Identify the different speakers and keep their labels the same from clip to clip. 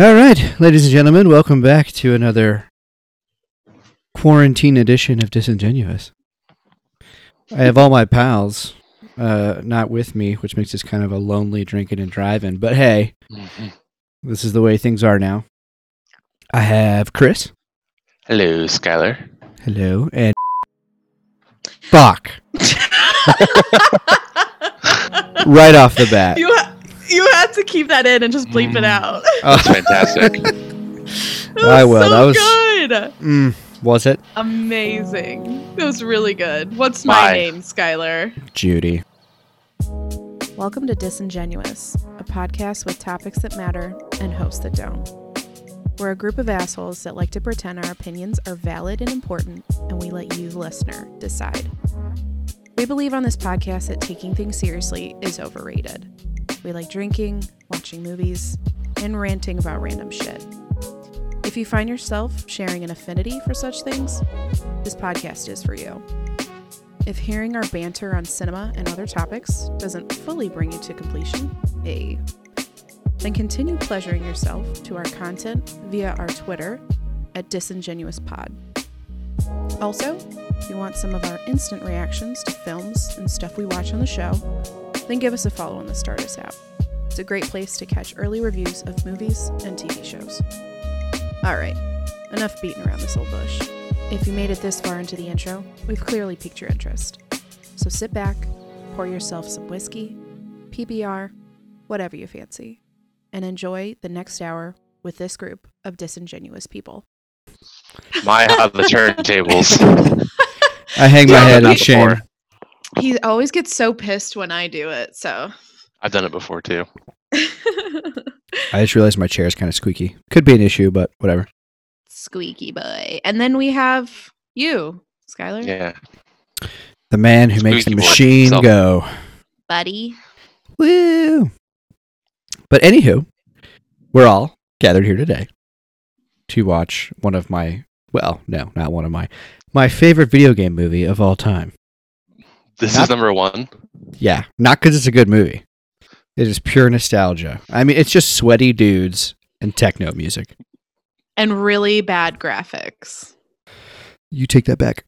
Speaker 1: All right, ladies and gentlemen, welcome back to another quarantine edition of Disingenuous. I have all my pals uh, not with me, which makes this kind of a lonely drinking and driving. But hey,
Speaker 2: Mm-hmm.
Speaker 1: this is the way things are now. I have Chris.
Speaker 2: Hello, Skylar.
Speaker 1: Hello, and fuck right off the bat.
Speaker 3: You ha- you had to keep that in and just bleep it
Speaker 2: Mm.
Speaker 3: out.
Speaker 1: Oh.
Speaker 2: That's fantastic.
Speaker 3: That
Speaker 1: I will.
Speaker 3: So
Speaker 1: That was-
Speaker 3: good.
Speaker 1: Mm, was it
Speaker 3: Amazing. It was really good. What's my
Speaker 2: Bye.
Speaker 3: name, Skylar?
Speaker 1: Judy?
Speaker 4: Welcome to Disingenuous, a podcast with topics that matter and hosts that don't. We're a group of assholes that like to pretend our opinions are valid and important, and we let you, the listener, decide. We believe on this podcast that taking things seriously is overrated. We like drinking, watching movies, and ranting about random shit. If you find yourself sharing an affinity for such things, this podcast is for you. If hearing our banter on cinema and other topics doesn't fully bring you to completion, hey, then continue pleasuring yourself to our content via our Twitter at disingenuouspod. Also, if you want some of our instant reactions to films and stuff we watch on the show, then give us a follow on the Start Us app. It's a great place to catch early reviews of movies and TV shows. All right, enough beating around this old bush. If you made it this far into the intro, we've clearly piqued your interest. So sit back, pour yourself some whiskey, PBR, whatever you fancy, and enjoy the next hour with this group of disingenuous people.
Speaker 2: My how the turntables.
Speaker 1: I hang my
Speaker 3: Yeah,
Speaker 1: head in
Speaker 3: but not
Speaker 1: shame.
Speaker 2: before.
Speaker 3: He always gets so pissed when I do it. So
Speaker 2: I've done it before too.
Speaker 1: I just realized my chair is kind of squeaky. Could be an issue, but whatever.
Speaker 3: squeaky boy. And then we have you, Skylar,
Speaker 2: Yeah.
Speaker 1: The man who makes the
Speaker 2: Squeaky boy
Speaker 1: machine
Speaker 2: himself.
Speaker 1: go.
Speaker 3: buddy.
Speaker 1: Woo! But anywho, we're all gathered here today to watch one of my well, no, not one of my my favorite video game movie of all time.
Speaker 2: This
Speaker 1: Not-
Speaker 2: is number one.
Speaker 1: Yeah, not because it's a good movie. It is pure nostalgia. I mean, it's just sweaty dudes and techno music.
Speaker 3: And really bad graphics.
Speaker 1: You take that back.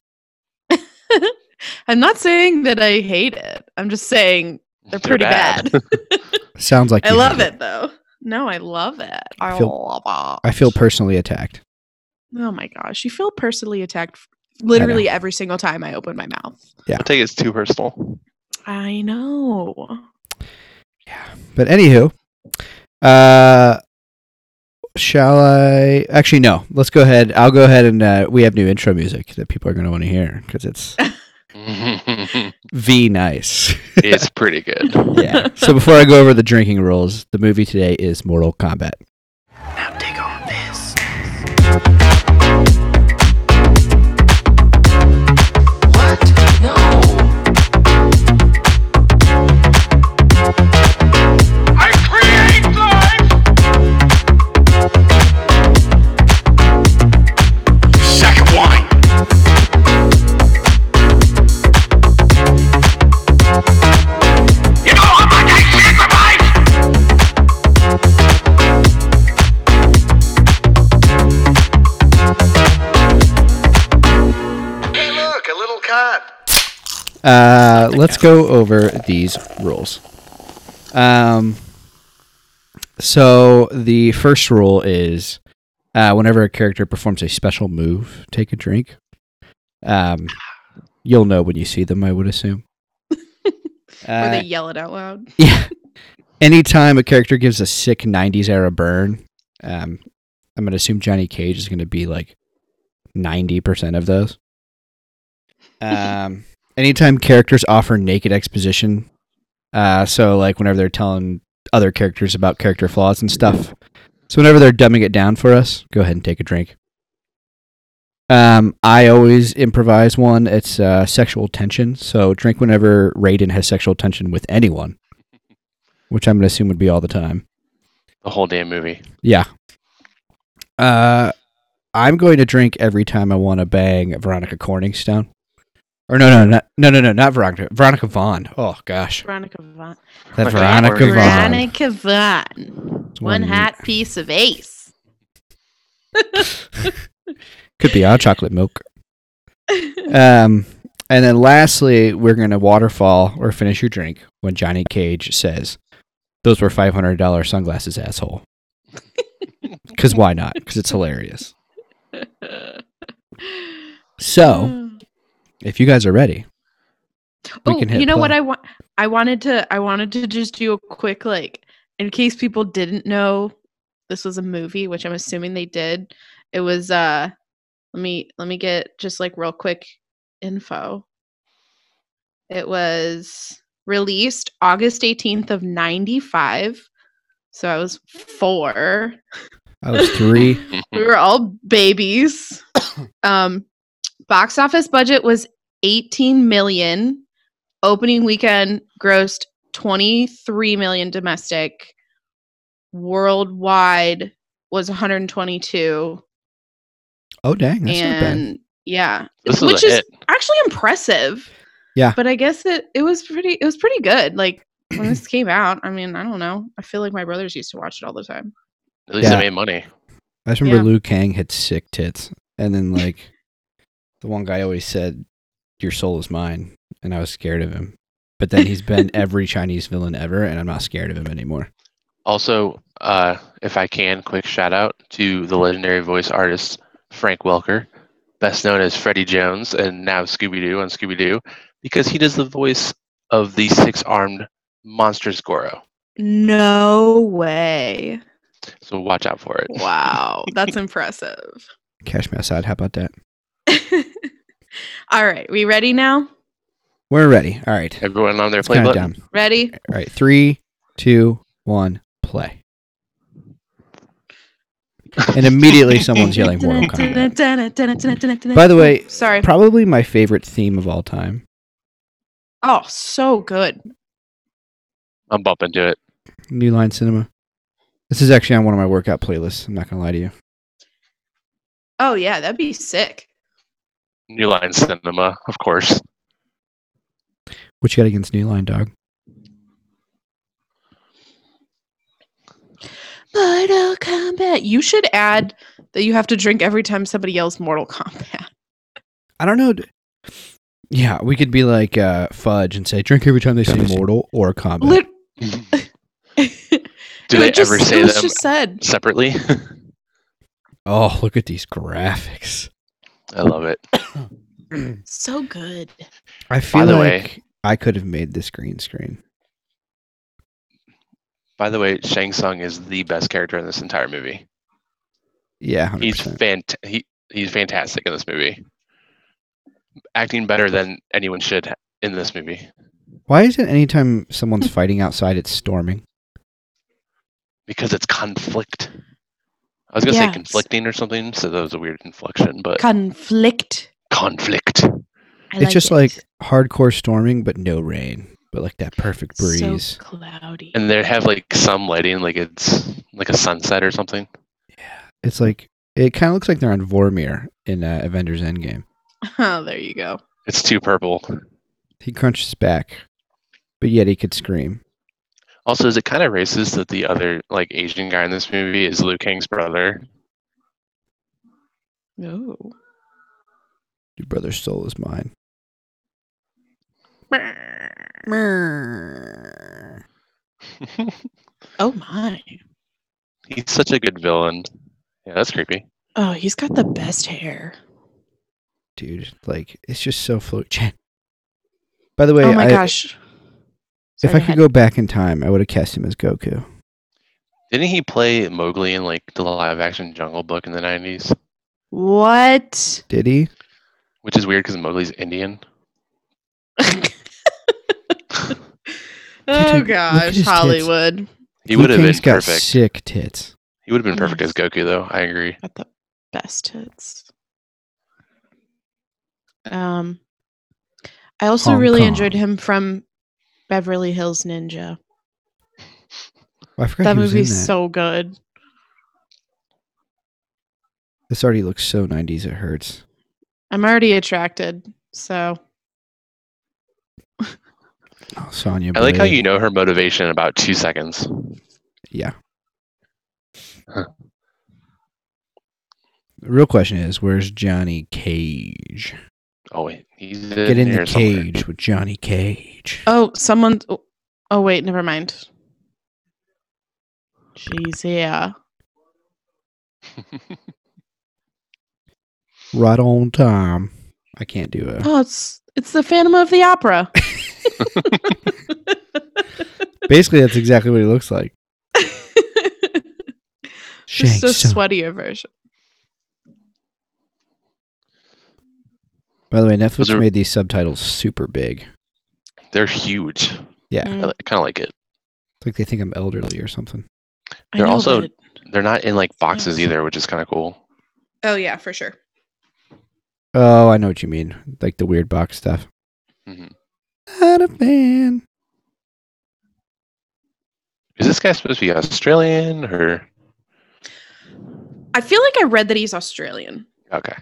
Speaker 3: I'm not saying that I hate it. I'm just saying they're pretty bad.
Speaker 1: Sounds like
Speaker 3: I
Speaker 1: you
Speaker 3: love
Speaker 1: hate
Speaker 3: it though. No, I love it. I
Speaker 1: feel-
Speaker 3: love it.
Speaker 1: I feel personally attacked.
Speaker 3: Oh my gosh, you feel personally attacked f- literally every single time I open my mouth.
Speaker 2: I think it's too personal.
Speaker 3: I know.
Speaker 1: But anywho, uh, shall I? Actually, no. Let's go ahead. I'll go ahead and uh, we have new intro music that people are going to want to hear because it's V nice.
Speaker 2: it's pretty good.
Speaker 1: yeah. So before I go over the drinking rules, the movie today is Mortal Kombat.
Speaker 5: Hey, look, a little cop.
Speaker 1: Uh, let's go over these rules. Um, so the first rule is uh, whenever a character performs a special move, take a drink. Um, you'll know when you see them, I would assume.
Speaker 3: Where
Speaker 1: Uh,
Speaker 3: they yell it out loud.
Speaker 1: yeah. Anytime a character gives a sick 90s era burn, um, I'm going to assume Johnny Cage is going to be like 90% of those. Um, anytime characters offer naked exposition, uh, so like whenever they're telling other characters about character flaws and stuff. So whenever they're dumbing it down for us, go ahead and take a drink. Um, I always improvise one. It's uh, sexual tension. So drink whenever Raiden has sexual tension with anyone which I'm going to assume would be all the time.
Speaker 2: The whole damn movie.
Speaker 1: Yeah. Uh, I'm going to drink every time I want to bang Veronica Corningstone. Or no, no, not, no, no, no, not Veronica. Veronica Vaughn. Oh gosh,
Speaker 3: Veronica Vaughn.
Speaker 1: that
Speaker 2: Okay.
Speaker 1: Veronica Vaughn.
Speaker 3: Veronica Vaughn.
Speaker 1: one
Speaker 3: One hot piece of ace.
Speaker 1: Could be our chocolate milk. Um, and then lastly, we're going to waterfall or finish your drink when Johnny Cage says, Those were $500 sunglasses, asshole. Because why not? Because it's hilarious. So,
Speaker 3: Mm.
Speaker 1: if you guys are ready, we
Speaker 3: oh,
Speaker 1: can hit
Speaker 3: you know what
Speaker 1: play.
Speaker 3: I want? I wanted to. I wanted to just do a quick like, in case people didn't know, this was a movie, which I'm assuming they did. It was. uh Let me let me get just like real quick info. It was released August 18th of 95. So I was four.
Speaker 1: I was three.
Speaker 2: Hmm.
Speaker 3: we were all babies. um, box office budget was 18 million. Opening weekend grossed 23 million domestic. Worldwide was 122.
Speaker 1: Oh, dang. That's not bad.
Speaker 3: and yeah,
Speaker 2: This
Speaker 3: which
Speaker 2: is a
Speaker 3: is
Speaker 2: hit.
Speaker 3: actually impressive.
Speaker 1: Yeah.
Speaker 3: But I guess it, it was pretty it was pretty good. Like when this came out, I mean, I don't know. I feel like my brothers used to watch it all the time.
Speaker 2: At least
Speaker 1: Yeah.
Speaker 2: I made money.
Speaker 1: I just remember
Speaker 3: Yeah.
Speaker 1: Liu Kang had sick tits. And then, like, the one guy always said, Your soul is mine. And I was scared of him. But then he's been every Chinese villain ever, and I'm not scared of him anymore.
Speaker 2: Also, uh, if I can, quick shout out to the legendary voice artist Frank Welker, best known as Freddie Jones and now Scooby Doo on Scooby Doo, because he does the voice of the six armed monstrous Goro.
Speaker 3: No way.
Speaker 2: So watch out for it.
Speaker 3: Wow, that's impressive.
Speaker 1: Cash me outside. How about that?
Speaker 3: All right, we ready now?
Speaker 1: We're ready. All right.
Speaker 2: Everyone on their
Speaker 1: Let's count
Speaker 2: playbook.
Speaker 1: it down.
Speaker 3: Ready?
Speaker 1: All right, three, two, one, play. And immediately someone's yelling Mortal Kombat. By
Speaker 3: By
Speaker 1: the way,
Speaker 3: sorry.
Speaker 1: Probably my favorite theme of all time.
Speaker 3: Oh, so good.
Speaker 2: I'm bumping to it.
Speaker 1: New Line Cinema. This is actually on one of my workout playlists. I'm not gonna lie to you.
Speaker 3: Oh yeah, that'd be sick.
Speaker 2: New Line Cinema, of course.
Speaker 1: What you got against New Line, dog?
Speaker 3: Mortal Kombat. You should add that you have to drink every time somebody yells Mortal Kombat.
Speaker 1: I don't know. d- Yeah, we could be like uh, Fudge and say drink every time they say Mortal or Combat.
Speaker 3: Lit-
Speaker 2: Do
Speaker 3: It
Speaker 2: they
Speaker 3: was just-
Speaker 2: ever
Speaker 3: it
Speaker 2: say
Speaker 3: was
Speaker 2: them
Speaker 3: just said.
Speaker 2: separately?
Speaker 1: oh, look at these graphics.
Speaker 2: I love it.
Speaker 3: So good.
Speaker 1: I feel
Speaker 2: the way-
Speaker 1: like I could have made this green screen.
Speaker 2: By the way, Shang Tsung is the best character in this entire movie.
Speaker 1: Yeah, 100%.
Speaker 2: He's fant- he, he's fantastic in this movie. Acting better than anyone should ha- in this movie
Speaker 1: Why is it anytime someone's fighting outside, it's storming?
Speaker 2: because it's conflict. I was gonna
Speaker 3: Yeah,
Speaker 2: say
Speaker 3: it's-
Speaker 2: conflicting or something, so that was a weird inflection, but
Speaker 3: Conflict.
Speaker 2: conflict.
Speaker 3: I
Speaker 1: it's just
Speaker 3: it.
Speaker 1: like hardcore storming, but no rain, but like that perfect breeze.
Speaker 3: so cloudy.
Speaker 2: And they have like some lighting, like it's like a sunset or something.
Speaker 1: It's like it kind of looks like they're on Vormir in uh, Avengers Endgame.
Speaker 3: oh, there you go.
Speaker 2: It's too purple.
Speaker 1: He crunches his back, but yet he could scream.
Speaker 2: Also, is it kind of racist that the other like Asian guy in this movie is Liu Kang's brother?
Speaker 3: Oh.
Speaker 1: Your brother's soul is mine.
Speaker 3: Oh my.
Speaker 2: He's such a good villain. Yeah, that's creepy.
Speaker 3: Oh, he's got the best hair.
Speaker 1: Dude, like it's just so fluid. Chen. By the way,
Speaker 3: oh my
Speaker 1: I-
Speaker 3: gosh.
Speaker 1: if
Speaker 3: Sorry,
Speaker 1: I could go back in time, I would have cast him as Goku.
Speaker 2: Didn't he play Mowgli in like the live action Jungle Book in the '90s?
Speaker 3: What?
Speaker 1: Did he?
Speaker 2: Which is weird because Mowgli's Indian.
Speaker 1: at him.
Speaker 3: oh
Speaker 1: Look at his
Speaker 3: gosh,
Speaker 1: tits.
Speaker 3: Hollywood.
Speaker 2: He
Speaker 1: Liu
Speaker 2: would have been
Speaker 1: Kang's got
Speaker 2: perfect.
Speaker 1: Sick tits.
Speaker 2: He would have been perfect as
Speaker 3: Nice.
Speaker 2: Goku, though. I agree.
Speaker 3: Got the best hits. Um I also
Speaker 1: Hong
Speaker 3: really enjoyed
Speaker 1: Kong.
Speaker 3: him from Beverly Hills Ninja.
Speaker 1: Oh, I forgot
Speaker 3: that
Speaker 1: he was in
Speaker 3: movie's
Speaker 1: that.
Speaker 3: so good.
Speaker 1: This already looks so 90s, it hurts.
Speaker 3: I'm already attracted, so
Speaker 1: Oh, Sonya.
Speaker 2: I like how
Speaker 1: Blade.
Speaker 2: you know her motivation in about two seconds.
Speaker 1: Yeah. The real question is, where's Johnny Cage?
Speaker 2: Oh wait, he's in
Speaker 1: Get in
Speaker 2: here
Speaker 1: the
Speaker 2: somewhere.
Speaker 1: cage with Johnny Cage.
Speaker 3: Oh, someone. Oh, oh, wait, never mind. She's here.
Speaker 1: Right on time. I can't do it.
Speaker 3: Oh, it's it's the Phantom of the Opera.
Speaker 1: Basically, that's exactly what he looks like. Shang
Speaker 3: Just a
Speaker 1: Tsung.
Speaker 3: sweatier version.
Speaker 1: By the way, Netflix
Speaker 2: Was there-
Speaker 1: made these subtitles super big.
Speaker 2: They're huge.
Speaker 1: Yeah.
Speaker 3: Mm.
Speaker 2: I kind of like it.
Speaker 1: It's like they think I'm elderly or something.
Speaker 3: I
Speaker 2: They're
Speaker 3: know,
Speaker 2: also-
Speaker 3: but-
Speaker 2: They're not in like boxes
Speaker 3: Yes.
Speaker 2: either, which is kind of cool.
Speaker 3: Oh yeah, for sure.
Speaker 1: Oh, I know what you mean. Like the weird box stuff.
Speaker 2: Mhm.
Speaker 1: Not a fan.
Speaker 2: Is this guy supposed to be Australian or
Speaker 3: I feel like I read that he's Australian.
Speaker 2: okay?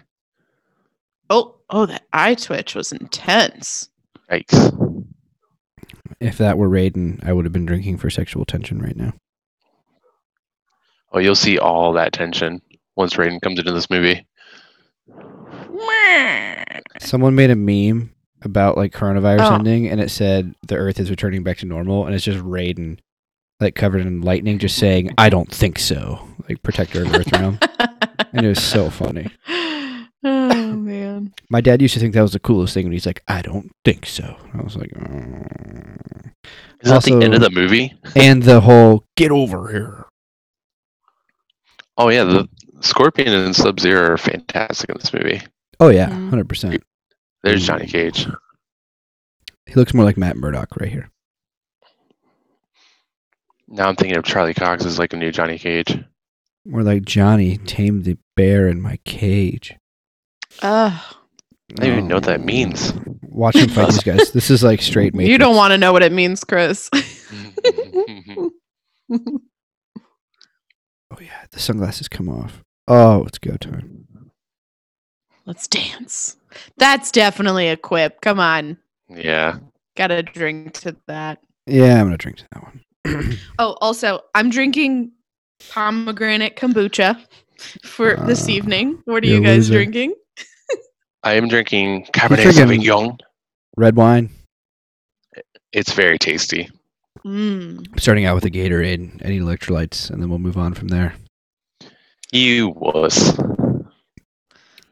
Speaker 3: Oh, oh, that eye twitch was intense.
Speaker 2: Yikes!
Speaker 1: If that were Raiden, I would have been drinking for sexual tension right now.
Speaker 2: Oh, you'll see all that tension once Raiden comes into this movie.
Speaker 1: Someone made a meme about like coronavirus
Speaker 3: Oh.
Speaker 1: ending and it said the earth is returning back to normal and it's just Raiden like covered in lightning just saying, I don't think so. Like protector of Earth realm. And it was so funny.
Speaker 3: oh man.
Speaker 1: My dad used to think that was the coolest thing, and he's like, "I don't think so." I was like, "Mm."
Speaker 2: Is that the end
Speaker 1: Also-
Speaker 2: of the movie?
Speaker 1: and the whole "get over here."
Speaker 2: Oh yeah, the Scorpion and Sub Zero are fantastic in this movie.
Speaker 1: Oh yeah,
Speaker 3: Mhm.
Speaker 1: hundred percent. Mm.
Speaker 2: There's Johnny Cage.
Speaker 1: He looks more like Matt Murdock right here.
Speaker 2: Now I'm thinking of Charlie Cox as like a new Johnny Cage.
Speaker 1: More like Johnny tamed the bear in my cage. Mm.
Speaker 3: Ugh.
Speaker 2: I don't even know what that means.
Speaker 1: Watch him fight these guys. This is like straight Matrix.
Speaker 3: You don't want to know what it means, Chris.
Speaker 1: Oh yeah, the sunglasses come off. Oh, it's go time.
Speaker 3: Let's dance. That's definitely a quip. Come on.
Speaker 2: yeah.
Speaker 3: Gotta drink to that.
Speaker 1: Yeah, I'm gonna drink to that one.
Speaker 3: Oh, also, I'm drinking pomegranate kombucha for
Speaker 1: Ah,
Speaker 3: this evening. What are
Speaker 1: you
Speaker 3: you guys
Speaker 1: loser.
Speaker 3: drinking?
Speaker 2: I am drinking Cabernet
Speaker 1: drinking-
Speaker 2: Sauvignon.
Speaker 1: Red wine.
Speaker 2: It's very tasty.
Speaker 3: Mm.
Speaker 1: Starting out with a Gatorade, any electrolytes, and then we'll move on from there.
Speaker 2: You was.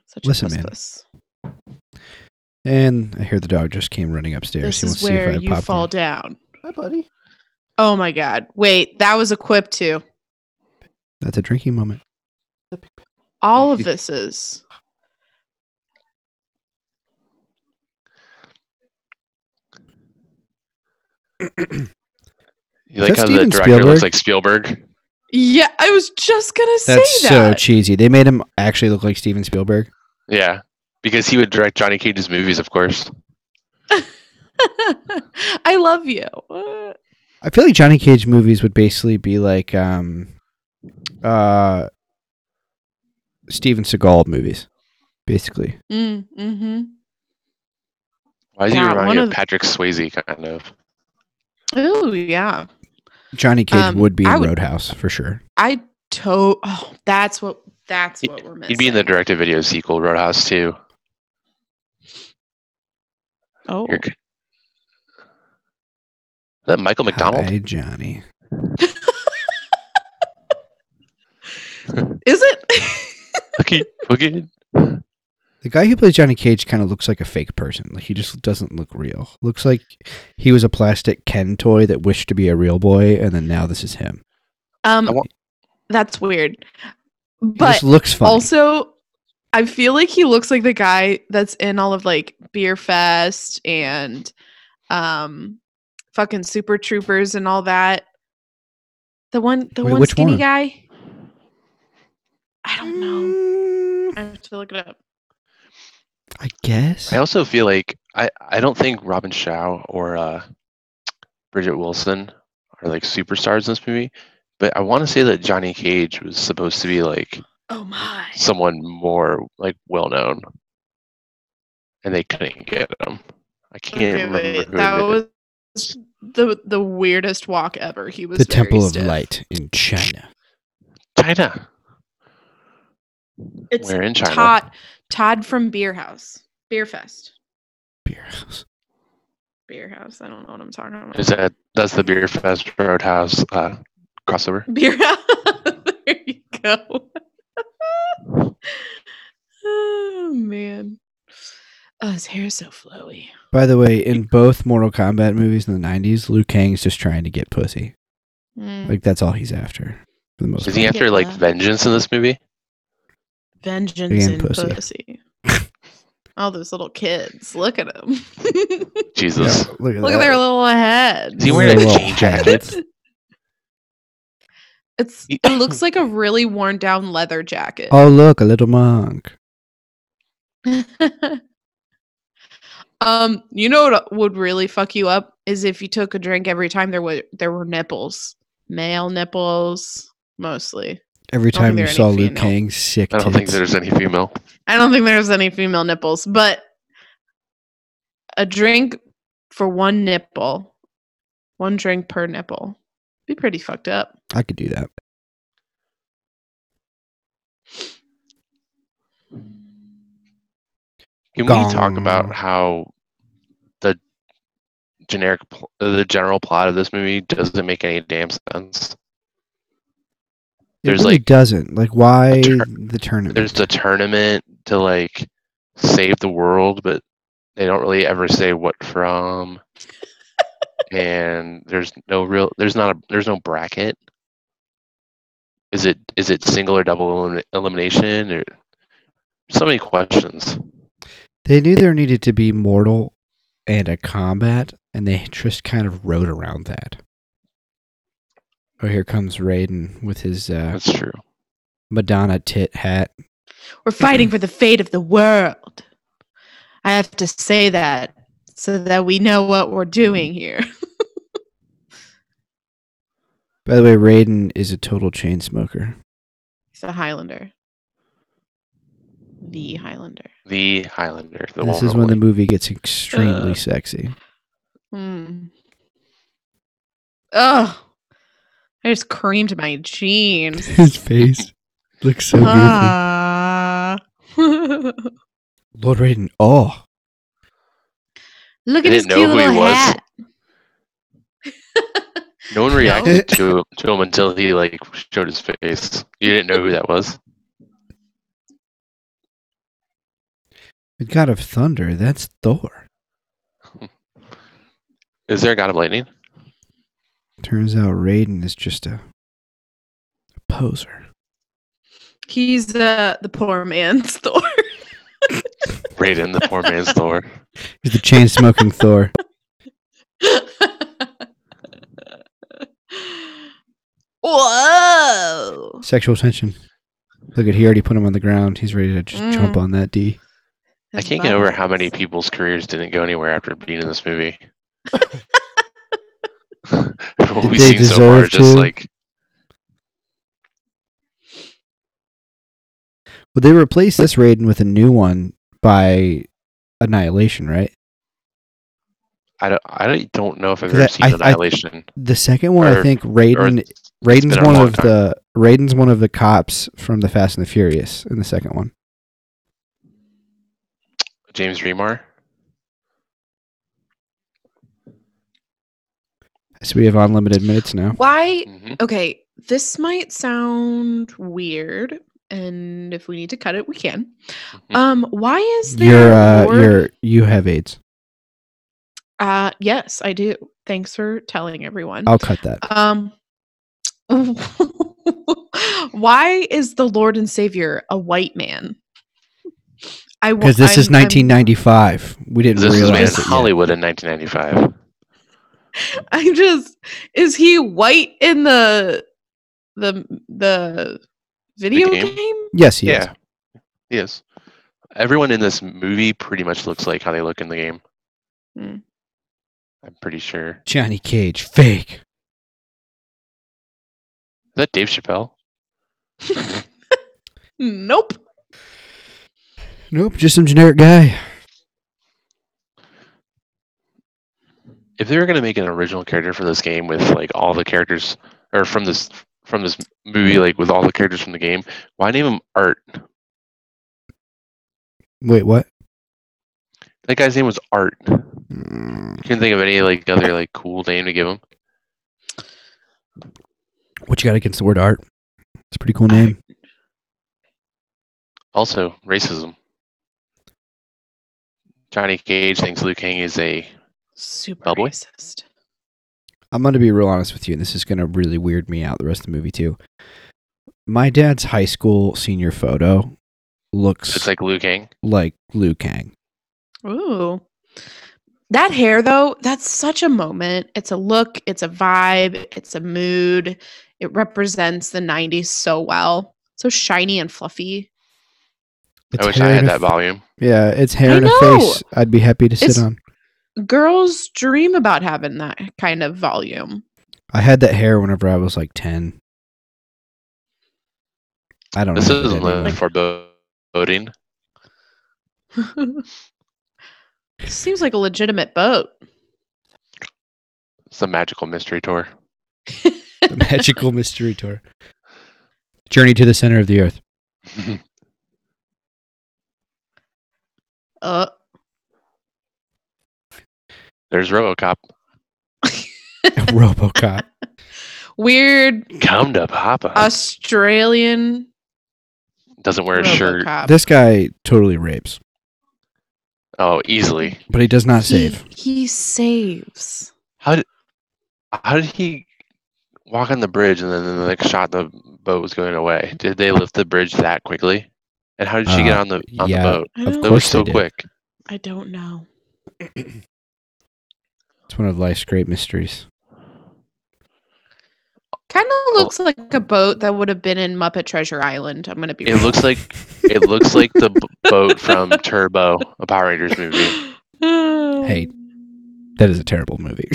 Speaker 3: Such
Speaker 1: Listen,
Speaker 3: a
Speaker 1: man,
Speaker 3: puss-puss.
Speaker 1: And I hear the dog just came running upstairs.
Speaker 3: This
Speaker 1: he
Speaker 3: is
Speaker 1: wants to see if I
Speaker 3: where
Speaker 1: have
Speaker 3: you
Speaker 1: popcorn.
Speaker 3: fall down.
Speaker 1: Hi, buddy.
Speaker 3: Oh my god. Wait, that was a quip too.
Speaker 1: That's a drinking moment.
Speaker 3: All of this is.
Speaker 2: You like
Speaker 1: Is that
Speaker 2: how
Speaker 1: Steven
Speaker 2: the director looks
Speaker 1: Spielberg?
Speaker 2: like Spielberg?
Speaker 3: Yeah, I was just gonna say
Speaker 1: That's so
Speaker 3: that.
Speaker 1: cheesy. They made him actually look like Steven Spielberg.
Speaker 2: Yeah. Because he would direct Johnny Cage's movies, of course.
Speaker 3: I love you. Uh,
Speaker 1: I feel like Johnny Cage movies would basically be like um uh Steven Seagal movies, basically.
Speaker 3: mm, hmm
Speaker 2: Why does he
Speaker 3: Wow,
Speaker 2: remind
Speaker 3: one
Speaker 2: you of
Speaker 3: of-
Speaker 2: Patrick Swayze, kind of?
Speaker 3: Oh yeah.
Speaker 1: Johnny Cage
Speaker 3: Um,
Speaker 1: would be
Speaker 3: I
Speaker 1: in
Speaker 3: would-
Speaker 1: Roadhouse for sure.
Speaker 3: I to oh that's what that's
Speaker 2: He-
Speaker 3: what we're missing.
Speaker 2: He'd be in the direct to video sequel, Roadhouse 2.
Speaker 3: Oh
Speaker 2: You're c- Is that Michael McDonald?
Speaker 1: Hi, Johnny.
Speaker 3: is it?
Speaker 2: Look at- look at-
Speaker 1: The guy who plays Johnny Cage kind of looks like a fake person. Like he just doesn't look real. Looks like he was a plastic Ken toy that wished to be a real boy, and then now this is him.
Speaker 3: um
Speaker 2: I want-
Speaker 3: that's weird.
Speaker 1: He
Speaker 3: But
Speaker 1: just looks funny.
Speaker 3: also I feel like he looks like the guy that's in all of like Beer Fest and um fucking Super Troopers and all that. The one the
Speaker 1: Wait,
Speaker 3: one
Speaker 1: which
Speaker 3: skinny
Speaker 1: one?
Speaker 3: guy. I don't know. I have to look it up.
Speaker 1: Mm, I guess.
Speaker 2: I also feel like I, I don't think Robin Shaw or uh, Bridget Wilson are like superstars in this movie, but I want to say that Johnny Cage was supposed to be like
Speaker 3: Oh my.
Speaker 2: someone more like well known, and they couldn't get him. I can't
Speaker 3: Okay,
Speaker 2: remember
Speaker 3: wait,
Speaker 2: who
Speaker 3: that
Speaker 2: it is.
Speaker 3: was the the weirdest walk ever. He was
Speaker 1: the
Speaker 3: very
Speaker 1: Temple of
Speaker 3: stiff.
Speaker 1: Light in China.
Speaker 2: China.
Speaker 3: It's
Speaker 2: Where in China?
Speaker 3: Todd Todd from Beer House. Beer Fest.
Speaker 1: Beer house.
Speaker 3: Beer House. I don't know what I'm talking about.
Speaker 2: Is that that's the Beer Fest Roadhouse uh, crossover?
Speaker 3: Beer House. there you go. oh man. Oh, his hair is so flowy.
Speaker 1: By the way, in both Mortal Kombat movies in the '90s, Liu Kang's just trying to get pussy.
Speaker 3: Mm.
Speaker 1: Like that's all he's after. For the most
Speaker 2: Is he
Speaker 1: part.
Speaker 3: get
Speaker 2: after like
Speaker 3: that.
Speaker 2: vengeance in this movie?
Speaker 3: Vengeance
Speaker 1: Again,
Speaker 3: and
Speaker 1: pussy.
Speaker 3: pussy. All those little kids. Look at them.
Speaker 2: Jesus.
Speaker 1: Yeah, look at
Speaker 3: Look
Speaker 1: that.
Speaker 3: at their little heads.
Speaker 2: Is he wearing a
Speaker 1: Little
Speaker 2: jean jacket?
Speaker 3: It's
Speaker 2: He-
Speaker 3: it looks like a really worn down leather jacket.
Speaker 1: Oh look, a little monk.
Speaker 3: um, you know what would really fuck you up is if you took a drink every time there were there were nipples, male nipples mostly.
Speaker 1: Every
Speaker 3: don't think
Speaker 1: time you
Speaker 3: there are
Speaker 1: saw
Speaker 3: any
Speaker 1: Liu
Speaker 3: female.
Speaker 1: Kang's sick
Speaker 2: I don't think
Speaker 1: tits.
Speaker 2: there's any female.
Speaker 3: I don't think there's any female nipples, but a drink for one nipple, one drink per nipple, be pretty fucked up.
Speaker 1: I could do that.
Speaker 2: Can we talk about
Speaker 1: Gong.
Speaker 2: how the generic, pl- uh, the general plot of this movie doesn't make any damn sense?
Speaker 1: It
Speaker 2: There's,
Speaker 1: really
Speaker 2: like,
Speaker 1: doesn't. Like why
Speaker 2: tur-
Speaker 1: the tournament?
Speaker 2: There's the tournament to like save the world, but they don't really ever say what from. and there's no real, there's not a, there's no bracket. Is it is it single or double elim- elimination or so many questions?
Speaker 1: They knew there needed to be mortal and a combat, and they just kind of rode around that. Oh, here comes Raiden with his uh,
Speaker 2: That's true.
Speaker 1: Madonna tit hat.
Speaker 3: We're fighting for the fate of the world. I have to say that so that we know what we're doing here.
Speaker 1: By the way, Raiden is a total chain smoker.
Speaker 3: He's a Highlander. The Highlander.
Speaker 2: The Highlander. The
Speaker 1: this
Speaker 2: one
Speaker 1: is
Speaker 2: and
Speaker 1: when the
Speaker 2: only.
Speaker 1: movie gets extremely
Speaker 3: Ugh.
Speaker 1: sexy.
Speaker 3: Hmm. Oh, I just creamed my jeans.
Speaker 1: His face looks so goofy.
Speaker 3: Ah.
Speaker 1: Lord Raiden, oh,
Speaker 3: Look
Speaker 2: I
Speaker 3: at his
Speaker 2: didn't know
Speaker 3: cute
Speaker 2: who he
Speaker 3: little
Speaker 2: was.
Speaker 3: hat.
Speaker 2: No one
Speaker 3: No.
Speaker 2: reacted to to him until he like showed his face. You didn't know who that was.
Speaker 1: the God of Thunder, that's Thor.
Speaker 2: Is there a god of lightning?
Speaker 1: Turns out Raiden is just a, a poser.
Speaker 3: He's uh, the poor man's Thor.
Speaker 2: Raiden, the poor man's Thor.
Speaker 1: He's the chain smoking Thor.
Speaker 3: Whoa!
Speaker 1: Sexual tension. Look at he already put him on the ground. He's ready to just jump on that D.
Speaker 2: I can't get over how many people's careers didn't go anywhere after being in this movie. what
Speaker 1: Did
Speaker 2: we've
Speaker 1: they
Speaker 2: seen so far,
Speaker 1: deserve
Speaker 2: is just
Speaker 1: to?
Speaker 2: like
Speaker 1: Well, they replaced this Raiden with a new one by Annihilation, right?
Speaker 2: I don't I don't- don't know if I've
Speaker 1: 'Cause
Speaker 2: ever
Speaker 1: I-
Speaker 2: seen
Speaker 1: I- I-
Speaker 2: Annihilation.
Speaker 1: The second one, I
Speaker 2: Or-
Speaker 1: think
Speaker 2: or
Speaker 1: Raiden
Speaker 2: it's- it's
Speaker 1: Raiden's
Speaker 2: been a
Speaker 1: one
Speaker 2: long
Speaker 1: of
Speaker 2: time.
Speaker 1: the Raiden's one of the cops from the Fast and the Furious in the second one.
Speaker 2: James Remar.
Speaker 1: So we have unlimited minutes now.
Speaker 3: Why?
Speaker 2: hmm
Speaker 3: Okay, this might sound weird, and if we need to cut it, we can.
Speaker 2: Mhm.
Speaker 3: Um, why is there?
Speaker 1: You're uh,
Speaker 3: more-
Speaker 1: you're you have AIDS.
Speaker 3: Uh, yes, I do. Thanks for telling everyone.
Speaker 1: I'll cut that.
Speaker 3: Um, why is the Lord and Savior a white man? I wa-
Speaker 1: Because this is
Speaker 3: I'm- I'm-
Speaker 1: 1995. We didn't
Speaker 2: This was made in
Speaker 1: realize it. yet.
Speaker 2: Hollywood in 1995.
Speaker 3: I just is he white in the the the video
Speaker 2: game?
Speaker 3: game?
Speaker 1: Yes, yes.
Speaker 2: Yeah. Yes. Everyone in this movie pretty much looks like how they look in the game.
Speaker 3: Hmm.
Speaker 2: I'm pretty sure. Is
Speaker 1: Johnny Cage, fake.
Speaker 2: that Dave Chappelle?
Speaker 3: Nope.
Speaker 1: Nope, just some generic guy.
Speaker 2: If they were gonna make an original character for this game with like all the characters or from this from this movie, like with all the characters from the game, why name him Art?
Speaker 1: Wait, what?
Speaker 2: That guy's name was Art. Couldn't
Speaker 1: Mm,
Speaker 2: think of any like other like cool name to give him.
Speaker 1: What you got against the word art? It's a pretty cool name.
Speaker 2: Also, racism. Johnny Cage thinks Liu Kang is a
Speaker 3: Super
Speaker 2: Bellboy?
Speaker 3: racist.
Speaker 1: I'm going to be real honest with you, and this is going to really weird me out the rest of the movie, too. My dad's high school senior photo looks
Speaker 2: it's
Speaker 1: like,
Speaker 2: like Liu Kang.
Speaker 1: Liu Kang.
Speaker 3: Ooh. That hair though, that's such a moment. It's a look, it's a vibe, it's a mood. It represents the 90s so well. So shiny and fluffy.
Speaker 1: It's
Speaker 2: I wish
Speaker 1: hair
Speaker 2: I
Speaker 1: in
Speaker 2: had
Speaker 1: a
Speaker 2: that
Speaker 1: f-
Speaker 2: volume.
Speaker 1: Yeah, it's
Speaker 3: I
Speaker 1: hair and a
Speaker 3: know!
Speaker 1: face I'd be happy to sit
Speaker 3: It's-
Speaker 1: on.
Speaker 3: Girls dream about having that kind of volume.
Speaker 1: I had that hair whenever I was like 10. I don't
Speaker 2: This
Speaker 1: know.
Speaker 2: isn't like foreboding.
Speaker 3: Seems like a legitimate boat.
Speaker 2: It's a magical mystery tour.
Speaker 1: the magical mystery tour. Journey to the center of the earth.
Speaker 3: Uh
Speaker 2: There's RoboCop.
Speaker 1: RoboCop.
Speaker 3: weird
Speaker 2: Come to Papa.
Speaker 3: Australian
Speaker 2: Doesn't wear a shirt.
Speaker 3: Robocop.
Speaker 1: This guy totally rapes,
Speaker 2: Oh, easily.
Speaker 1: but he does not save.
Speaker 3: He, he saves.
Speaker 2: How did how did he walk on the bridge and then the next shot the boat was going away? Did they lift the bridge that quickly? And how did she get
Speaker 1: Uh,
Speaker 2: on the on
Speaker 1: yeah,
Speaker 2: the boat?
Speaker 3: I
Speaker 1: Of
Speaker 2: That
Speaker 3: don't,
Speaker 2: was
Speaker 1: course they
Speaker 2: so
Speaker 1: did.
Speaker 2: quick.
Speaker 3: I don't know.
Speaker 1: It's one of life's great mysteries.
Speaker 3: Kind
Speaker 2: Oh.
Speaker 3: of looks like a boat that would have been in Muppet Treasure Island. I'm gonna be.
Speaker 2: It
Speaker 3: real.
Speaker 2: looks like it looks like the b- boat from Turbo, a Power Rangers movie.
Speaker 1: Hey. That is a terrible movie.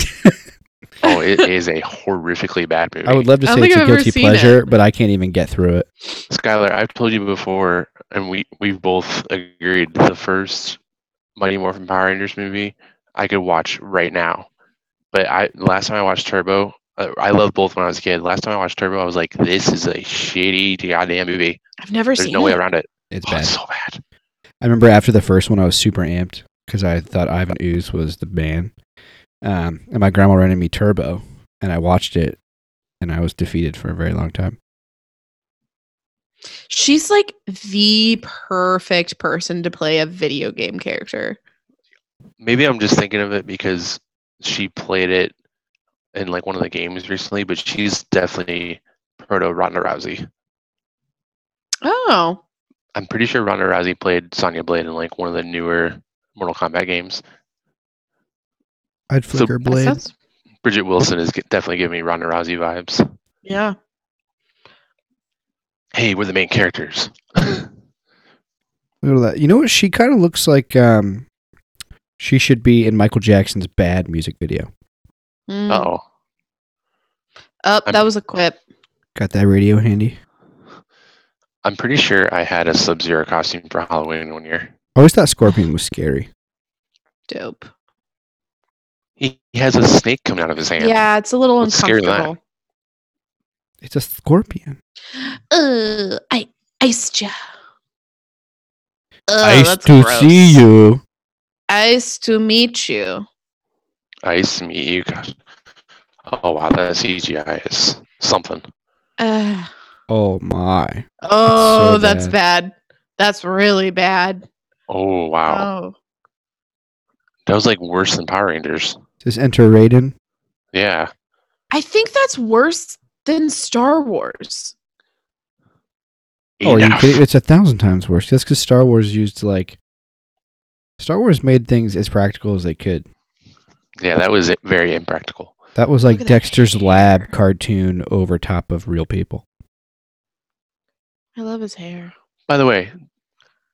Speaker 2: Oh, it is a horrifically bad movie.
Speaker 1: I would love to
Speaker 3: I don't
Speaker 1: say
Speaker 3: think
Speaker 1: it's a
Speaker 3: I've ever
Speaker 1: guilty
Speaker 3: seen
Speaker 1: pleasure,
Speaker 3: it.
Speaker 1: but I can't even get through it.
Speaker 2: Skylar, I've told you before, and we we've both agreed. The first Mighty Morphin Power Rangers movie I could watch right now, but I last time I watched Turbo, uh, I loved both when I was a kid. Last time I watched Turbo, I was like, "This is a shitty goddamn movie.
Speaker 3: I've never
Speaker 2: There's
Speaker 3: seen.
Speaker 2: no way
Speaker 3: it.
Speaker 2: around it.
Speaker 1: It's
Speaker 2: Oh,
Speaker 1: bad.
Speaker 2: it's so bad."
Speaker 1: I remember after the first one, I was super amped because I thought Ivan Ooze was the man. Um, and my grandma rented me Turbo, and I watched it, and I was defeated for a very long time.
Speaker 3: She's like the perfect person to play a video game character.
Speaker 2: Maybe I'm just thinking of it because she played it in like one of the games recently, but she's definitely proto Ronda Rousey.
Speaker 3: Oh,
Speaker 2: I'm pretty sure Ronda Rousey played Sonya Blade in like one of the newer Mortal Kombat games.
Speaker 1: I'd
Speaker 2: So-
Speaker 1: flicker
Speaker 3: that
Speaker 1: blade.
Speaker 3: sounds-
Speaker 2: Bridget Wilson is g- definitely giving me Ronda Rousey vibes.
Speaker 3: yeah.
Speaker 2: Hey, we're the main characters.
Speaker 3: Mm.
Speaker 1: Look at that. You know what? She kind of looks like um, she should be in Michael Jackson's "Bad" music video.
Speaker 3: Mm.
Speaker 2: Oh,
Speaker 3: Up,
Speaker 2: I'm-
Speaker 3: that was a quip.
Speaker 1: Got that radio handy?
Speaker 2: I'm pretty sure I had a Sub Zero costume for Halloween one year.
Speaker 1: I always thought Scorpion was scary.
Speaker 3: Dope.
Speaker 2: He, he has a snake coming out of his hand.
Speaker 3: Yeah, it's a little
Speaker 2: What's scary than that?
Speaker 3: uncomfortable.
Speaker 1: It's a scorpion.
Speaker 3: Uh, I iced ya.
Speaker 1: I
Speaker 3: Ugh,
Speaker 1: used
Speaker 3: Oh, that's
Speaker 1: to
Speaker 3: gross.
Speaker 1: see you.
Speaker 3: Nice to meet you.
Speaker 2: Ice meet you. Gosh. Oh wow, that CGI is something.
Speaker 3: Uh,
Speaker 1: Oh my!
Speaker 3: oh,
Speaker 1: so
Speaker 3: that's bad. That's really bad.
Speaker 2: Oh wow,
Speaker 3: Oh,
Speaker 2: that was like worse than Power Rangers.
Speaker 1: Does enter Raiden?
Speaker 2: Yeah,
Speaker 3: I think that's worse than Star Wars.
Speaker 1: Oh, are you
Speaker 2: Enough.
Speaker 1: kidding? It's a thousand times worse. That's because Star Wars used like Star Wars made things as practical as they could.
Speaker 2: yeah, that was very impractical.
Speaker 1: That was
Speaker 3: Look
Speaker 1: like
Speaker 3: at that
Speaker 1: Dexter's
Speaker 3: hair.
Speaker 1: Lab cartoon over top of real people.
Speaker 3: I love his hair.
Speaker 2: By the way,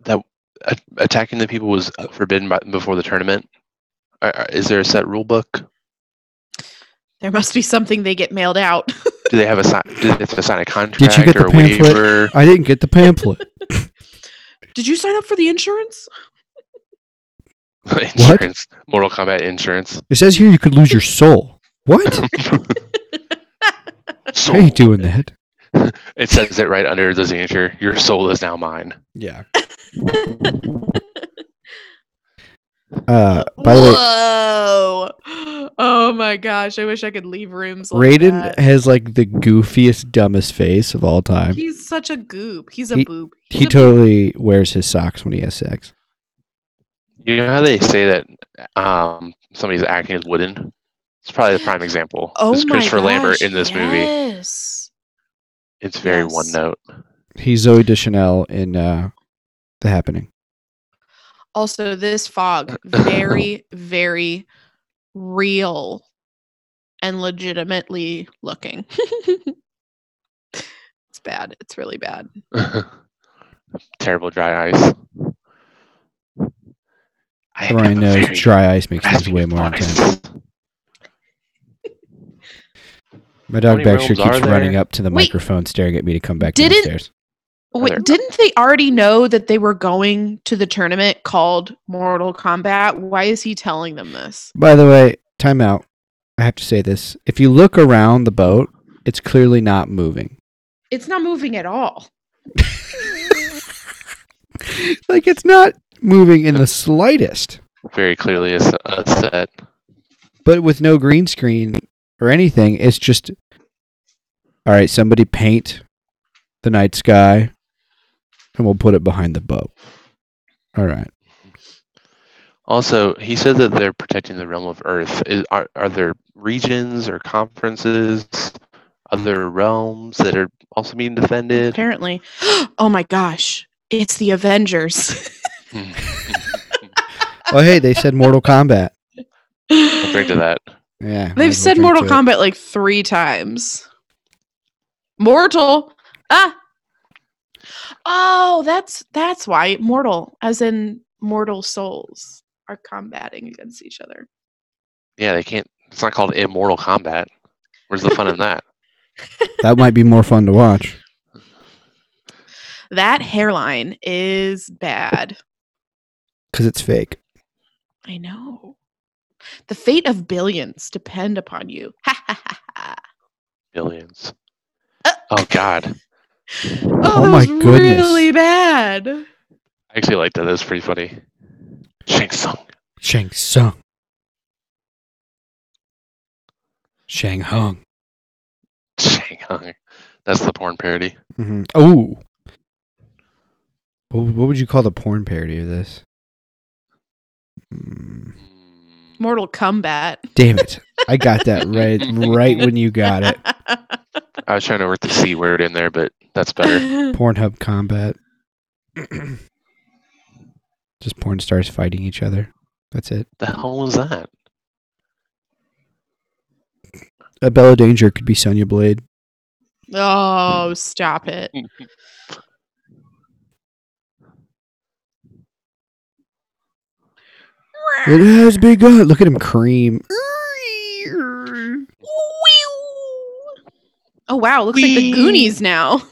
Speaker 2: that a- attacking the people was forbidden by, before the tournament. Are- are- Is there a set rule book?
Speaker 3: There must be something they get mailed out.
Speaker 2: Do they have a sign? Do they have to sign a contract
Speaker 1: Did you get the
Speaker 2: or a
Speaker 1: pamphlet?
Speaker 2: waiver?
Speaker 1: I didn't get the pamphlet.
Speaker 3: Did you sign up for the insurance?
Speaker 2: insurance, Mortal Kombat insurance.
Speaker 1: It says here you could lose your soul. What?
Speaker 2: Soul.
Speaker 1: I ain't doing that.
Speaker 2: It says it right under the signature. Your soul is now mine.
Speaker 1: Yeah. Uh, by the way,
Speaker 3: Whoa! Oh my gosh! I wish I could leave rooms. Like
Speaker 1: Raiden
Speaker 3: that.
Speaker 1: has like the goofiest, dumbest face of all time.
Speaker 3: He's such a goop. He's a
Speaker 1: uh, He-
Speaker 3: boob. He's
Speaker 1: He
Speaker 3: a boob.
Speaker 1: totally wears his socks when he has sex.
Speaker 2: You know how they say that um, somebody's acting is wooden? It's probably the prime example.
Speaker 3: Oh
Speaker 2: It's
Speaker 3: my
Speaker 2: Christopher Lambert
Speaker 3: gosh,
Speaker 2: in this movie.
Speaker 3: yes.
Speaker 2: It's very
Speaker 3: yes.
Speaker 2: one note.
Speaker 1: He's Zoe Deschanel in uh, The Happening.
Speaker 3: Also, this fog
Speaker 2: Uh,
Speaker 3: very, very real and legitimately looking. it's bad. It's really bad.
Speaker 2: Terrible dry ice. I
Speaker 1: Everyone
Speaker 2: am
Speaker 1: knows
Speaker 2: very
Speaker 1: dry ice makes things
Speaker 2: raspy
Speaker 1: way more
Speaker 2: voice.
Speaker 1: intense. My dog
Speaker 2: many
Speaker 1: Baxter
Speaker 2: rooms are
Speaker 1: keeps running
Speaker 2: there?
Speaker 1: up to the
Speaker 3: Wait,
Speaker 1: microphone, staring at me to come back
Speaker 3: didn't-
Speaker 1: downstairs.
Speaker 3: Wait,
Speaker 2: there-
Speaker 3: didn't they already know that they were going to the tournament called Mortal Kombat? Why is he telling them this?
Speaker 1: By the way, time out. I have to say this. If you look around the boat, it's clearly not moving.
Speaker 3: It's not moving at all.
Speaker 1: like it's not moving in the slightest.
Speaker 2: Very clearly is a set.
Speaker 1: But with no green screen or anything, it's just all right, somebody paint the night sky and we'll put it behind the boat. All right.
Speaker 2: Also, he said that they're protecting the realm of Earth. Is, are, are there regions or conferences, other realms that are also being defended?
Speaker 3: Apparently. Oh my gosh. It's the Avengers.
Speaker 1: Oh hey, they said Mortal Kombat.
Speaker 2: I'll drink to that.
Speaker 1: Yeah. might
Speaker 3: They've
Speaker 1: as well
Speaker 3: said
Speaker 1: drink
Speaker 3: Mortal
Speaker 1: to it.
Speaker 3: Kombat like three times. Mortal. Ah. Oh, that's that's why mortal, as in mortal souls, are combating against each other.
Speaker 2: Yeah, they can't. It's not called Immortal Combat. Where's the fun in that?
Speaker 1: That might be more fun to watch.
Speaker 3: That hairline is bad.
Speaker 1: Because it's fake.
Speaker 3: I know. The fate of billions depend upon you. Ha ha ha ha.
Speaker 2: Billions.
Speaker 3: Uh.
Speaker 2: Oh God,
Speaker 3: Oh,
Speaker 1: Oh
Speaker 3: that
Speaker 1: my
Speaker 3: was
Speaker 1: goodness.
Speaker 3: really bad.
Speaker 2: I actually liked that. That's pretty funny. Shang Tsung.
Speaker 1: Shang Tsung. Shang Hung.
Speaker 2: Shang Tsung. That's the porn parody.
Speaker 1: Mm-hmm. Oh. What, what would you call the porn parody of this? Mm,
Speaker 2: Mm,
Speaker 3: Mortal Kombat.
Speaker 1: damn it. I got that right right when you got it.
Speaker 2: I was trying to work the C word in there, but that's better.
Speaker 1: Pornhub combat. Just porn stars fighting each other. That's it.
Speaker 2: the hell was that?
Speaker 1: A Bella Danger could be Sonya Blade.
Speaker 3: oh, stop it.
Speaker 1: It has begun. Look at him cream.
Speaker 3: Oh wow, looks like the
Speaker 2: Wee.
Speaker 3: Goonies now.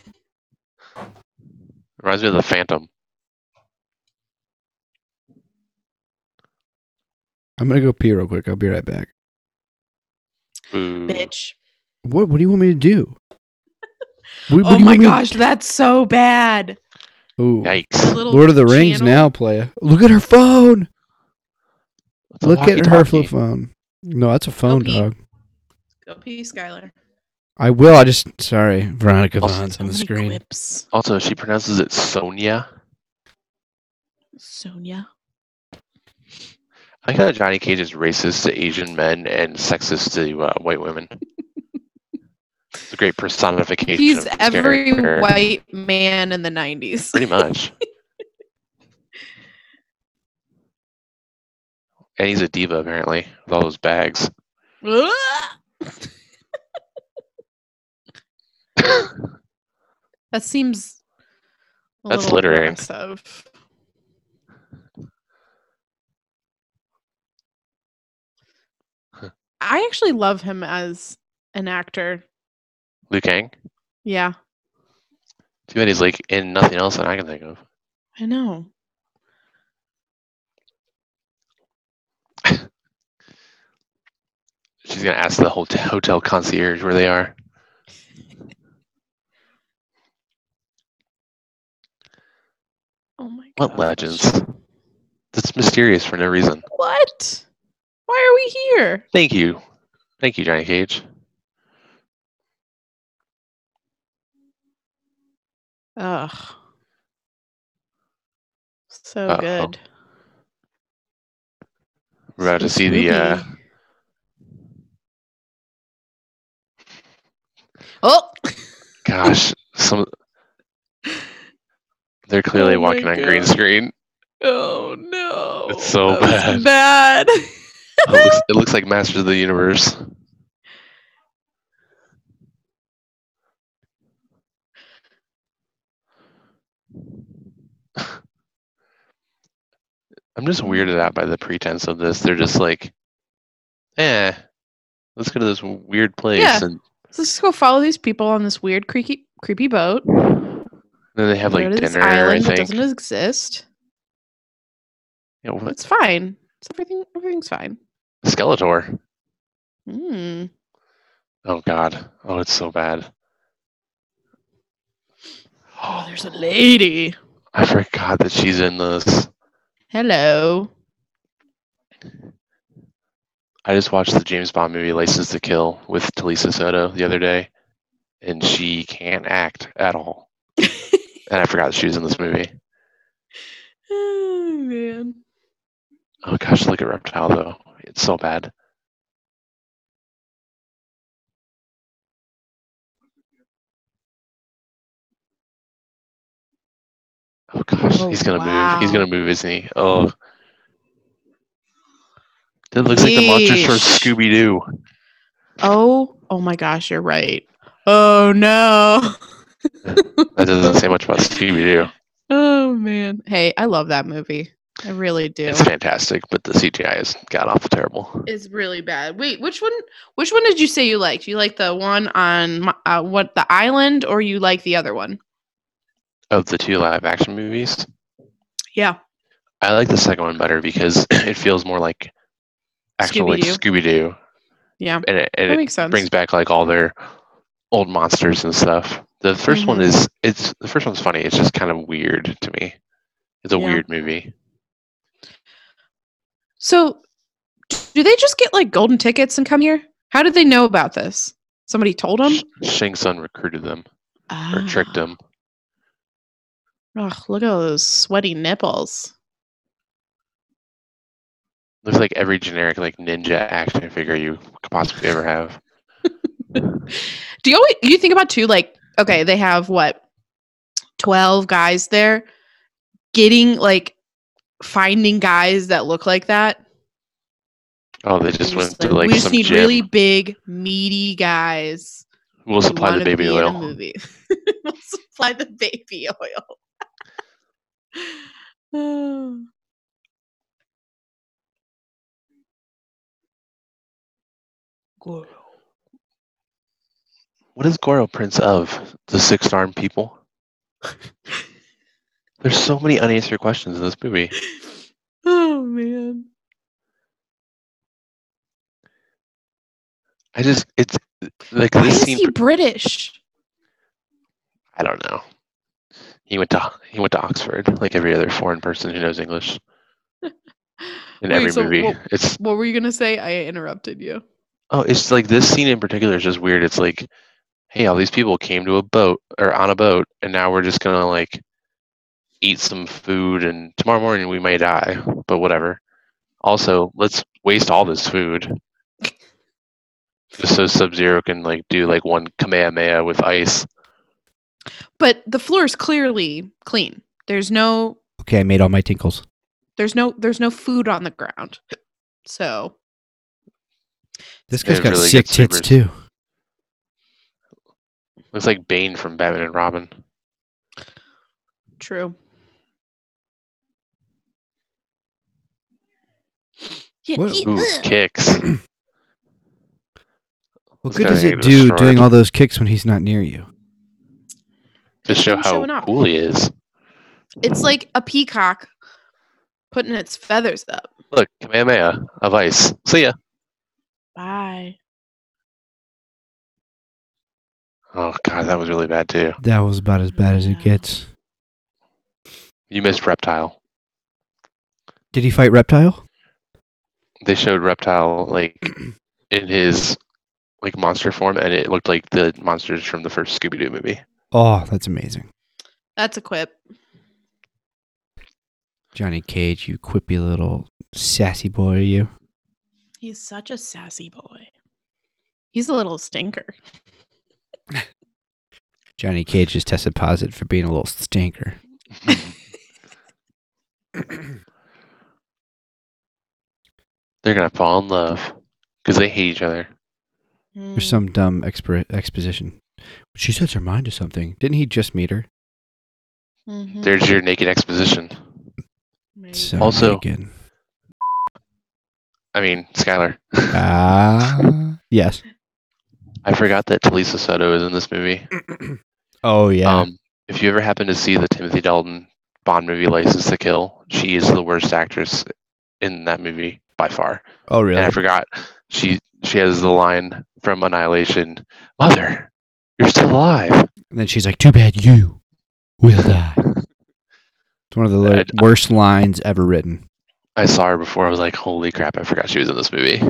Speaker 2: Reminds me of the Phantom.
Speaker 1: I'm gonna go pee real quick. I'll be right back.
Speaker 2: Boo.
Speaker 3: Bitch.
Speaker 1: What? What do you want me to do? What- what do
Speaker 3: Oh
Speaker 1: you
Speaker 3: my
Speaker 1: want me to-
Speaker 3: gosh, that's so bad.
Speaker 1: Ooh.
Speaker 3: The
Speaker 2: Yikes.
Speaker 3: little
Speaker 1: Lord of the Rings
Speaker 3: channel-
Speaker 1: now, playa. Look at her phone.
Speaker 2: It's a
Speaker 1: Look at her
Speaker 2: walkie-talkie.
Speaker 1: flip phone. No, that's a phone,
Speaker 3: pee.
Speaker 1: dog.
Speaker 3: Go pee, Skylar.
Speaker 1: I will. I just sorry, Veronica
Speaker 2: Also-
Speaker 1: Vaughn's
Speaker 3: So
Speaker 1: on the
Speaker 3: many
Speaker 1: screen.
Speaker 3: quips.
Speaker 2: Also, she pronounces it Sonia.
Speaker 3: Sonia.
Speaker 2: I like how Johnny Cage is racist to Asian men and sexist to uh, white women. it's a great personification.
Speaker 3: He's
Speaker 2: of his
Speaker 3: every
Speaker 2: character,
Speaker 3: white man in the 90s.
Speaker 2: Pretty much. and he's a diva, apparently, with all those bags.
Speaker 3: that seems a
Speaker 2: That's
Speaker 3: little
Speaker 2: littering.
Speaker 3: aggressive. I actually love him as an actor.
Speaker 2: Liu Kang?
Speaker 3: Yeah,
Speaker 2: Too bad he's like in nothing else that I can think of.
Speaker 3: I know.
Speaker 2: She's going to ask the hotel, hotel concierge where they are.
Speaker 3: Oh my god. Oh
Speaker 2: What legends? It's mysterious for no reason.
Speaker 3: What? Why are we here?
Speaker 2: Thank you. Thank you, Johnny Cage.
Speaker 3: Ugh. So
Speaker 2: Uh-oh.
Speaker 3: good.
Speaker 2: We're about to
Speaker 3: This
Speaker 2: see the uh,
Speaker 3: movie. Oh,
Speaker 2: gosh, some they're clearly
Speaker 3: Oh my
Speaker 2: walking on green
Speaker 3: God.
Speaker 2: screen.
Speaker 3: oh no!
Speaker 2: It's so
Speaker 3: That was Bad.
Speaker 2: It looks, it looks like Masters of the Universe. I'm just weirded out by the pretense of this. They're just like, eh, let's go to this weird place.
Speaker 3: Yeah.
Speaker 2: And
Speaker 3: So let's just go follow these people on this weird, creaky, creepy boat.
Speaker 2: then they have
Speaker 3: Go
Speaker 2: like
Speaker 3: to this
Speaker 2: dinner, I
Speaker 3: island that
Speaker 2: think.
Speaker 3: doesn't exist.
Speaker 2: Yeah, what?
Speaker 3: It's fine. It's everything. Everything's fine.
Speaker 2: Skeletor.
Speaker 3: Hmm.
Speaker 2: Oh, God. Oh, it's so bad.
Speaker 3: Oh, there's a lady.
Speaker 2: I forgot that she's in this.
Speaker 3: Hello.
Speaker 2: I just watched the James Bond movie License to Kill with Talisa Soto the other day, and she can't act at all. and I forgot she was in this movie.
Speaker 3: Oh man.
Speaker 2: Oh gosh, look at Reptile though. It's so bad. Oh gosh,
Speaker 3: Oh,
Speaker 2: he's gonna move. He's
Speaker 3: wow.
Speaker 2: gonna move, isn't he? Oh. That looks like the monsters from
Speaker 3: Yeesh.
Speaker 2: Scooby Doo.
Speaker 3: Oh. Oh my gosh. You're right. Oh no.
Speaker 2: That doesn't say much about Scooby Doo.
Speaker 3: Oh man. Hey, I love that movie. I really do.
Speaker 2: It's fantastic, but the CGI is god awful terrible.
Speaker 3: It's really bad. Wait, which one? Which one did you say you liked? You like the one on Mi- uh, what the island, or you like the other one?
Speaker 2: Of the two live action movies,
Speaker 3: Yeah.
Speaker 2: I like the second one better because it feels more like actual like Scooby Doo,
Speaker 3: Yeah.
Speaker 2: and it, and
Speaker 3: That
Speaker 2: it
Speaker 3: makes sense.
Speaker 2: brings back like all their old monsters and stuff. The 1st one
Speaker 3: Mhm.
Speaker 2: is it's the first one's funny. It's just kind of weird to me. It's a
Speaker 3: Yeah.
Speaker 2: weird movie.
Speaker 3: So, do they just get like golden tickets and come here? How did they know about this? Somebody told them
Speaker 2: Sh- Shang Tsung recruited them
Speaker 3: ah.
Speaker 2: or tricked them.
Speaker 3: Ugh, look at all those sweaty nipples.
Speaker 2: Looks like every generic like ninja action figure you could possibly ever have.
Speaker 3: Do you always you think about too? Like, okay, they have what twelve guys there, getting like finding guys that look like that.
Speaker 2: Oh, they just
Speaker 3: You're
Speaker 2: went
Speaker 3: just
Speaker 2: to
Speaker 3: like,
Speaker 2: like
Speaker 3: we just
Speaker 2: some
Speaker 3: need
Speaker 2: gym.
Speaker 3: really big, meaty guys.
Speaker 2: we'll
Speaker 3: who
Speaker 2: supply the
Speaker 3: wanna
Speaker 2: baby
Speaker 3: be in a
Speaker 2: oil.
Speaker 3: movie. we'll supply the baby oil.
Speaker 2: What is Goro Prince of? The Six Armed People? There's so many unanswered questions in this movie.
Speaker 3: oh man.
Speaker 2: I just, it's like
Speaker 3: Why
Speaker 2: this
Speaker 3: is
Speaker 2: scene.
Speaker 3: he British?
Speaker 2: I don't know. He went to he went to Oxford, like every other foreign person who knows English in
Speaker 3: Wait,
Speaker 2: every
Speaker 3: so
Speaker 2: movie.
Speaker 3: what-
Speaker 2: It's
Speaker 3: What were you gonna say? I interrupted you.
Speaker 2: oh, it's like this scene in particular is just weird. It's like, hey, all these people came to a boat or on a boat, and now we're just gonna like eat some food, and tomorrow morning we may die, but whatever. Also, let's waste all this food. Just so Sub Zero can like do like one Kamehameha with ice.
Speaker 3: But the floor is clearly clean. There's no
Speaker 1: Okay, I made all my tinkles.
Speaker 3: there's no there's no food on the ground. So
Speaker 1: This
Speaker 2: Yeah,
Speaker 1: guy's got
Speaker 2: really
Speaker 1: sick
Speaker 2: good
Speaker 1: tits
Speaker 2: supers.
Speaker 1: too.
Speaker 2: Looks like Bane from Batman and Robin.
Speaker 3: True. Yeah,
Speaker 1: What-
Speaker 3: eat
Speaker 2: Ooh,
Speaker 3: that.
Speaker 2: kicks.
Speaker 1: What
Speaker 2: This
Speaker 1: good
Speaker 2: guy
Speaker 1: does it
Speaker 2: was
Speaker 1: do
Speaker 2: destroyed.
Speaker 1: doing all those kicks when he's not near you?
Speaker 2: To show
Speaker 3: him showing
Speaker 2: how
Speaker 3: up.
Speaker 2: cool he is.
Speaker 3: It's like a peacock putting its feathers up.
Speaker 2: Look, Kamehameha of ice. See ya.
Speaker 3: Bye.
Speaker 2: Oh god, that was really bad too.
Speaker 1: That was about as bad as it gets.
Speaker 2: You missed reptile.
Speaker 1: Did he fight Reptile?
Speaker 2: They showed Reptile like in his like monster form, and it looked like the monsters from the first Scooby Doo movie.
Speaker 1: Oh, that's amazing.
Speaker 3: That's a quip.
Speaker 1: Johnny Cage, you quippy little sassy boy, you.
Speaker 3: He's such a sassy boy. He's a little stinker.
Speaker 1: Johnny Cage just tested positive for being a little stinker.
Speaker 2: They're gonna fall in love because they hate each other.
Speaker 3: Mm-hmm.
Speaker 1: Or some dumb expo- exposition. She sets her mind to something. Didn't he just meet her?
Speaker 3: Mhm.
Speaker 2: There's your naked exposition.
Speaker 3: Maybe.
Speaker 1: So
Speaker 2: Also-
Speaker 1: naked.
Speaker 2: I mean, Skylar.
Speaker 1: Ah, yes.
Speaker 2: I forgot that Talisa Soto is in this movie.
Speaker 1: Oh yeah.
Speaker 2: Um, if you ever happen to see the Timothy Dalton Bond movie License to Kill, she is the worst actress in that movie by far.
Speaker 1: oh
Speaker 2: And I
Speaker 1: really?
Speaker 2: forgot she she has the line from Annihilation, "Mother, you're still alive."
Speaker 1: And then she's like, "Too bad you will die." It's one of the lo-
Speaker 2: I'd-
Speaker 1: worst lines ever written.
Speaker 2: I saw her before. I was like, "Holy crap! I forgot she was in this movie."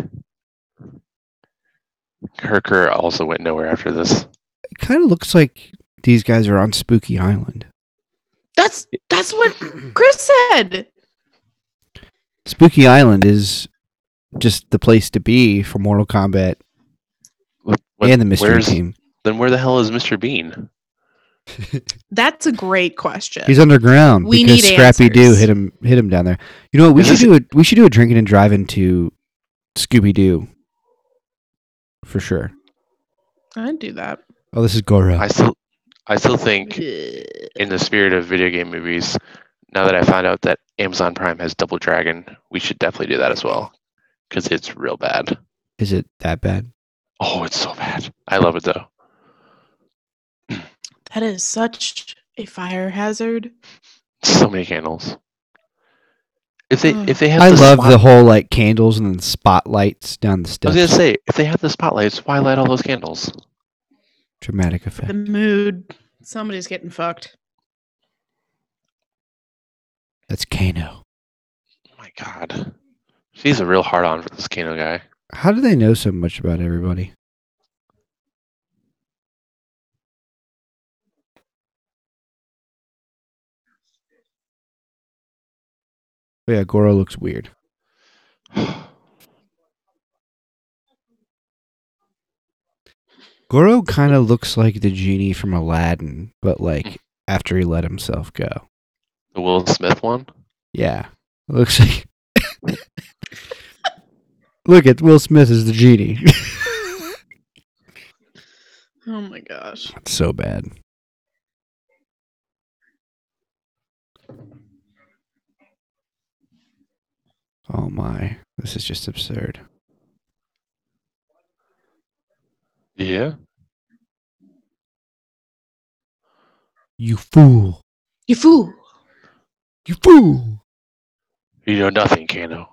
Speaker 2: Her career also went nowhere after this.
Speaker 1: It kind of looks like these guys are on Spooky Island.
Speaker 3: That's that's what Chris said.
Speaker 1: Spooky Island is just the place to be for Mortal Kombat
Speaker 2: What-
Speaker 1: and the Mystery
Speaker 2: where's-
Speaker 1: Team.
Speaker 2: Then where the hell is Mr. Bean?
Speaker 3: That's a great question.
Speaker 1: He's underground
Speaker 3: We
Speaker 1: because
Speaker 3: need
Speaker 1: Scrappy Doo
Speaker 3: answers.
Speaker 1: hit him hit him down there. You know what? We
Speaker 2: Is
Speaker 1: should
Speaker 2: this-
Speaker 1: do a we should do a drinking and driving to Scooby Doo for sure.
Speaker 3: I'd do that.
Speaker 1: Oh, this is Goro.
Speaker 2: I still, I still think
Speaker 3: Ugh.
Speaker 2: in the spirit of video game movies, now that I found out that Amazon Prime has Double Dragon, we should definitely do that as well because it's real bad.
Speaker 1: is it that bad?
Speaker 2: Oh, it's so bad. I love it though.
Speaker 3: That is such a fire hazard.
Speaker 2: So many candles. If they
Speaker 3: Mm.
Speaker 2: if they have,
Speaker 1: I
Speaker 2: the
Speaker 1: love
Speaker 2: spot-
Speaker 1: the whole like candles and then spotlights down the
Speaker 2: I was
Speaker 1: steps.
Speaker 2: gonna say if they have the spotlights, why light all those candles?
Speaker 1: Dramatic effect.
Speaker 3: The mood. Somebody's getting fucked.
Speaker 1: That's Kano.
Speaker 2: Oh my God, she's a real hard on for this Kano guy.
Speaker 1: How do they know so much about everybody? Oh, yeah, Goro looks weird. Goro kind of looks like the genie from Aladdin, but like after he let himself go.
Speaker 2: The Will Smith one.
Speaker 1: Yeah, looks like. Look at Will Smith as the genie.
Speaker 3: Oh my gosh.
Speaker 1: That's so bad. Oh my, this is just absurd.
Speaker 2: Yeah.
Speaker 1: You fool!
Speaker 3: You fool.
Speaker 1: You fool!
Speaker 2: You know nothing, Kano.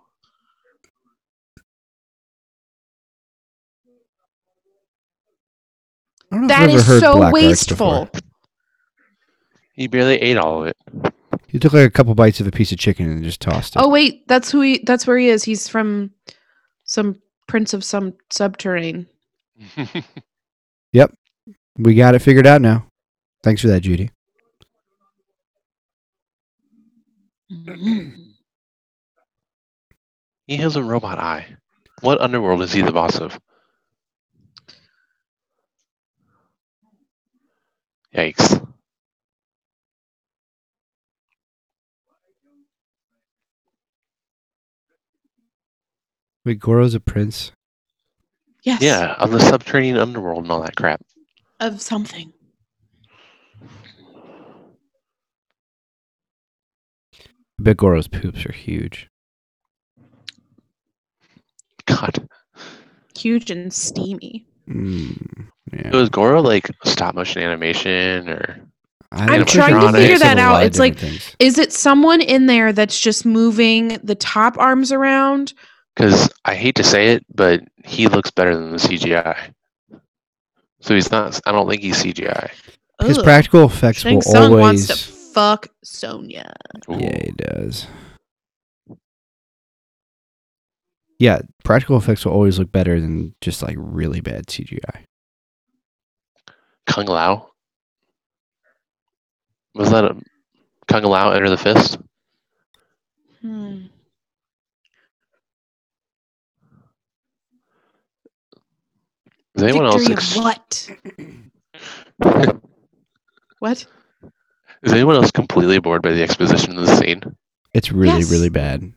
Speaker 1: I don't know if I've
Speaker 3: That
Speaker 1: ever
Speaker 3: is
Speaker 1: heard
Speaker 3: so
Speaker 1: black arts before.
Speaker 3: wasteful.
Speaker 2: He barely ate all of it.
Speaker 1: He took like a couple bites of a piece of chicken and just tossed it.
Speaker 3: Oh wait, that's who he that's where he is. He's from some prince of some subterrane.
Speaker 1: We got it figured out now. Thanks for that, Judy.
Speaker 2: He has a robot eye. What underworld is he the boss of? Yikes.
Speaker 1: Wait, Goro's a prince.
Speaker 3: Yes.
Speaker 2: Yeah, of the subterranean underworld and all that crap.
Speaker 3: Of something.
Speaker 1: I bet Goro's poops are huge.
Speaker 2: God.
Speaker 3: Huge and steamy.
Speaker 1: Mm, yeah.
Speaker 2: So is Goro like stop motion animation or
Speaker 1: I
Speaker 2: I'm
Speaker 1: don't
Speaker 2: trying to
Speaker 1: know.
Speaker 2: figure
Speaker 1: Mix of
Speaker 3: that
Speaker 1: a
Speaker 3: out.
Speaker 1: lot of
Speaker 3: It's like-
Speaker 1: different things.
Speaker 3: Is it someone in there that's just moving the top arms around?
Speaker 2: because I hate to say it, but he looks better than the CGI. So he's not I don't think he's CGI.
Speaker 1: his
Speaker 3: Ugh.
Speaker 1: practical effects
Speaker 3: Shang
Speaker 1: will
Speaker 3: Tsung
Speaker 1: always.
Speaker 3: wants to fuck Sonya.
Speaker 2: Ooh.
Speaker 1: yeah, he does. yeah, practical effects will always look better than just like really bad CGI.
Speaker 2: Kung Lao. Was that a Kung Lao enter the fist?
Speaker 3: Hmm.
Speaker 2: Is anyone else
Speaker 3: Victory of
Speaker 2: ex-
Speaker 3: what? What?
Speaker 2: Is anyone else completely bored by the exposition of the scene?
Speaker 1: It's really,
Speaker 3: Yes.
Speaker 1: really bad.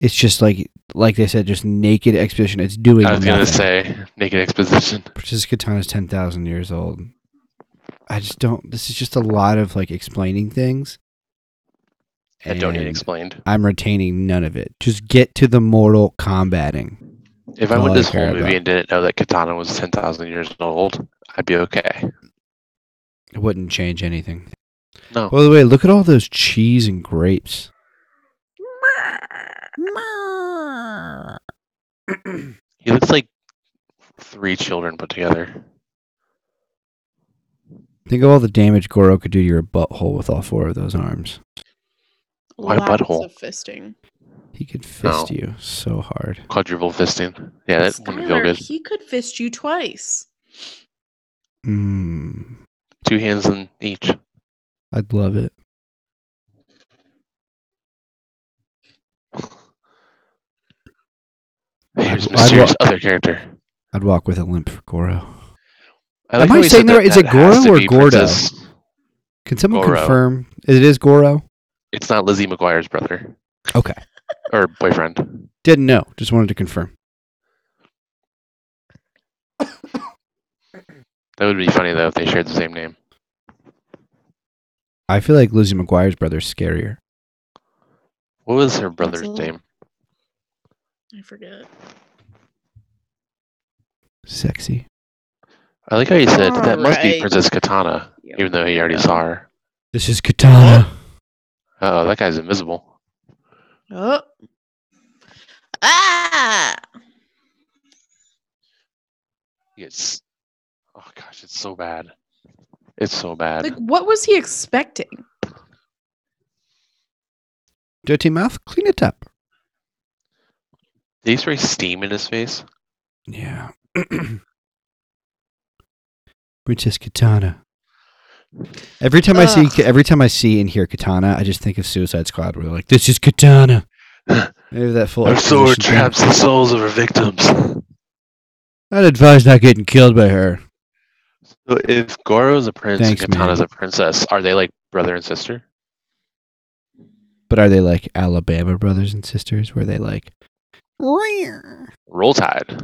Speaker 1: It's just like, like they said, just naked exposition. It's doing.
Speaker 2: I was gonna
Speaker 1: nothing.
Speaker 2: say naked exposition.
Speaker 1: Princess Katana's ten thousand years old. I just don't. This is just a lot of like explaining things.
Speaker 2: I don't need
Speaker 1: And
Speaker 2: explained.
Speaker 1: I'm retaining none of it. Just get to the mortal combating.
Speaker 2: If I
Speaker 1: all
Speaker 2: went
Speaker 1: I
Speaker 2: this whole
Speaker 1: care
Speaker 2: movie
Speaker 1: about.
Speaker 2: and didn't know that Katana was ten thousand years old, I'd be okay.
Speaker 1: It wouldn't change anything.
Speaker 2: No,
Speaker 1: By the way, look at all those cheese and grapes.
Speaker 2: he looks like three children put together.
Speaker 1: Think of all the damage Goro could do to your butthole with all four of those arms.
Speaker 2: Why
Speaker 3: Lots
Speaker 2: butthole?
Speaker 3: Of fisting.
Speaker 1: He could fist
Speaker 2: No.
Speaker 1: you so hard.
Speaker 2: Quadruple fisting. Yeah, that wouldn't feel
Speaker 3: Skylar,
Speaker 2: good.
Speaker 3: He could fist you twice.
Speaker 1: Mm,
Speaker 2: Two hands in each.
Speaker 1: I'd love it.
Speaker 2: Here's
Speaker 1: I'd- I'd
Speaker 2: mysterious
Speaker 1: wa-
Speaker 2: other character.
Speaker 1: I'd walk with a limp for Goro.
Speaker 2: I
Speaker 1: Am I
Speaker 2: how he
Speaker 1: saying
Speaker 2: said
Speaker 1: that right? Is it
Speaker 2: that
Speaker 1: Goro
Speaker 2: has to
Speaker 1: or
Speaker 2: be
Speaker 1: Gordo?
Speaker 2: Princess-
Speaker 1: Can someone
Speaker 2: Goro.
Speaker 1: confirm? It is Goro.
Speaker 2: It's not Lizzie McGuire's brother.
Speaker 1: Okay.
Speaker 2: Or boyfriend.
Speaker 1: Didn't know. Just wanted to confirm.
Speaker 2: That would be funny though if they shared the same name.
Speaker 1: I feel like Lizzie McGuire's brother's scarier.
Speaker 2: What was her brother's
Speaker 3: Hansel?
Speaker 2: name?
Speaker 3: I forget.
Speaker 1: Sexy.
Speaker 2: I like how you said that must be
Speaker 3: Alright.
Speaker 2: Princess Katana,
Speaker 3: Yeah.
Speaker 2: even though he already saw her.
Speaker 1: This is Katana.
Speaker 2: Uh oh, that guy's invisible.
Speaker 3: Oh. Ah!
Speaker 2: It's oh gosh, it's so bad. It's so bad.
Speaker 3: Like, what was he expecting?
Speaker 1: Dirty mouth, clean it up.
Speaker 2: Did he spray steam in his face?
Speaker 1: Yeah. Princess Katana. Every time I see,
Speaker 3: Ugh.
Speaker 1: every time I see and hear Katana, I just think of Suicide Squad. Where they're like, "This is Katana." Maybe that full.
Speaker 2: Her sword
Speaker 1: exposition thing.
Speaker 2: traps the souls of her victims. So
Speaker 1: I'd advise not getting killed by her.
Speaker 2: if Goro's a prince
Speaker 1: Thanks, man.
Speaker 2: and Katana's a princess, are they like brother and sister?
Speaker 1: But are they like Alabama brothers and sisters? Where they like, "Rare."
Speaker 2: Roll Tide.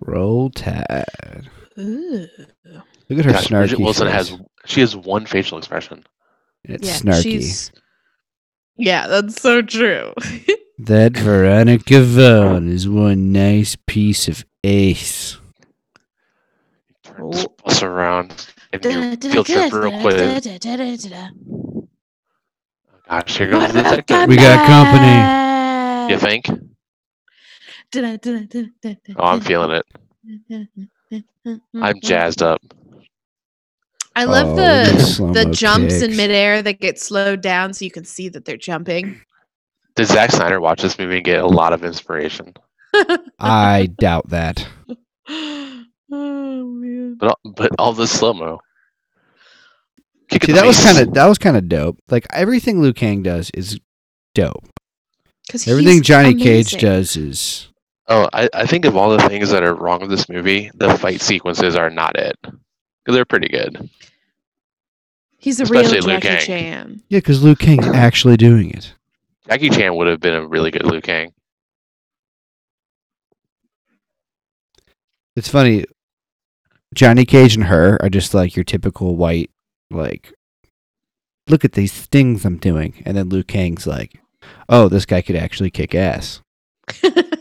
Speaker 1: roll tide?
Speaker 3: Ooh.
Speaker 1: Look at her
Speaker 2: Gosh,
Speaker 1: snarky.
Speaker 2: Bridget Wilson
Speaker 1: face.
Speaker 2: has she has one facial expression.
Speaker 1: It's snarky.
Speaker 3: Yeah, that's so true.
Speaker 1: That Veronica Vaughn is one nice piece of ace.
Speaker 2: Turn this bus around and your field trip real quick.
Speaker 3: We
Speaker 2: Gosh, here goes the detective.
Speaker 1: We got company.
Speaker 2: You
Speaker 3: company.
Speaker 2: think? Oh, I'm feeling it. I'm jazzed up.
Speaker 3: I love
Speaker 1: Oh, look at
Speaker 3: the
Speaker 1: slow-mo
Speaker 3: the jumps in
Speaker 1: kicks.
Speaker 3: midair that get slowed down so you can see that they're jumping.
Speaker 2: Did Zack Snyder watch this movie and get a lot of inspiration?
Speaker 1: I doubt that.
Speaker 3: oh man.
Speaker 2: But all- but all the slow mo.
Speaker 1: See, that was kind of that was kind of dope. Like everything Liu Kang does is dope.
Speaker 3: 'Cause he's
Speaker 1: Everything Johnny
Speaker 3: amazing.
Speaker 1: Cage does is
Speaker 2: Oh, I, I think of all the things that are wrong with this movie, the fight sequences are not it. 'Cause They're pretty good.
Speaker 3: He's a
Speaker 2: especially
Speaker 3: real
Speaker 2: Liu
Speaker 3: Jackie
Speaker 2: Kang.
Speaker 3: Chan.
Speaker 1: yeah, because Liu Kang's actually doing it.
Speaker 2: Jackie Chan would have been a really good Liu Kang.
Speaker 1: It's funny. Johnny Cage and her are just like your typical white, like, look at these things I'm doing, and then Liu Kang's like, oh, this guy could actually kick ass, and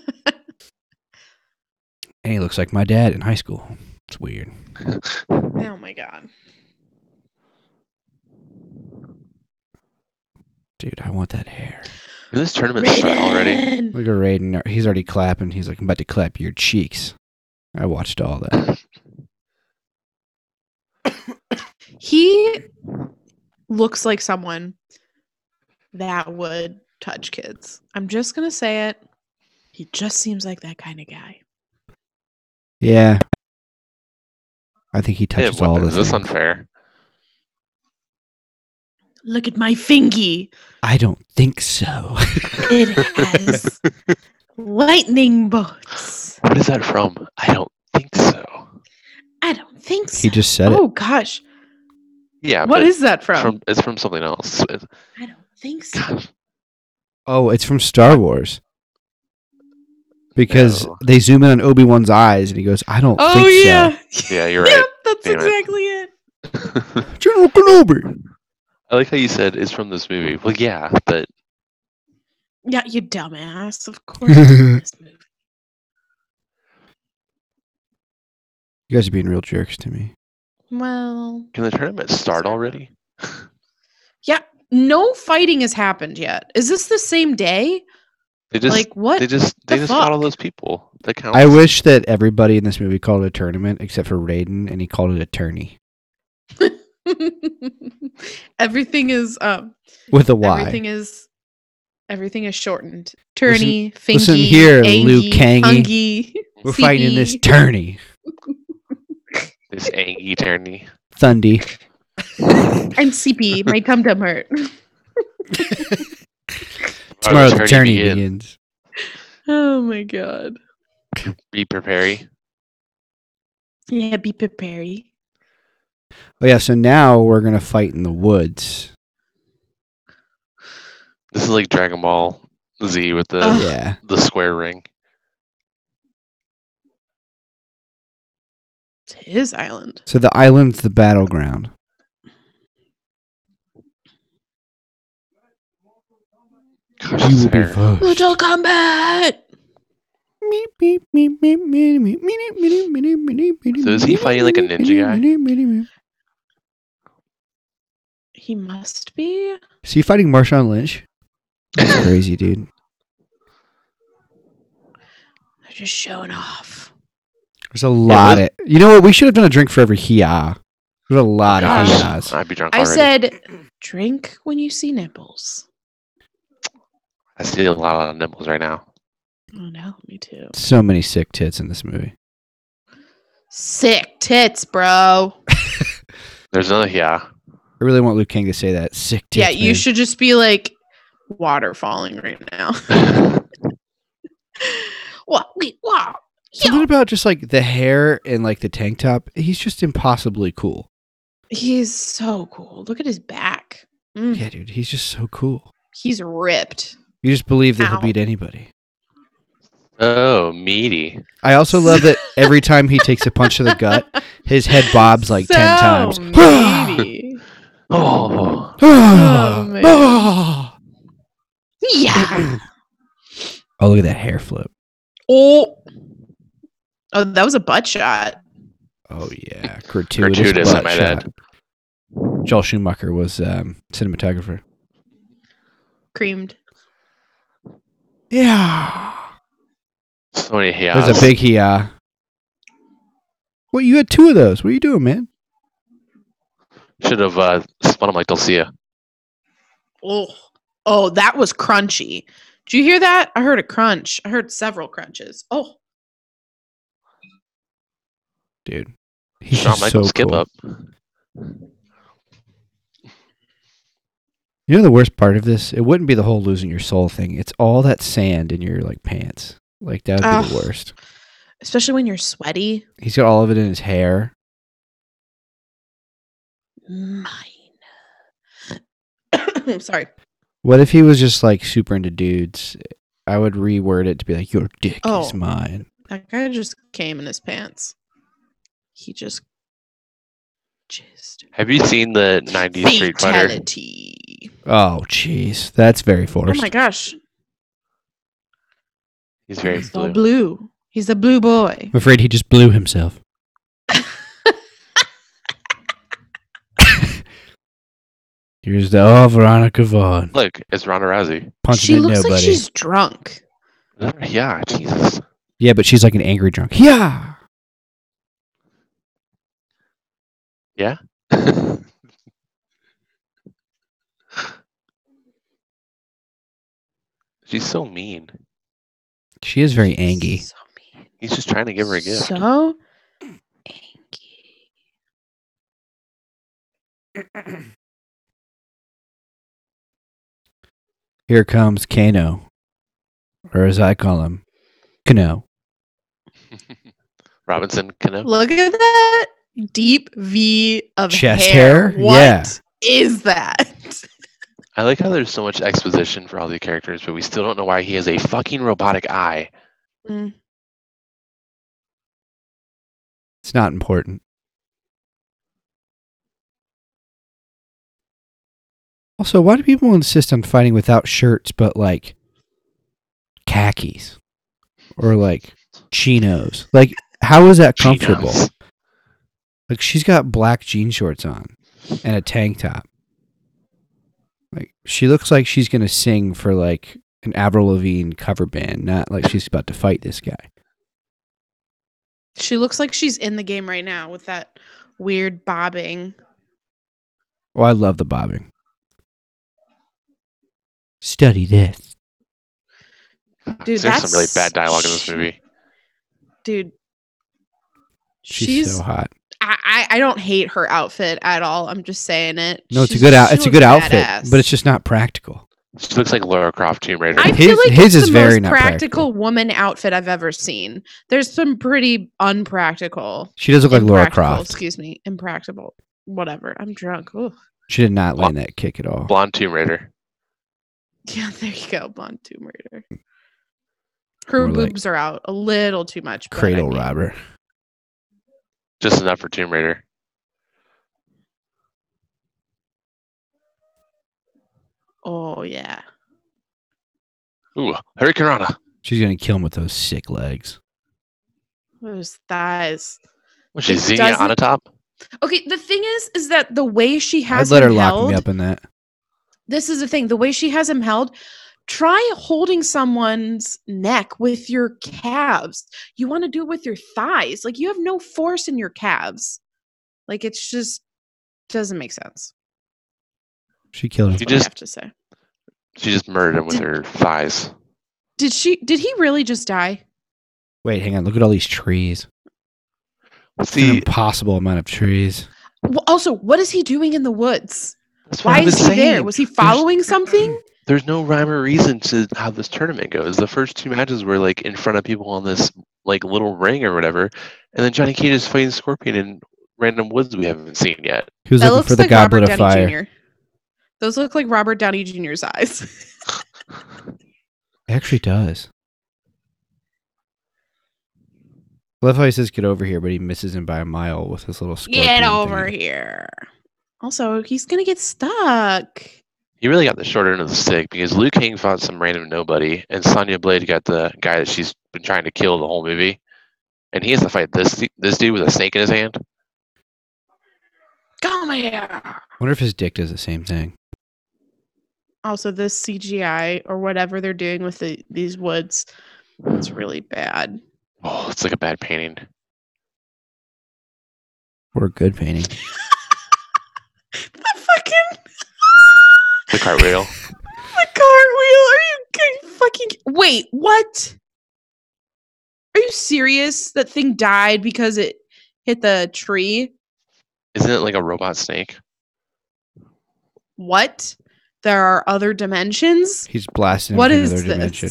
Speaker 1: he looks like my dad in high school. It's weird.
Speaker 3: oh my god.
Speaker 1: Dude, I want that hair.
Speaker 2: Did this tournament start already?
Speaker 3: Raiden!
Speaker 1: Look at Raiden. He's already clapping. He's like, I'm about to clap your cheeks. I watched all that.
Speaker 3: He looks like someone that would touch kids. I'm just gonna say it. He just seems like that kind of guy.
Speaker 1: Yeah. I think he
Speaker 2: Hey,
Speaker 1: touches all
Speaker 2: what-
Speaker 1: the
Speaker 2: is this
Speaker 1: things.
Speaker 2: unfair?
Speaker 3: Look at my fingy.
Speaker 1: I don't think so.
Speaker 3: It has lightning bolts.
Speaker 2: What is that from? I don't think so.
Speaker 3: I don't think so.
Speaker 1: he just said it.
Speaker 3: oh gosh,
Speaker 2: Yeah.
Speaker 3: what
Speaker 2: but
Speaker 3: is that
Speaker 2: it's
Speaker 3: from?
Speaker 2: from? It's from something else. It's-
Speaker 3: I don't think so.
Speaker 2: God,
Speaker 1: Oh, it's from Star Wars. Because
Speaker 2: No.
Speaker 1: they zoom in on Obi Wan's eyes and he goes, I don't
Speaker 3: Oh
Speaker 1: think
Speaker 3: yeah,
Speaker 2: yeah, you're
Speaker 3: yep,
Speaker 2: right.
Speaker 3: that's
Speaker 2: Damn it.
Speaker 3: exactly it.
Speaker 1: so. General Kenobi.
Speaker 2: I like how you said it's from this movie. Well, yeah, but
Speaker 3: Yeah, you dumbass. Of course, it's in this movie.
Speaker 1: You guys are being real jerks to me.
Speaker 3: Well,
Speaker 2: can the tournament start already?
Speaker 3: yeah, no fighting has happened yet. Is this the same day?
Speaker 2: They just
Speaker 3: like what?
Speaker 2: they just they
Speaker 3: the
Speaker 2: just got all
Speaker 3: fuck?
Speaker 2: those people. That counts.
Speaker 1: I wish that everybody in this movie called it a tournament except for Raiden and he called it a tourney
Speaker 3: everything is um
Speaker 1: with a Y.
Speaker 3: everything is everything is shortened. Tourney, fingy,
Speaker 1: listen here, Liu
Speaker 3: angy,
Speaker 1: Kangy.
Speaker 3: hungy,
Speaker 1: We're fighting in this
Speaker 3: CE.
Speaker 1: tourney.
Speaker 2: this Angie tourney.
Speaker 1: Thundy.
Speaker 3: I'm sleepy. My tum tum hurt.
Speaker 1: Tomorrow
Speaker 2: tourney
Speaker 1: the tourney
Speaker 2: begins.
Speaker 1: begins.
Speaker 3: oh my god.
Speaker 2: Be prepared.
Speaker 3: Yeah, be prepared.
Speaker 1: Oh yeah, so now we're gonna fight in the woods.
Speaker 2: This is like Dragon Ball Z with the
Speaker 3: Ugh.
Speaker 1: Yeah.
Speaker 2: the square ring.
Speaker 3: It's his island.
Speaker 1: So the island's the battleground.
Speaker 2: Gosh, this hair.
Speaker 3: Little combat.
Speaker 1: Meep, meep, meep, meep, meep, meep, meep, meep, meep, meep, meep,
Speaker 2: So is he
Speaker 1: meep,
Speaker 2: fighting like a
Speaker 1: meep,
Speaker 2: ninja
Speaker 1: meep,
Speaker 2: guy?
Speaker 1: meep, meep, meep.
Speaker 3: He must be.
Speaker 1: Is he fighting Marshawn Lynch? That's crazy, dude.
Speaker 3: They're just showing off.
Speaker 1: There's a lot
Speaker 2: what-
Speaker 1: of you know what? We should have done a drink for every hia. There's a lot of
Speaker 3: Gosh.
Speaker 1: hias.
Speaker 2: I'd be drunk
Speaker 3: I
Speaker 2: already.
Speaker 3: said, drink when you see nipples.
Speaker 2: I see a lot of nipples right now.
Speaker 3: Oh no, me too.
Speaker 1: So many sick tits in this movie.
Speaker 3: Sick tits, bro.
Speaker 2: There's another yeah.
Speaker 1: I really want Luke King to say that. Sick tits.
Speaker 3: yeah, you
Speaker 1: man.
Speaker 3: should just be like water falling right now. what? Wait, wow.
Speaker 1: Something about just like the hair and like the tank top. He's just impossibly cool.
Speaker 3: He's so cool. Look at his back. Mm,
Speaker 1: Yeah, dude. He's just so cool.
Speaker 3: He's ripped.
Speaker 1: You just believe that
Speaker 3: Ow.
Speaker 1: he'll beat anybody.
Speaker 2: oh, meaty.
Speaker 1: I also love that every time he takes a punch to the gut, his head bobs like 10 times.
Speaker 3: So meaty.
Speaker 2: Oh,
Speaker 3: Oh, man.
Speaker 1: oh,
Speaker 3: yeah.
Speaker 1: look at that hair flip.
Speaker 3: Oh. Oh, that was a butt shot.
Speaker 1: Oh, yeah. Gratuitous.
Speaker 2: gratuitous, I
Speaker 1: butt
Speaker 2: might
Speaker 1: shot.
Speaker 2: add.
Speaker 1: Joel Schumacher was um, cinematographer.
Speaker 3: Creamed.
Speaker 1: Yeah.
Speaker 2: So many yeah.
Speaker 1: There's a big he. Uh... Well, you had two of those. What are you doing, man?
Speaker 2: Should have uh, spun him like Dulcia.
Speaker 3: Oh. Oh, that was crunchy. Did you hear that? I heard a crunch. I heard several crunches. Oh.
Speaker 1: Dude. He's
Speaker 2: Shawn
Speaker 1: just
Speaker 2: Michaels
Speaker 1: so
Speaker 2: skip
Speaker 1: cool.
Speaker 2: up.
Speaker 1: You know the worst part of this? It wouldn't be the whole losing your soul thing. It's all that sand in your like pants. Like that would be
Speaker 3: Ugh.
Speaker 1: the worst.
Speaker 3: Especially when you're sweaty.
Speaker 1: He's got all of it in his hair.
Speaker 3: Mine. Sorry.
Speaker 1: What if he was just like super into dudes? I would reword it to be like, "Your dick
Speaker 3: Oh.
Speaker 1: is mine."
Speaker 3: That guy just came in his pants. He just just
Speaker 2: Have you seen the 90s Street Fighter?
Speaker 3: fatality.
Speaker 1: Oh, jeez, that's very
Speaker 3: Oh
Speaker 1: forced.
Speaker 3: my gosh.
Speaker 2: He's very
Speaker 3: He's all
Speaker 2: blue.
Speaker 3: blue. He's a blue boy.
Speaker 1: I'm afraid he just blew himself. Here's the oh Veronica Vaughn
Speaker 2: Look, it's Ronda Rousey.
Speaker 1: punching
Speaker 3: she
Speaker 1: at
Speaker 3: looks
Speaker 1: nobody.
Speaker 3: like she's drunk.
Speaker 2: Another yeah, Jesus.
Speaker 1: yeah, but she's like an angry drunk. Yeah.
Speaker 2: She's so mean.
Speaker 1: She is very angry.
Speaker 3: So mean.
Speaker 2: He's just trying to give her a gift.
Speaker 3: So angry.
Speaker 1: Here comes Kano, or as I call him, Kano.
Speaker 2: Robinson Cano.
Speaker 3: Look at that deep V of
Speaker 1: Chest
Speaker 3: hair.
Speaker 1: hair?
Speaker 3: What
Speaker 1: Yeah.
Speaker 3: is that?
Speaker 2: I like how there's so much exposition for all the characters, but we still don't know why he has a fucking robotic eye.
Speaker 1: It's not important. Also, why do people insist on fighting without shirts, but like khakis or like chinos? Like, how is that comfortable?
Speaker 2: Cheetos.
Speaker 1: Like, she's got black jean shorts on and a tank top. Like, she looks like she's gonna sing for like an Avril Lavigne cover band, not like she's about to fight this guy.
Speaker 3: She looks like she's in the game right now with that weird bobbing.
Speaker 1: Oh, I love the bobbing. Study this.
Speaker 3: Dude,
Speaker 2: There's some really
Speaker 3: that's-
Speaker 2: bad dialogue in this
Speaker 3: she-
Speaker 2: movie.
Speaker 3: Dude.
Speaker 1: She's,
Speaker 3: she's
Speaker 1: so hot.
Speaker 3: I, I I don't hate her outfit at all. I'm just saying it.
Speaker 1: No, it's a
Speaker 3: She's-
Speaker 1: good out.
Speaker 3: she
Speaker 1: It's a
Speaker 3: looks
Speaker 1: good outfit,
Speaker 3: badass.
Speaker 1: but it's just not practical.
Speaker 2: She looks like Lara Croft Tomb Raider.
Speaker 3: I
Speaker 1: his-
Speaker 3: feel like
Speaker 1: his is
Speaker 3: it's the
Speaker 1: very
Speaker 3: most
Speaker 1: not
Speaker 3: practical woman outfit I've ever seen. There's some pretty unpractical.
Speaker 1: She does look like Laura
Speaker 3: impractical,
Speaker 1: Croft.
Speaker 3: Excuse me, impractical. Whatever. I'm drunk. Ooh.
Speaker 1: She did not land that kick at all.
Speaker 2: Blonde Tomb Raider.
Speaker 3: Yeah, there you go. Blonde Tomb Raider. Her
Speaker 1: More like
Speaker 3: boobs are out a little too much. but I
Speaker 1: Cradle
Speaker 3: mean-
Speaker 1: robber.
Speaker 2: Just enough for Tomb Raider.
Speaker 3: Oh yeah.
Speaker 2: Ooh, Hurricane Rana.
Speaker 1: She's gonna kill him with those sick legs.
Speaker 3: Those thighs.
Speaker 2: Was she
Speaker 3: It
Speaker 2: Xenia
Speaker 3: doesn't-
Speaker 2: on a top?
Speaker 3: Okay, the thing is, is that the way she has
Speaker 1: I'd let her
Speaker 3: him
Speaker 1: lock
Speaker 3: held,
Speaker 1: me up in that.
Speaker 3: This is the thing. The way she has him held. Try holding someone's neck with your calves. You want to do it with your thighs. Like you have no force in your calves. Like it's just doesn't make sense.
Speaker 1: She killed him.
Speaker 2: You
Speaker 3: What I
Speaker 2: just-
Speaker 3: have to say.
Speaker 2: She just murdered him with her thighs.
Speaker 3: Did she? Did he really just die?
Speaker 1: Wait, hang on. Look at all these trees. It's an
Speaker 2: See,
Speaker 1: impossible amount of trees.
Speaker 3: Wh- Also, what is he doing in the woods?
Speaker 2: that's what
Speaker 3: Why
Speaker 2: I was
Speaker 3: is he there?
Speaker 2: saying.
Speaker 3: Was he following something?
Speaker 2: There's no rhyme or reason to how this tournament goes. The first two matches were like in front of people on this like little ring or whatever, and then Johnny Cage is fighting Scorpion in random woods we haven't seen yet.
Speaker 1: He was
Speaker 3: That
Speaker 1: looking
Speaker 3: looks
Speaker 1: for the
Speaker 3: like
Speaker 1: goblet
Speaker 3: Robert
Speaker 1: of
Speaker 3: Downey
Speaker 1: fire.
Speaker 3: Jr. Those look like Robert Downey Jr.'s eyes.
Speaker 1: It actually does. I Love how he says get over here, but he misses him by a mile with his little scorpion
Speaker 3: Get over
Speaker 1: thingy.
Speaker 3: here. Also, he's gonna get stuck.
Speaker 2: He really got the short end of the stick because Liu Kang fought some random nobody, and Sonya Blade got the guy that she's been trying to kill the whole movie, and he has to fight this this dude with a snake in his hand.
Speaker 3: Come here.
Speaker 1: wonder if his dick does the same thing.
Speaker 3: Also, this CGI or whatever they're doing with the, these woods, it's really bad.
Speaker 2: Oh, it's like a bad painting.
Speaker 1: Or a good painting.
Speaker 3: The fucking
Speaker 2: The cartwheel.
Speaker 3: The cartwheel? Are you kidding- fucking wait? What? Are you serious? That thing died because it hit the tree.
Speaker 2: Isn't it like a robot snake?
Speaker 3: What? There are other dimensions.
Speaker 1: He's blasting
Speaker 3: What
Speaker 1: him to
Speaker 3: is
Speaker 1: another
Speaker 3: this?
Speaker 1: dimension.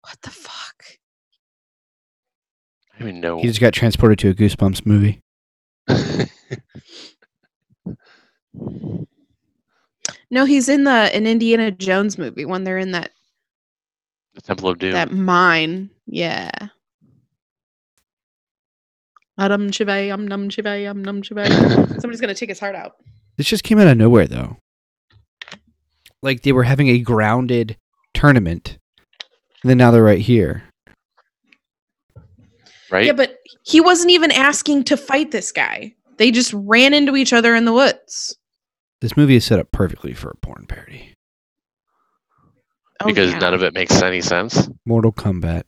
Speaker 3: What the fuck?
Speaker 2: I don't even know.
Speaker 1: He just got transported to a Goosebumps movie.
Speaker 3: No, he's in the an Indiana Jones movie when they're in that
Speaker 2: the Temple of Doom.
Speaker 3: that mine. Yeah. Adam Chivay, um num chivay, um num chivay. Somebody's gonna take his heart out.
Speaker 1: This just came out of nowhere, though. Like they were having a grounded tournament, and then now they're right here.
Speaker 2: right?
Speaker 3: Yeah, but he wasn't even asking to fight this guy. They just ran into each other in the woods.
Speaker 1: This movie is set up perfectly for a porn parody.
Speaker 3: Oh,
Speaker 2: because
Speaker 3: yeah.
Speaker 2: none of it makes any sense.
Speaker 1: Mortal Kombat.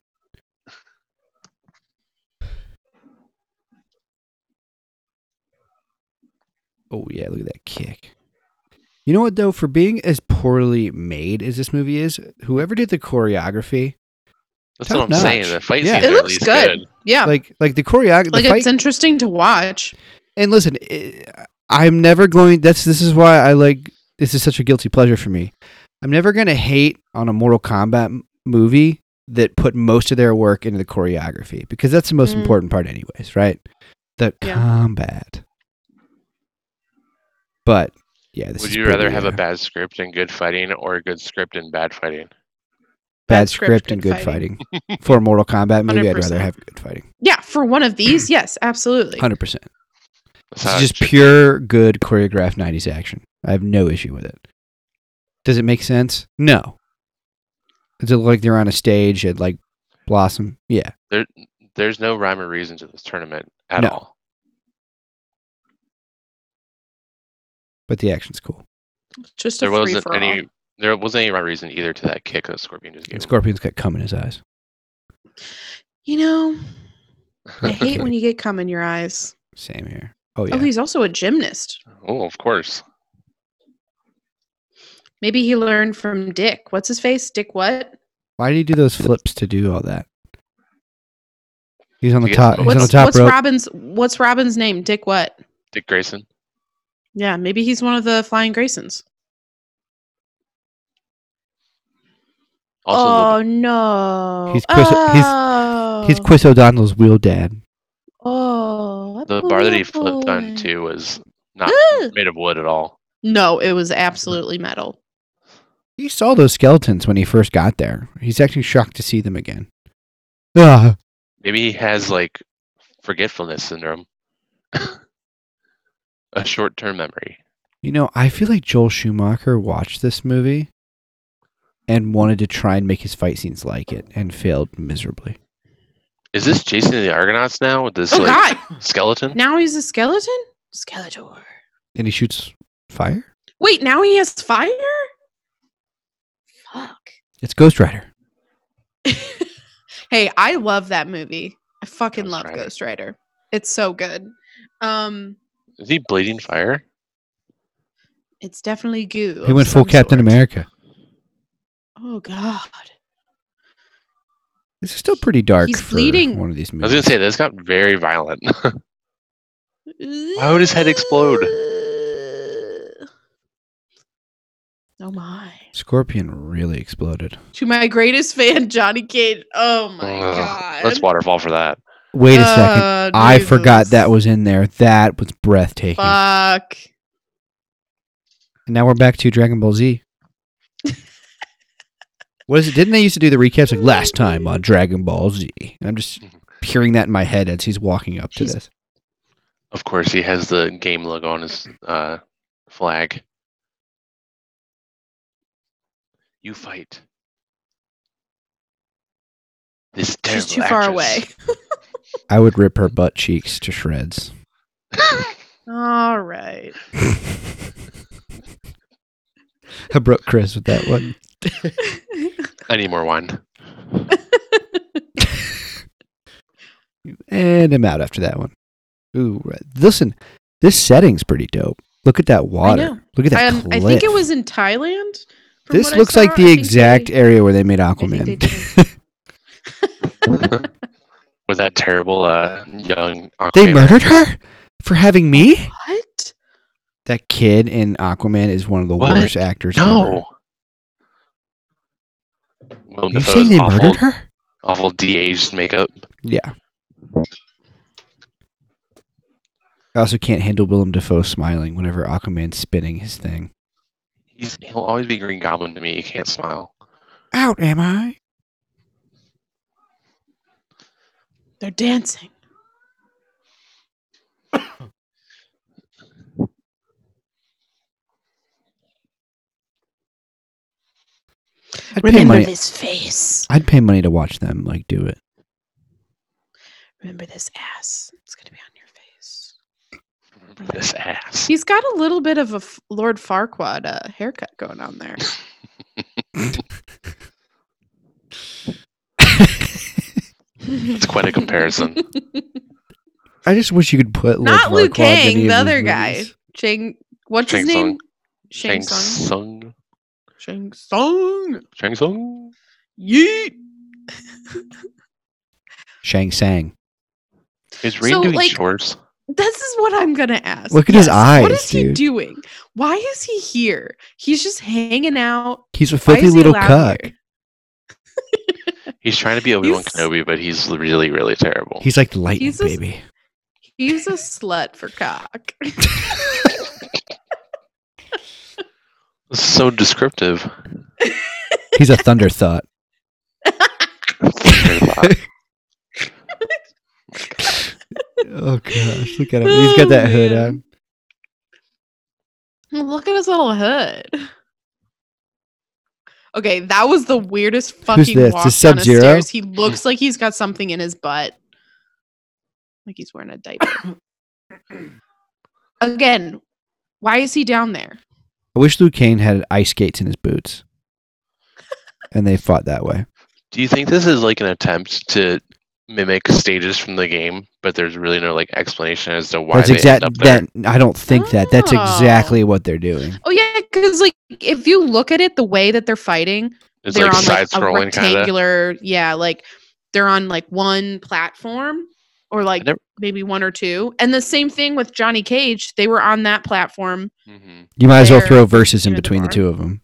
Speaker 1: Oh yeah, look at that kick. You know what though? For being as poorly made as this movie is, whoever did the choreography,
Speaker 2: That's what
Speaker 1: Top
Speaker 2: I'm saying.
Speaker 1: notch.
Speaker 2: The fight
Speaker 1: Yeah.
Speaker 2: scenes
Speaker 1: It
Speaker 2: are
Speaker 3: looks
Speaker 2: at least
Speaker 3: good.
Speaker 2: good.
Speaker 3: Yeah. Like,
Speaker 1: like like the choreography, the
Speaker 3: it's
Speaker 1: fight,
Speaker 3: interesting to watch.
Speaker 1: and listen, i I'm never going. That's this is why I like this is such a guilty pleasure for me. I'm never gonna hate on a Mortal Kombat m- movie that put most of their work into the choreography because that's the most
Speaker 3: Mm.
Speaker 1: important part, anyways, right? The
Speaker 3: Yeah.
Speaker 1: combat. But yeah, this
Speaker 2: Would
Speaker 1: is
Speaker 2: you rather
Speaker 1: pretty,
Speaker 2: have
Speaker 1: uh,
Speaker 2: a bad script and good fighting, or a good script and bad fighting?
Speaker 1: bad script and good fighting for a Mortal Kombat movie? I'd rather
Speaker 3: 100%.
Speaker 1: have good fighting,
Speaker 3: Yeah, for one of these, yes, absolutely.
Speaker 1: hundred percent.
Speaker 2: That's how
Speaker 1: It's
Speaker 2: it
Speaker 1: just
Speaker 2: should be.
Speaker 1: pure, good choreographed 90s action. I have no issue with it. Does it make sense? No. Does it look like they're on a stage at like Blossom? Yeah.
Speaker 2: There's no rhyme or reason to this tournament at
Speaker 1: No.
Speaker 2: all.
Speaker 1: But the action's cool.
Speaker 3: Just a
Speaker 2: There
Speaker 3: free
Speaker 2: wasn't
Speaker 3: for all.
Speaker 2: any. There wasn't any rhyme or reason either to that kick that Scorpion just gave.
Speaker 1: And
Speaker 2: him.
Speaker 1: Scorpion's got cum in his eyes.
Speaker 3: You know, I hate when you get cum in your eyes.
Speaker 1: Same here. Oh, yeah.
Speaker 3: Oh, he's also a gymnast.
Speaker 2: oh, of course.
Speaker 3: Maybe he learned from Dick. What's his face? Dick what?
Speaker 1: Why did he do those flips to do all that? He's on the
Speaker 2: He gets
Speaker 1: top.
Speaker 2: the
Speaker 1: He's on the
Speaker 3: What's,
Speaker 1: top
Speaker 3: what's
Speaker 1: rope.
Speaker 3: Robin's what's Robin's name? Dick what?
Speaker 2: Dick Grayson.
Speaker 3: Yeah, maybe he's one of the flying Graysons.
Speaker 2: Also,
Speaker 3: oh no.
Speaker 1: He's Chris- he's-
Speaker 3: oh.
Speaker 1: He's Chris O'Donnell's wheel dad.
Speaker 3: Oh.
Speaker 2: the, the bar that he flipped
Speaker 3: boy.
Speaker 2: on too was not
Speaker 3: Ah!
Speaker 2: made of wood at all.
Speaker 3: No, it was absolutely metal.
Speaker 1: He saw those skeletons when he first got there. He's actually shocked to see them again. Ah,
Speaker 2: Maybe he has like forgetfulness syndrome, a short-term memory.
Speaker 1: You know, I feel like Joel Schumacher watched this movie and wanted to try and make his fight scenes like it and failed miserably.
Speaker 2: Is this Jason and the Argonauts now with this
Speaker 3: Oh
Speaker 2: like
Speaker 3: god.
Speaker 2: skeleton?
Speaker 3: Now he's a skeleton? Skeletor.
Speaker 1: And he shoots fire?
Speaker 3: Wait, now he has fire? Fuck.
Speaker 1: It's Ghost Rider.
Speaker 3: hey, I love that movie. I fucking
Speaker 2: Ghost
Speaker 3: love
Speaker 2: Rider.
Speaker 3: Ghost Rider. It's so good. Um,
Speaker 2: Is he bleeding fire?
Speaker 3: it's definitely goo.
Speaker 1: he
Speaker 3: of
Speaker 1: went full
Speaker 3: some
Speaker 1: Captain
Speaker 3: sort.
Speaker 1: America.
Speaker 3: Oh god,
Speaker 1: This is still pretty dark
Speaker 3: He's
Speaker 1: for
Speaker 3: bleeding.
Speaker 1: one of these
Speaker 2: I was gonna
Speaker 1: movies.
Speaker 2: say this got very violent. Why would his head explode?
Speaker 3: Oh my!
Speaker 1: Scorpion really exploded.
Speaker 3: To my greatest fan, Johnny Cage. Oh my
Speaker 2: Ugh,
Speaker 3: god.
Speaker 2: Let's waterfall for that.
Speaker 1: Wait a second.
Speaker 3: Uh,
Speaker 1: I forgot
Speaker 3: Jesus.
Speaker 1: that was in there. That was breathtaking.
Speaker 3: Fuck.
Speaker 1: And now we're back to Dragon Ball Z. what is it? Didn't they used to do the recaps like last time on Dragon Ball Z? And I'm just
Speaker 3: Mm-hmm.
Speaker 1: hearing that in my head as he's walking up to
Speaker 3: He's-
Speaker 1: this.
Speaker 2: Of course, he has the game logo on his uh, flag. You fight. This terrible
Speaker 3: She's too far away.
Speaker 2: actress.
Speaker 1: I would rip her butt cheeks to shreds.
Speaker 3: All right.
Speaker 1: I broke Chris with that one.
Speaker 2: I need more wine.
Speaker 1: And I'm out after that one. Ooh, right. listen, this setting's pretty dope. Look at that
Speaker 3: know.
Speaker 1: water. Look at that
Speaker 3: Um,
Speaker 1: cliff.
Speaker 3: I think it was in Thailand. from
Speaker 1: This
Speaker 3: what I
Speaker 1: looks
Speaker 3: saw.
Speaker 1: like
Speaker 3: I
Speaker 1: the
Speaker 3: think
Speaker 1: exact
Speaker 3: they-
Speaker 1: area where they made
Speaker 3: think they
Speaker 1: Aquaman.
Speaker 3: did.
Speaker 2: With that terrible uh, young.
Speaker 1: They,
Speaker 2: Aquaman.
Speaker 1: murdered her for having me.
Speaker 3: What?
Speaker 1: That kid in Aquaman is one of the
Speaker 2: What?
Speaker 1: worst actors.
Speaker 2: No. Willem
Speaker 1: ever. you
Speaker 2: Dafoe's
Speaker 1: saying they
Speaker 2: awful,
Speaker 1: murdered her?
Speaker 2: Awful de-aged makeup.
Speaker 1: Yeah. I also can't handle Willem Dafoe smiling whenever Aquaman's spinning his thing.
Speaker 2: He's, he'll always be Green Goblin to me. He can't smile.
Speaker 1: Out am I?
Speaker 3: They're dancing.
Speaker 1: I'd pay
Speaker 3: Remember
Speaker 1: money.
Speaker 3: this face.
Speaker 1: I'd pay money to watch them like do it.
Speaker 3: Remember this ass. It's gonna be on your face.
Speaker 2: Remember this ass.
Speaker 3: He's got a little bit of a F- Lord Farquaad uh, haircut going on there.
Speaker 2: It's quite a comparison.
Speaker 1: I just wish you could put
Speaker 3: Not
Speaker 1: Lord
Speaker 3: Luke
Speaker 1: Farquaad in any
Speaker 3: Kang,
Speaker 1: of
Speaker 3: the
Speaker 1: these
Speaker 3: other guy.
Speaker 1: movies.
Speaker 3: Chang. What's
Speaker 2: Shang
Speaker 3: his name? Shang Tsung.
Speaker 2: Sung.
Speaker 3: Shang Tsung.
Speaker 2: Shang Tsung.
Speaker 3: Yeet.
Speaker 1: Shang Sang.
Speaker 2: Is Rain
Speaker 3: So,
Speaker 2: doing
Speaker 3: like-
Speaker 2: chores?
Speaker 3: This is what I'm gonna ask.
Speaker 1: Look at his
Speaker 3: What
Speaker 1: eyes,
Speaker 3: is he
Speaker 1: dude.
Speaker 3: doing? Why is he here? He's just hanging out.
Speaker 1: He's a
Speaker 3: Why
Speaker 1: filthy
Speaker 3: is he
Speaker 1: little
Speaker 3: allowed
Speaker 1: cuck.
Speaker 3: here?
Speaker 2: He's trying to be Obi Wan
Speaker 3: He's-
Speaker 2: Kenobi, but he's really, really terrible.
Speaker 1: He's like lightning,
Speaker 3: He's a-
Speaker 1: baby.
Speaker 3: He's a slut for cock.
Speaker 2: so descriptive.
Speaker 1: He's a thunder thought. Oh gosh, look at him. He's got
Speaker 3: Oh,
Speaker 1: that hood
Speaker 3: man.
Speaker 1: on.
Speaker 3: Look at his little hood. Okay, that was the weirdest fucking
Speaker 1: Who's this?
Speaker 3: walk
Speaker 1: Is
Speaker 3: down the
Speaker 1: Sub-Zero?
Speaker 3: stairs. He looks like he's got something in his butt. Like he's wearing a diaper. Again, why is he down there?
Speaker 1: I wish Luke Kane had ice skates in his boots. and they fought that way.
Speaker 2: Do you think this is like an attempt to mimic stages from the game, but there's really no like explanation as to why
Speaker 1: That's
Speaker 2: they
Speaker 1: exact
Speaker 2: end up there?
Speaker 1: that I don't think that. That's exactly what they're doing.
Speaker 3: Oh yeah, because like if you look at it, the way that they're fighting,
Speaker 2: It's
Speaker 3: they're
Speaker 2: like
Speaker 3: on like
Speaker 2: side
Speaker 3: a
Speaker 2: scrolling kind of.
Speaker 3: rectangular. Yeah, like they're on like one platform or like
Speaker 2: never-
Speaker 3: maybe one or two. And the same thing with Johnny Cage. They were on that platform.
Speaker 2: Mm-hmm.
Speaker 1: You might as well
Speaker 3: They're
Speaker 1: throw verses in
Speaker 3: near the
Speaker 1: between the
Speaker 3: bar.
Speaker 1: two of them.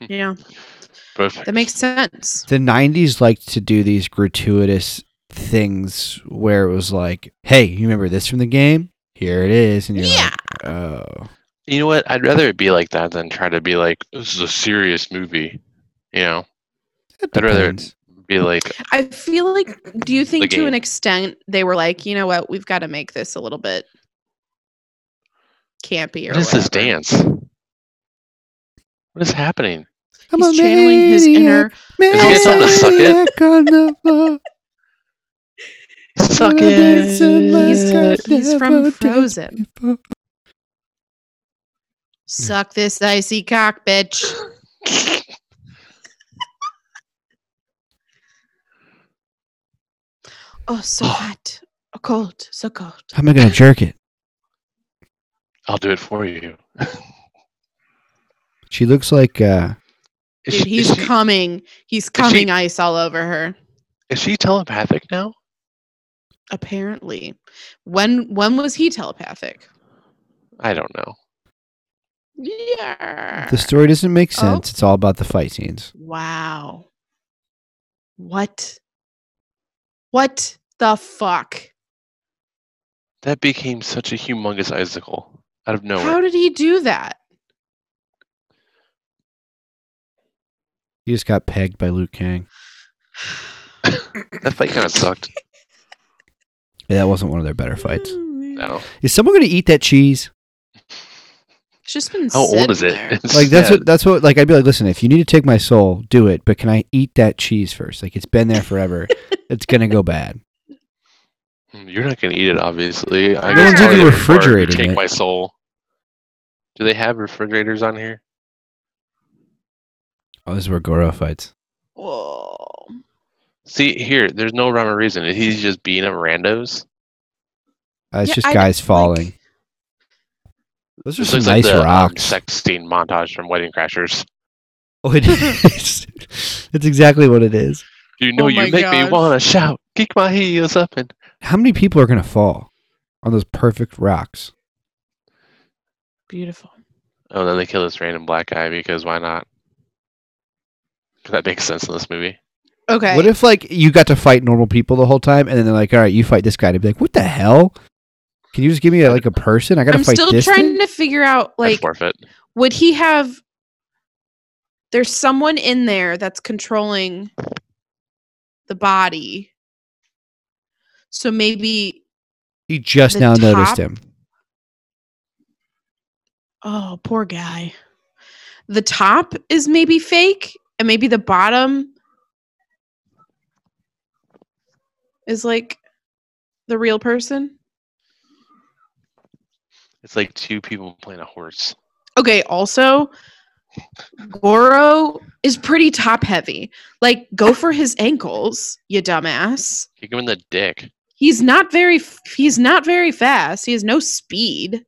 Speaker 3: Yeah,
Speaker 2: Perfect.
Speaker 3: that makes sense.
Speaker 1: The 90s liked to do these gratuitous things where it was like, hey, you remember this from the game? Here it is. And you're
Speaker 3: Yeah.
Speaker 1: like, oh.
Speaker 2: You know what? I'd rather it be like that than try to be like this is a serious movie. You know,
Speaker 1: that
Speaker 2: I'd rather-
Speaker 1: depends."
Speaker 2: be like
Speaker 3: I feel like, do you think to
Speaker 2: game.
Speaker 3: an extent they were like, you know what, we've got to make this a little bit campy or
Speaker 2: what is this
Speaker 3: whatever."
Speaker 2: dance? What is happening?
Speaker 1: I'm
Speaker 3: He's
Speaker 1: a
Speaker 3: channeling his inner.
Speaker 2: Is he something to suck it?
Speaker 1: maniac on the floor.
Speaker 2: Suck
Speaker 1: He's-
Speaker 2: it.
Speaker 3: He's, he's from
Speaker 1: Never touch
Speaker 3: Frozen. Suck this icy cock, bitch. Oh, so hot. Oh, cold. So cold.
Speaker 1: How am I going to jerk it?
Speaker 2: I'll do it for you.
Speaker 1: She looks like uh,
Speaker 2: Is
Speaker 3: Dude,
Speaker 2: she-
Speaker 3: he's
Speaker 2: is she,
Speaker 3: coming. He's coming ice all over her.
Speaker 2: is she telepathic now?
Speaker 3: Apparently. When when was he telepathic?
Speaker 2: I don't know.
Speaker 3: Yeah.
Speaker 1: the story doesn't make
Speaker 3: Oh.
Speaker 1: sense. It's all about the fight scenes.
Speaker 3: Wow. What? What the fuck?
Speaker 2: That became such a humongous icicle out of nowhere.
Speaker 3: How did he do that?
Speaker 1: He just got pegged by Luke Kang.
Speaker 2: that fight kind of sucked.
Speaker 1: Yeah, that wasn't one of their better fights.
Speaker 3: Oh, man.
Speaker 2: No.
Speaker 1: Is someone going to eat that cheese?
Speaker 3: It's just been
Speaker 2: How old
Speaker 3: sitting
Speaker 2: is it?
Speaker 3: there.
Speaker 2: It's-
Speaker 1: Like that's
Speaker 2: yeah,
Speaker 1: what that's what like I'd be like, listen, if you need to take my soul, do it. But can I eat that cheese first? Like it's been there forever. it's gonna go bad.
Speaker 2: mm, You're not gonna eat it, obviously. I
Speaker 3: No
Speaker 2: guess it's
Speaker 3: one's even
Speaker 2: already required to
Speaker 1: refrigerating
Speaker 2: Take
Speaker 1: it.
Speaker 2: my soul. Do they have refrigerators on here?
Speaker 1: Oh, this is where Goro fights.
Speaker 3: Whoa.
Speaker 2: See here, there's no rhyme or reason. He's just beating up randos.
Speaker 1: Uh, it's
Speaker 3: Yeah,
Speaker 1: just
Speaker 3: I don't-
Speaker 1: guys falling.
Speaker 3: like-
Speaker 1: Those are
Speaker 2: This
Speaker 1: some
Speaker 2: looks
Speaker 1: nice
Speaker 2: like the um,
Speaker 1: rocks.
Speaker 2: sex scene montage from Wedding Crashers.
Speaker 1: oh, it is. it's exactly what it is.
Speaker 2: You know,
Speaker 3: Oh my
Speaker 2: you make
Speaker 3: God.
Speaker 2: me wanna shout, kick my heels up, and
Speaker 1: How many people are gonna fall on those perfect rocks?
Speaker 3: Beautiful.
Speaker 2: oh, then they kill this random black guy because why not? That makes sense in this movie.
Speaker 3: Okay.
Speaker 1: What if like you got to fight normal people the whole time, and then they're like, "All right, you fight this guy." To be like, "What the hell? Can you just give me like a person? I got to
Speaker 3: I'm
Speaker 1: fight
Speaker 3: still
Speaker 1: this."
Speaker 3: trying
Speaker 1: thing?"
Speaker 3: to figure out
Speaker 2: I'd
Speaker 3: like
Speaker 2: forfeit.
Speaker 3: would he have there's someone in there that's controlling the body so maybe
Speaker 1: He just
Speaker 3: the
Speaker 1: now noticed
Speaker 3: top-
Speaker 1: him.
Speaker 3: oh poor guy the top is maybe fake and maybe the bottom is like the real person
Speaker 2: It's like two people playing a horse.
Speaker 3: okay also goro is pretty top heavy like go for his ankles you dumbass
Speaker 2: Kick him in the dick.
Speaker 3: he's not very f- he's not very fast he has no speed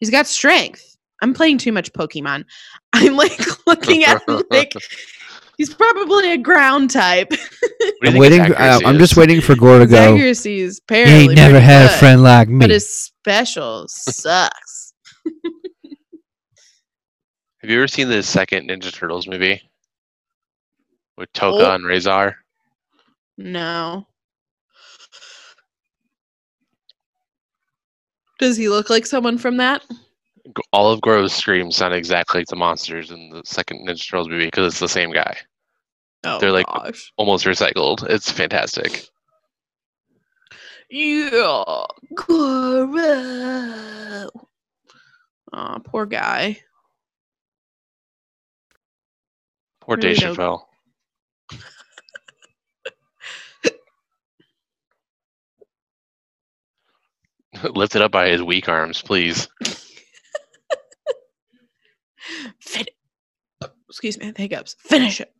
Speaker 3: he's got strength I'm playing too much Pokemon. I'm like looking at him like he's probably a ground type.
Speaker 2: What do you
Speaker 1: I'm
Speaker 2: think
Speaker 1: waiting.
Speaker 2: his
Speaker 1: Uh, I'm
Speaker 2: accuracy
Speaker 1: just
Speaker 2: is?
Speaker 1: waiting for Gore to
Speaker 3: His
Speaker 1: go.
Speaker 3: accuracy is
Speaker 1: He
Speaker 3: apparently
Speaker 1: ain't never
Speaker 3: pretty
Speaker 1: had a
Speaker 3: good,
Speaker 1: friend like me.
Speaker 3: but his special sucks.
Speaker 2: Have you ever seen the second Ninja Turtles movie with Toka
Speaker 3: Oh.
Speaker 2: and Razor?
Speaker 3: No. Does he look like someone from that?
Speaker 2: G- All of Grove's screams sound exactly like the monsters in the second Ninja Turtles movie because it's the same guy,
Speaker 3: Oh
Speaker 2: They're like-
Speaker 3: gosh.
Speaker 2: almost recycled. It's fantastic.
Speaker 3: Yeah. Goro. Aw, poor guy.
Speaker 2: Poor
Speaker 3: There we
Speaker 2: Dave
Speaker 3: go.
Speaker 2: Chappelle. Lifted up by his weak arms, please.
Speaker 3: Fin- Excuse me, hiccups. Finish it.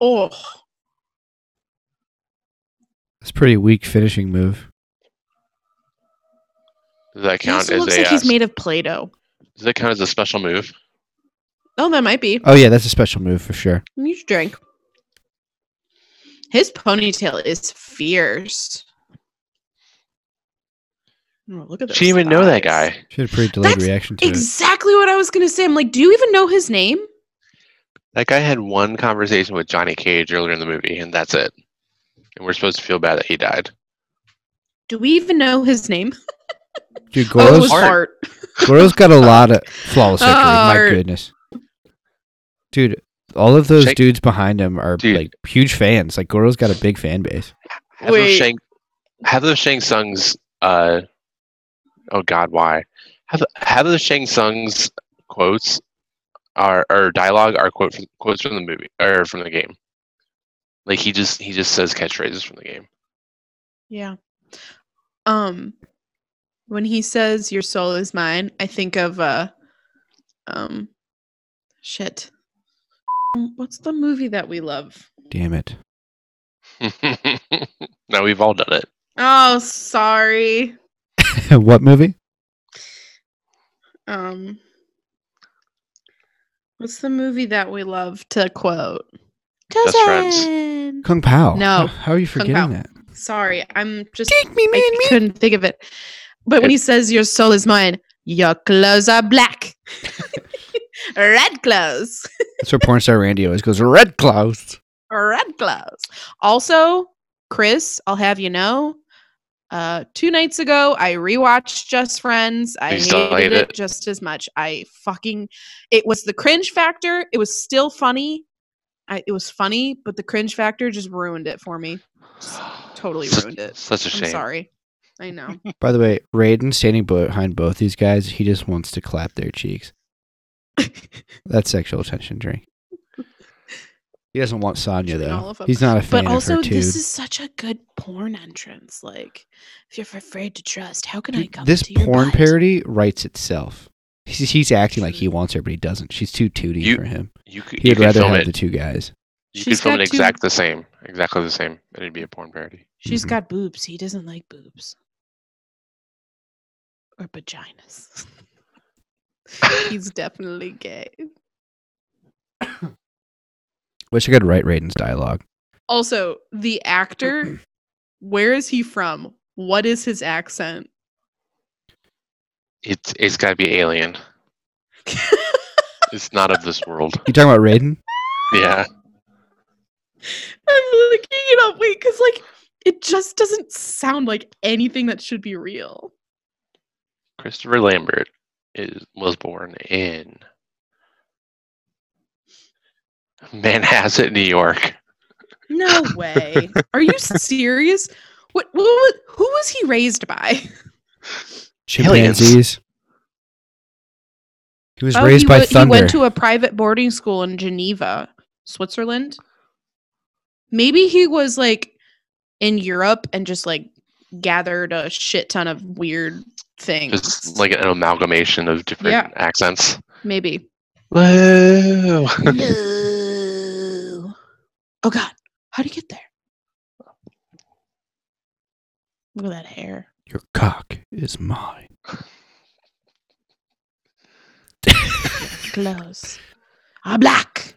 Speaker 3: Oh,
Speaker 1: That's a pretty weak finishing move.
Speaker 2: Does that
Speaker 3: he
Speaker 2: count
Speaker 3: also
Speaker 2: as
Speaker 3: looks
Speaker 2: a?
Speaker 3: like
Speaker 2: uh,
Speaker 3: he's made of Play-Doh.
Speaker 2: does that count as a special move?
Speaker 3: Oh, that might be.
Speaker 1: Oh yeah, that's a special move for sure.
Speaker 3: You should drink. His ponytail is fierce. Oh, look at those
Speaker 2: She didn't even know that
Speaker 3: thighs.
Speaker 2: guy.
Speaker 1: She had a pretty delayed
Speaker 3: That's
Speaker 1: reaction to it.
Speaker 3: Exactly what I was gonna say. I'm like, do you even know his name?
Speaker 2: That guy had one conversation with Johnny Cage earlier in the movie, and that's it. And we're supposed to feel bad that he died.
Speaker 3: Do we even know his name?
Speaker 1: Dude,
Speaker 3: Oh, it
Speaker 1: Goro's,
Speaker 3: was Art.
Speaker 1: Goro's got a lot of flawless victory. My
Speaker 3: Art.
Speaker 1: goodness, dude. All of those
Speaker 2: Shake-
Speaker 1: dudes behind him are
Speaker 2: Dude.
Speaker 1: like huge fans. Like Goro's got a big fan base.
Speaker 2: Half of
Speaker 3: Wait.
Speaker 2: Shang, half of Shang Tsung's, uh, oh God, why? Half, half of Shang Tsung's quotes are or dialogue are quote from, quotes from the movie or from the game. Like he just he just says catchphrases from the game.
Speaker 3: Yeah. Um when he says your soul is mine, I think of uh um shit. What's the movie that we love?
Speaker 1: Damn it.
Speaker 2: now we've all done it.
Speaker 3: Oh, sorry.
Speaker 1: what movie?
Speaker 3: Um What's the movie that we love to quote?
Speaker 2: Best Friends.
Speaker 3: Dozen.
Speaker 1: Kung Pao.
Speaker 3: No.
Speaker 1: How, how are you
Speaker 3: Kung
Speaker 1: forgetting
Speaker 3: Pao.
Speaker 1: that?
Speaker 3: Sorry, I'm just
Speaker 1: Take me,
Speaker 3: I couldn't think of it. But when he says your soul is mine, your clothes are black. Red clothes.
Speaker 1: That's where porn star Randy always goes. Red clouds.
Speaker 3: Red gloves. Also, Chris, I'll have you know, uh, two nights ago I rewatched Just Friends. I
Speaker 2: You still hate
Speaker 3: hated it
Speaker 2: it?
Speaker 3: just as much. I fucking it was the cringe factor. It was still funny. I, it was funny, but the cringe factor just ruined it for me. totally
Speaker 2: Such-
Speaker 3: ruined it.
Speaker 2: Such a
Speaker 3: I'm
Speaker 2: shame.
Speaker 3: sorry. I know.
Speaker 1: By the way, Raiden standing behind both these guys, he just wants to clap their cheeks. That's sexual attention drink. He doesn't want Sonya
Speaker 3: Between all
Speaker 1: though.
Speaker 3: of 'em.
Speaker 1: He's not a fan
Speaker 3: but
Speaker 1: of
Speaker 3: also,
Speaker 1: her too.
Speaker 3: this is such a good porn entrance. Like, if you're afraid to trust, how can I
Speaker 1: Dude,
Speaker 3: come?
Speaker 1: this
Speaker 3: to your
Speaker 1: porn
Speaker 3: butt?
Speaker 1: parody writes itself. He's, he's acting like he wants her, but he doesn't. She's too 2D
Speaker 2: You-
Speaker 1: for him.
Speaker 2: You could, you
Speaker 1: He'd
Speaker 2: could
Speaker 1: rather
Speaker 2: film
Speaker 1: have
Speaker 2: it.
Speaker 1: the two guys.
Speaker 2: you
Speaker 3: She's
Speaker 2: could film it
Speaker 3: got two-
Speaker 2: exact the same, exactly the same. It'd be a porn parody.
Speaker 3: She's
Speaker 1: Mhm.
Speaker 3: got boobs. He doesn't like boobs or vaginas. He's definitely gay.
Speaker 1: Wish I could write Raiden's dialogue.
Speaker 3: Also, the actor, where is he from? What is his accent?
Speaker 2: It's it's got to be alien. It's not of this world.
Speaker 1: You talking about Raiden?
Speaker 2: Yeah.
Speaker 3: I'm looking it up. Wait, because like it just doesn't sound like anything that should be real.
Speaker 2: Christopher Lambert is was born in Manhasset, New York.
Speaker 3: No way. Are you serious? What, what, was who was he raised by?
Speaker 2: Aliens.
Speaker 1: Chimpanzees. He was
Speaker 3: Oh,
Speaker 1: raised
Speaker 3: he
Speaker 1: by
Speaker 3: wa-
Speaker 1: thunder.
Speaker 3: He went to a private boarding school in Geneva, Switzerland. Maybe he was like in Europe and just like gathered a shit ton of weird things.
Speaker 2: Just like an amalgamation of different
Speaker 3: Yeah.
Speaker 2: accents.
Speaker 3: maybe.
Speaker 2: Whoa.
Speaker 3: no. Oh God, how do you get there? Look at that hair.
Speaker 1: Your cock is mine.
Speaker 3: Glows. I'm Ah, black.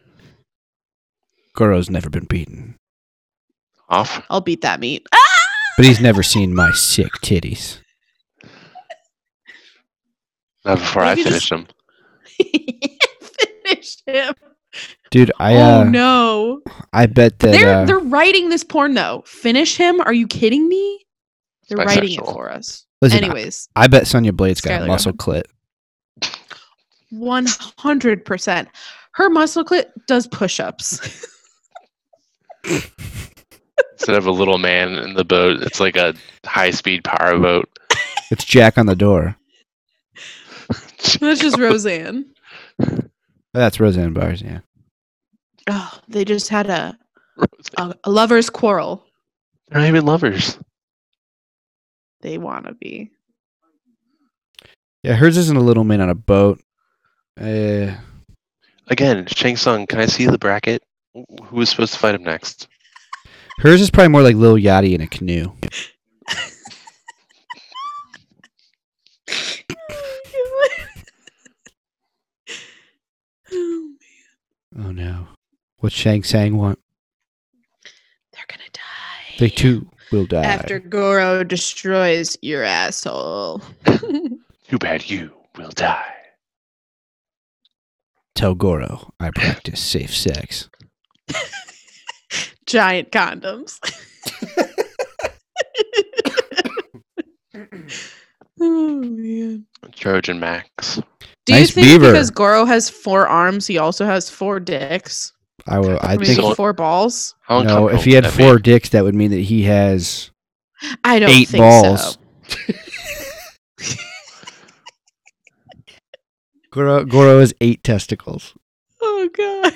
Speaker 1: Goro's never been beaten,
Speaker 2: Off.
Speaker 3: I'll beat that meat. Ah!
Speaker 1: but he's never seen my sick titties.
Speaker 2: Not before I
Speaker 3: Maybe just-
Speaker 2: finish them.
Speaker 3: Finish him.
Speaker 1: Dude, I
Speaker 3: oh
Speaker 1: uh,
Speaker 3: no.
Speaker 1: I bet that
Speaker 3: they're
Speaker 1: uh,
Speaker 3: they're writing this porn though. Finish him? Are you kidding me? They're writing it
Speaker 2: bisexual.
Speaker 3: for us.
Speaker 1: listen, I-
Speaker 3: Anyways,
Speaker 1: I, bet Sonya Blade's got
Speaker 3: Skylar,
Speaker 1: a
Speaker 3: go
Speaker 1: muscle clit.
Speaker 3: one hundred percent. Her muscle clit does push-ups.
Speaker 2: Instead of a little man in the boat, it's like a high speed power boat.
Speaker 1: It's Jack on the door.
Speaker 3: That's just Roseanne.
Speaker 1: Oh, that's Roseanne Bars. Yeah,
Speaker 3: Oh, they just had a a, a lover's quarrel.
Speaker 2: They're not even lovers.
Speaker 3: They want to be.
Speaker 1: yeah. Hers isn't a little man on a boat. Uh,
Speaker 2: Again, Shang Tsung, can I see the bracket? Wh- Who was supposed to fight him next?
Speaker 1: hers is probably more like Lil Yachty in a canoe.
Speaker 3: Oh,
Speaker 1: Oh no, what Shang Sang want?
Speaker 3: They're gonna die.
Speaker 1: They too will die.
Speaker 3: After Goro destroys your asshole.
Speaker 2: Too bad you will die.
Speaker 1: Tell Goro I practice safe sex.
Speaker 3: Giant condoms. oh man.
Speaker 2: Trojan Max.
Speaker 3: Do you
Speaker 1: Nice
Speaker 3: think
Speaker 1: beaver.
Speaker 3: because Goro has four arms, he also has four dicks?
Speaker 1: I will. I
Speaker 3: I mean,
Speaker 1: think.
Speaker 2: so.
Speaker 3: four balls?
Speaker 2: How
Speaker 1: No,
Speaker 2: uncomfortable
Speaker 1: if he
Speaker 2: would
Speaker 1: had
Speaker 2: that
Speaker 1: four dicks, that would mean that he has
Speaker 3: I don't
Speaker 1: eight
Speaker 3: think
Speaker 1: balls.
Speaker 3: so.
Speaker 1: Goro, Goro has eight testicles.
Speaker 3: Oh god.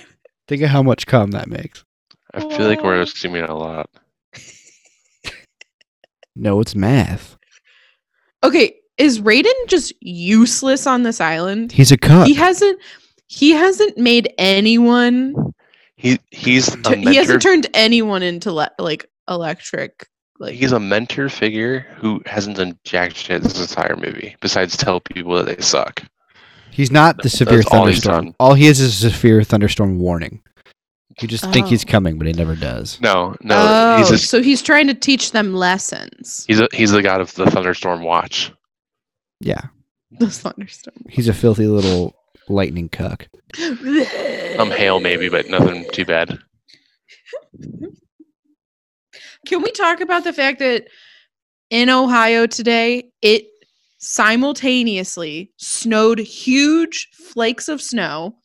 Speaker 1: Think of how much cum that makes.
Speaker 2: be? I feel like we're
Speaker 3: Aw.
Speaker 2: assuming a lot.
Speaker 1: No, it's math.
Speaker 3: Okay, is Raiden just useless on this island?
Speaker 1: He's a cunt.
Speaker 3: He hasn't he hasn't made anyone
Speaker 2: He he's a
Speaker 3: tu-
Speaker 2: mentor.
Speaker 3: he hasn't turned anyone into le- like electric like
Speaker 2: he's a mentor figure who hasn't done jack shit this entire movie besides tell people that they suck.
Speaker 1: He's not the
Speaker 2: That's
Speaker 1: severe
Speaker 2: all he's
Speaker 1: thunderstorm.
Speaker 2: done.
Speaker 1: All he is is a severe thunderstorm warning. You just think he's
Speaker 3: Oh.
Speaker 1: coming, but he never does.
Speaker 2: No, no,
Speaker 3: oh,
Speaker 2: he's a,
Speaker 3: so he's trying to teach them lessons.
Speaker 2: he's a, he's the god of the thunderstorm watch.
Speaker 1: Yeah,
Speaker 3: The thunderstorm.
Speaker 1: he's a filthy little lightning cuck.
Speaker 2: Um, hail maybe, but nothing too bad.
Speaker 3: Can we talk about the fact that in Ohio today, it simultaneously snowed huge flakes of snow.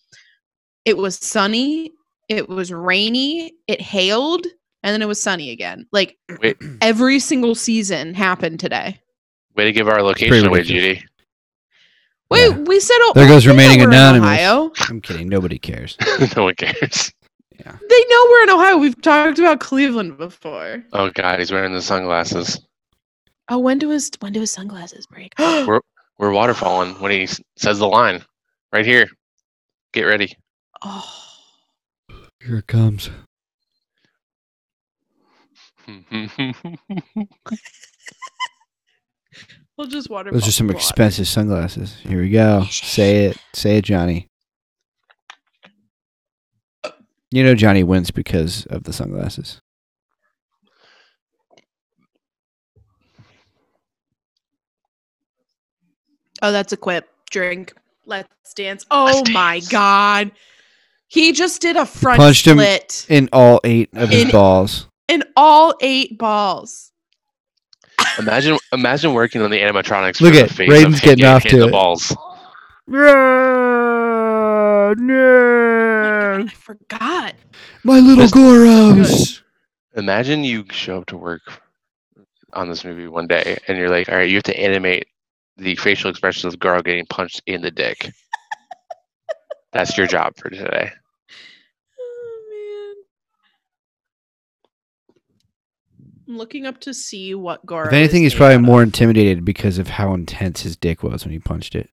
Speaker 3: It was sunny, it was rainy, it hailed, and then it was sunny again. Like
Speaker 2: Wait,
Speaker 3: every single season happened today.
Speaker 2: way to give our location away,
Speaker 1: ridiculous.
Speaker 2: Judy.
Speaker 3: Wait,
Speaker 1: Yeah.
Speaker 3: we said oh,
Speaker 1: There goes
Speaker 3: they know
Speaker 1: remaining
Speaker 3: we're in
Speaker 1: anonymous.
Speaker 3: Ohio.
Speaker 1: I'm kidding. Nobody cares.
Speaker 2: no one cares.
Speaker 3: They know we're in Ohio. We've talked about Cleveland before.
Speaker 2: Oh god, he's wearing the sunglasses.
Speaker 3: Oh, when do his when do his sunglasses break?
Speaker 2: We're we're waterfalling when he s- says the line, right here. Get ready.
Speaker 3: oh.
Speaker 1: Here it comes.
Speaker 3: We'll just water.
Speaker 1: Those are some
Speaker 3: bottle water. Oh,
Speaker 1: expensive sunglasses. Here we go. Say it. Say it, Johnny. You know Johnny wins because of the sunglasses.
Speaker 3: Oh, that's a quip. Drink. Let's dance. Oh
Speaker 2: Let's
Speaker 3: my
Speaker 2: dance.
Speaker 3: god. He just did a front
Speaker 1: Punched him-
Speaker 3: split
Speaker 1: In all eight of his
Speaker 3: In-
Speaker 1: balls.
Speaker 3: in all eight balls.
Speaker 2: imagine imagine working on the animatronics.
Speaker 1: Look
Speaker 2: for
Speaker 1: at-
Speaker 2: the face
Speaker 1: Raiden's
Speaker 2: of
Speaker 1: getting
Speaker 2: hitting-
Speaker 1: off
Speaker 2: hitting
Speaker 1: to
Speaker 2: the
Speaker 1: it.
Speaker 2: balls.
Speaker 3: Oh my God, I forgot.
Speaker 1: My little
Speaker 2: This-
Speaker 1: Goros.
Speaker 2: Imagine you show up to work on this movie one day, and you're like, all right, you have to animate the facial expressions of Garo getting punched in the dick. That's your job for today.
Speaker 3: Oh man. I'm looking up to see what Garo.
Speaker 1: If anything,
Speaker 3: is
Speaker 1: he's
Speaker 3: made
Speaker 1: probably
Speaker 3: out of.
Speaker 1: more intimidated because of how intense his dick was when he punched it.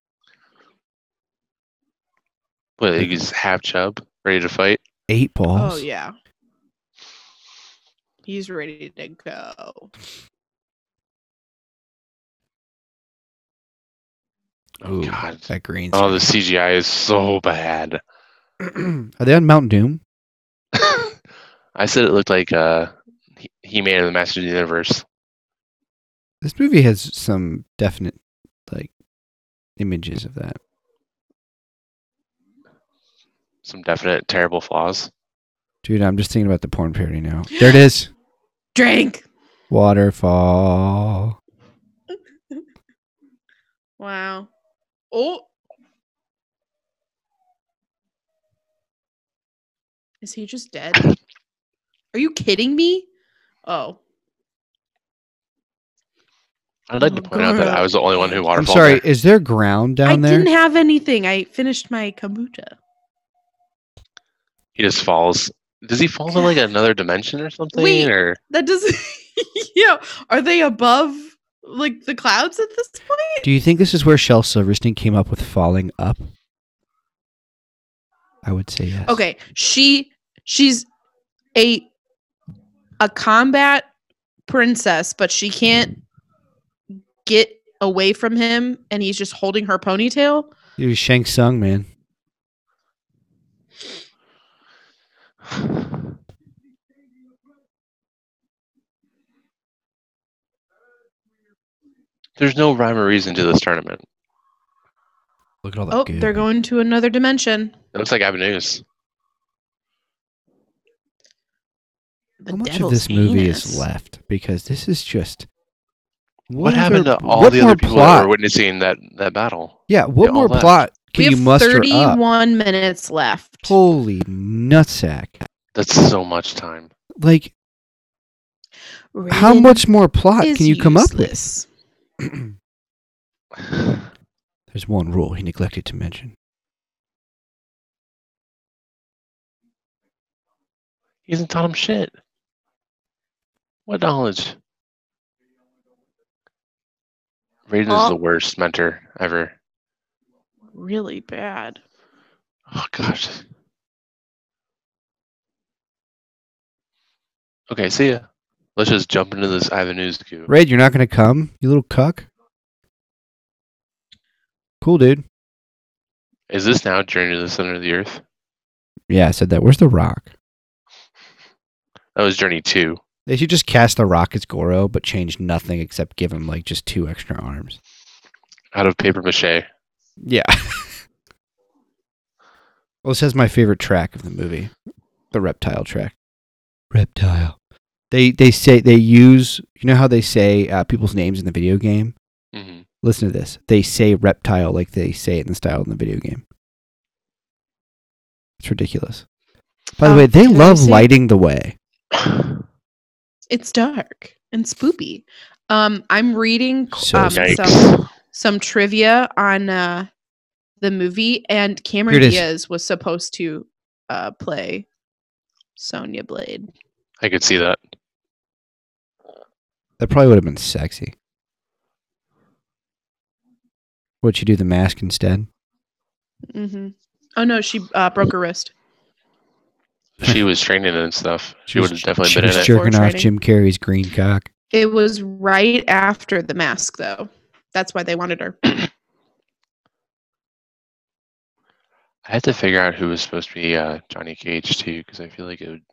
Speaker 2: What, you just half chub, ready to fight?
Speaker 1: Eight balls.
Speaker 3: Oh yeah. He's ready to go.
Speaker 2: Oh, God.
Speaker 1: that green.
Speaker 2: Oh, the CGI is so bad.
Speaker 1: Are they on Mount Doom?
Speaker 2: I said it looked like uh, He- He-Man and the Masters of the Universe.
Speaker 1: This movie has some definite like images of that.
Speaker 2: Some definite terrible flaws.
Speaker 1: Dude, I'm just thinking about the porn parody now. There it is.
Speaker 3: Drink.
Speaker 1: Waterfall.
Speaker 3: Wow. Oh. Is he just dead? Are you kidding me? Oh.
Speaker 2: I'd like to
Speaker 3: Oh,
Speaker 2: point out that I was the only one who
Speaker 1: I'm
Speaker 2: waterfalled.
Speaker 1: sorry.
Speaker 2: there.
Speaker 1: Is there ground
Speaker 3: I
Speaker 1: down there?
Speaker 3: didn't have anything. I finished my kombucha.
Speaker 2: He just falls. Does he fall to like another dimension or something?
Speaker 3: Wait.
Speaker 2: Or
Speaker 3: That doesn't. yeah. Are they above like the clouds at this point?
Speaker 1: Do you think this is where Shel Silverstein came up with falling up? I would say yes.
Speaker 3: Okay. She she's a a combat princess, but she can't get away from him and he's just holding her ponytail.
Speaker 1: It was Shang Tsung, man.
Speaker 2: there's no rhyme or reason to this tournament.
Speaker 1: Look at all that
Speaker 3: Oh,
Speaker 1: goo.
Speaker 3: they're going to another dimension.
Speaker 2: It looks like avenues.
Speaker 3: The
Speaker 1: How much of
Speaker 3: devil's
Speaker 1: this movie is
Speaker 3: anus.
Speaker 1: left? Because this is just.
Speaker 2: What, happened
Speaker 1: other-
Speaker 2: to all
Speaker 1: what
Speaker 2: the other
Speaker 1: more
Speaker 2: people
Speaker 1: plot?
Speaker 2: that were witnessing that, that battle?
Speaker 1: yeah,
Speaker 2: they
Speaker 1: what
Speaker 2: all
Speaker 1: more
Speaker 2: left?
Speaker 1: plot
Speaker 3: We
Speaker 1: can you
Speaker 3: have
Speaker 1: muster up?
Speaker 3: 31 minutes left.
Speaker 1: Holy nutsack!
Speaker 2: That's so much time.
Speaker 1: Like, how
Speaker 3: Raiden
Speaker 1: much more plot
Speaker 3: is
Speaker 1: can you come up with?
Speaker 3: useless.
Speaker 1: There's one rule he neglected to mention.
Speaker 2: He hasn't taught him shit. What knowledge? Raiden is
Speaker 3: Oh.
Speaker 2: the worst mentor ever.
Speaker 3: Really bad.
Speaker 2: Oh gosh. Okay, see ya. Let's just jump into this avenues goo.
Speaker 1: Raid, you're not gonna come, you little cuck. Cool, dude.
Speaker 2: Is this now Journey to the Center of the Earth?
Speaker 1: Yeah, I said that. Where's the rock?
Speaker 2: That was Journey Two.
Speaker 1: They should just cast the rock as Goro, but change nothing except give him like just two extra arms.
Speaker 2: Out of paper mache.
Speaker 1: Yeah. well, this has my favorite track of the movie, the reptile track. Reptile. They they say they use you know how they say uh, people's names in the video game.
Speaker 2: hmm
Speaker 1: Listen to this. They say reptile like they say it in the style in the video game. It's ridiculous. By the
Speaker 3: Um,
Speaker 1: way, they
Speaker 3: can I
Speaker 1: love
Speaker 3: say-
Speaker 1: lighting the way.
Speaker 3: It's dark and spoopy. Um I'm reading
Speaker 1: So
Speaker 3: um,
Speaker 1: spooky.
Speaker 3: some
Speaker 2: Yikes.
Speaker 3: some trivia on uh, the movie, and
Speaker 1: Here
Speaker 3: Cameron
Speaker 1: it is.
Speaker 3: Diaz was supposed to uh, play Sonya Blade.
Speaker 2: I could see that.
Speaker 1: That probably would have been sexy. Would she do the mask instead?
Speaker 3: hmm Oh no, she uh, broke her wrist.
Speaker 2: She was training and stuff. She,
Speaker 1: was-
Speaker 2: would have definitely
Speaker 1: she
Speaker 2: been
Speaker 1: was
Speaker 2: in it.
Speaker 1: jerking
Speaker 3: Floor
Speaker 1: off Jim
Speaker 3: training.
Speaker 1: Carrey's green cock.
Speaker 3: It was right after the mask, though. That's why they wanted her.
Speaker 2: I had to figure out who was supposed to be uh, Johnny Cage too, because I feel like it would,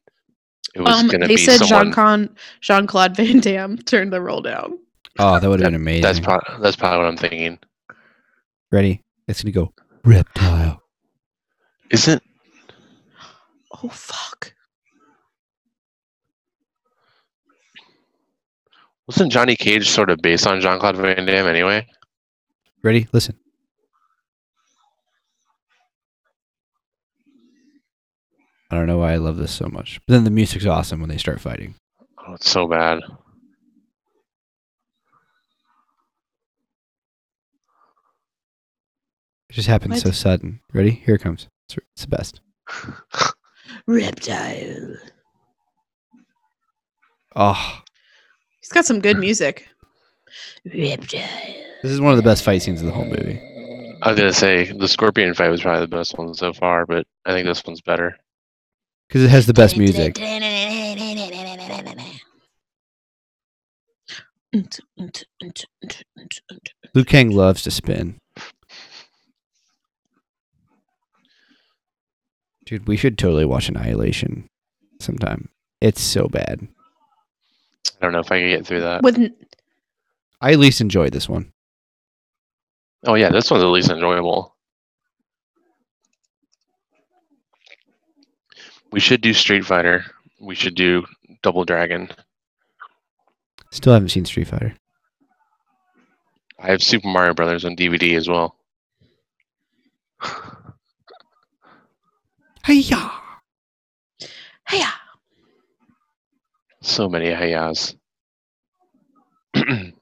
Speaker 2: it was
Speaker 3: Um,
Speaker 2: gonna
Speaker 3: they
Speaker 2: be
Speaker 3: said
Speaker 2: someone.
Speaker 3: Jean Con Jean Claude Van Damme turned the roll down.
Speaker 1: Oh, that would have been amazing.
Speaker 2: that's pro- that's probably what I'm thinking.
Speaker 1: Ready? It's gonna go reptile.
Speaker 2: Isn't
Speaker 3: Oh fuck!
Speaker 2: wasn't Johnny Cage sort of based on Jean Claude Van Damme anyway?
Speaker 1: Ready? Listen. I don't know why I love this so much. But then the music's awesome when they start fighting.
Speaker 2: Oh, it's so bad.
Speaker 1: It just happens so
Speaker 3: What?
Speaker 1: sudden. Ready? Here it comes. It's, it's the best.
Speaker 3: Reptile.
Speaker 1: Oh,
Speaker 3: He's got some good music. Reptile.
Speaker 1: this is one of the best fight scenes of the whole movie.
Speaker 2: I was gonna say the scorpion fight was probably the best one so far, but I think this one's better.
Speaker 1: Because it has the best music. Liu Kang loves to spin. Dude, we should totally watch Annihilation sometime. It's so bad.
Speaker 2: I don't know if I can get through that.
Speaker 3: With n-
Speaker 1: I at least enjoyed this one.
Speaker 2: Oh yeah, this one's at least enjoyable. We should do Street Fighter. We should do Double Dragon.
Speaker 1: Still haven't seen Street Fighter.
Speaker 2: I have Super Mario Brothers on DVD as well.
Speaker 1: Hiya!
Speaker 3: Hiya!
Speaker 2: So many hayas.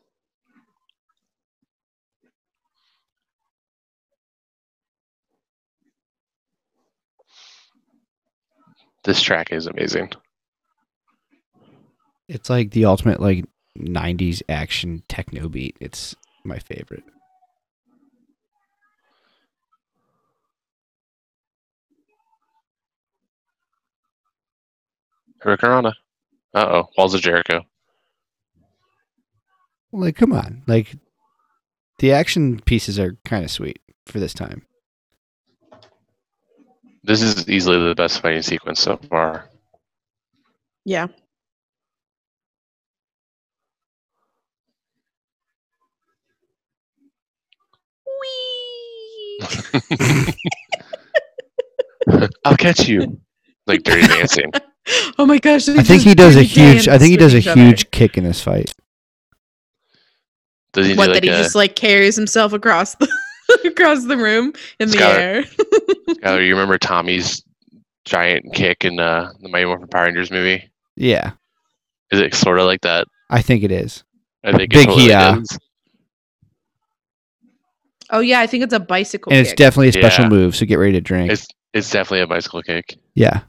Speaker 2: this track is amazing.
Speaker 1: It's like the ultimate like '90s action techno beat. It's my favorite.
Speaker 2: Hurricanrana. Uh oh, Walls of Jericho.
Speaker 1: Like, come on, like the action pieces are kind of sweet for this time.
Speaker 2: This is easily the best fighting sequence so far.
Speaker 3: Yeah. Whee!
Speaker 2: I'll catch you. Like Dirty Dancing.
Speaker 3: oh my gosh!
Speaker 1: I think he does a huge. I think he does a huge kick in this fight.
Speaker 2: Does he do
Speaker 3: What
Speaker 2: like
Speaker 3: that he
Speaker 2: a,
Speaker 3: just like carries himself across the across the room in the
Speaker 2: Skylar.
Speaker 3: air.
Speaker 2: oh, you remember Tommy's giant kick in uh, the Mighty Morphin Power Rangers movie?
Speaker 1: Yeah,
Speaker 2: Is it sort of like that?
Speaker 1: I think it is.
Speaker 2: I think
Speaker 1: Big
Speaker 2: it totally
Speaker 1: yeah.
Speaker 2: is.
Speaker 3: oh yeah, I think it's a bicycle.
Speaker 1: and it's
Speaker 3: kick.
Speaker 1: definitely a special
Speaker 2: Yeah.
Speaker 1: move. So get ready to drink.
Speaker 2: It's it's definitely a bicycle kick.
Speaker 1: yeah,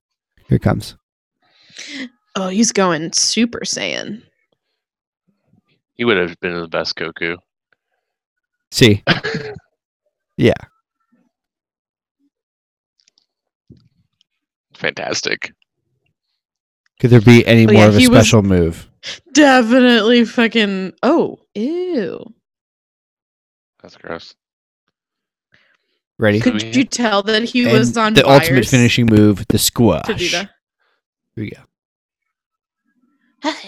Speaker 1: here it comes.
Speaker 3: oh, he's going Super Saiyan.
Speaker 2: He would have been the best Goku.
Speaker 1: See, Yeah.
Speaker 2: Fantastic.
Speaker 1: could there be any
Speaker 3: Oh,
Speaker 1: more
Speaker 3: yeah,
Speaker 1: of a
Speaker 3: he was-
Speaker 1: special move?
Speaker 3: Definitely fucking. Oh, ew.
Speaker 2: That's gross.
Speaker 1: Ready?
Speaker 2: Could-
Speaker 3: Could you tell that he
Speaker 1: And
Speaker 3: was on
Speaker 1: the
Speaker 3: wires
Speaker 1: ultimate finishing move, the squash.
Speaker 3: To do that?
Speaker 1: Here we go.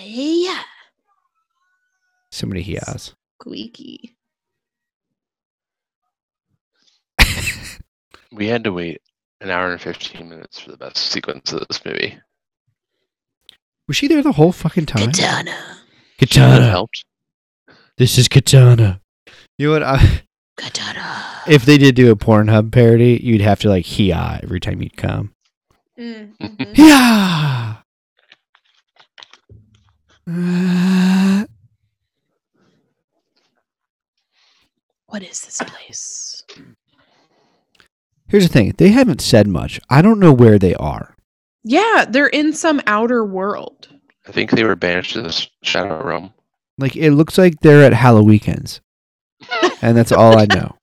Speaker 3: Yeah,
Speaker 1: So many hias.
Speaker 3: squeaky.
Speaker 2: We had to wait an hour and fifteen minutes for the best sequence of this movie.
Speaker 1: Was she there the whole fucking time?
Speaker 3: Katana,
Speaker 2: That
Speaker 1: Katana.
Speaker 2: helped.
Speaker 1: This is Katana. You know what? I,
Speaker 3: katana.
Speaker 1: if they did do a Pornhub parody, you'd have to like hia every time you'd come.
Speaker 3: Mm, mhm.
Speaker 1: Yeah. Uh,
Speaker 3: what is this place?
Speaker 1: here's the thing. They haven't said much. I don't know where they are.
Speaker 3: Yeah, they're in some outer world.
Speaker 2: I think they were banished to the s- Shadow Realm.
Speaker 1: Like it looks like they're at Halloween weekends. And that's all I know.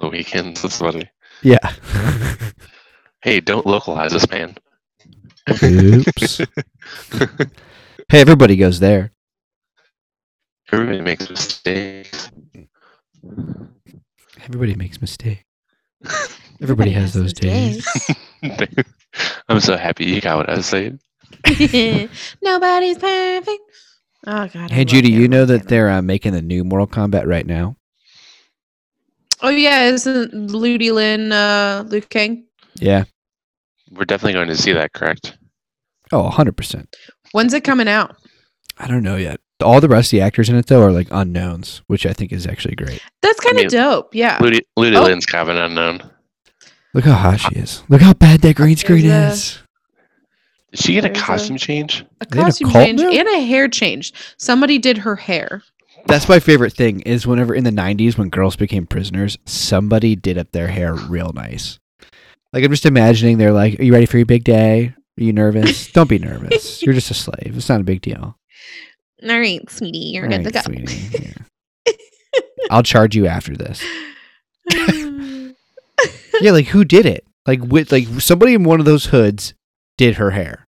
Speaker 2: The weekends. That's funny.
Speaker 1: Yeah.
Speaker 2: Hey, don't localize this man.
Speaker 1: Oops. Hey, everybody goes there.
Speaker 2: Everybody makes mistakes.
Speaker 1: Everybody makes mistakes. Everybody has those days.
Speaker 2: I'm so happy you got what I was saying.
Speaker 3: Nobody's perfect. Oh god. I
Speaker 1: Hey
Speaker 3: love
Speaker 1: Judy, you
Speaker 3: Hannah
Speaker 1: know that
Speaker 3: Montana.
Speaker 1: they're uh, making the new Mortal Kombat right now.
Speaker 3: Oh yeah, isn't Ludi Lin uh, Luke Kang?
Speaker 1: Yeah.
Speaker 2: We're definitely going to see that, correct?
Speaker 1: Oh, 100%.
Speaker 3: When's it coming out?
Speaker 1: I don't know yet. All the rest of the actors in it though are like unknowns, which I think is actually great.
Speaker 3: That's kind of
Speaker 2: mean-
Speaker 3: dope. Yeah.
Speaker 2: Ludi, Ludi
Speaker 3: Oh.
Speaker 2: Lynn's kind of an unknown.
Speaker 1: Look how hot she is. Look how bad that green screen
Speaker 3: There's a-
Speaker 1: is.
Speaker 2: Did she get a
Speaker 3: There's a-
Speaker 2: costume change?
Speaker 3: a
Speaker 1: They had a
Speaker 3: costume
Speaker 1: cult
Speaker 3: change
Speaker 1: now?
Speaker 3: and a hair change. Somebody did her hair.
Speaker 1: That's my favorite thing is whenever in the 90s when girls became prisoners, somebody did up their hair real nice. Like I'm just imagining they're like, "Are you ready for your big day? Are you nervous? Don't be nervous. You're just a slave. It's not a big deal."
Speaker 3: All right, sweetie, you're
Speaker 1: All
Speaker 3: good
Speaker 1: right,
Speaker 3: to go.
Speaker 1: sweetie. Yeah. I'll charge you after this. Yeah, like who did it? Like with like somebody in one of those hoods did her hair.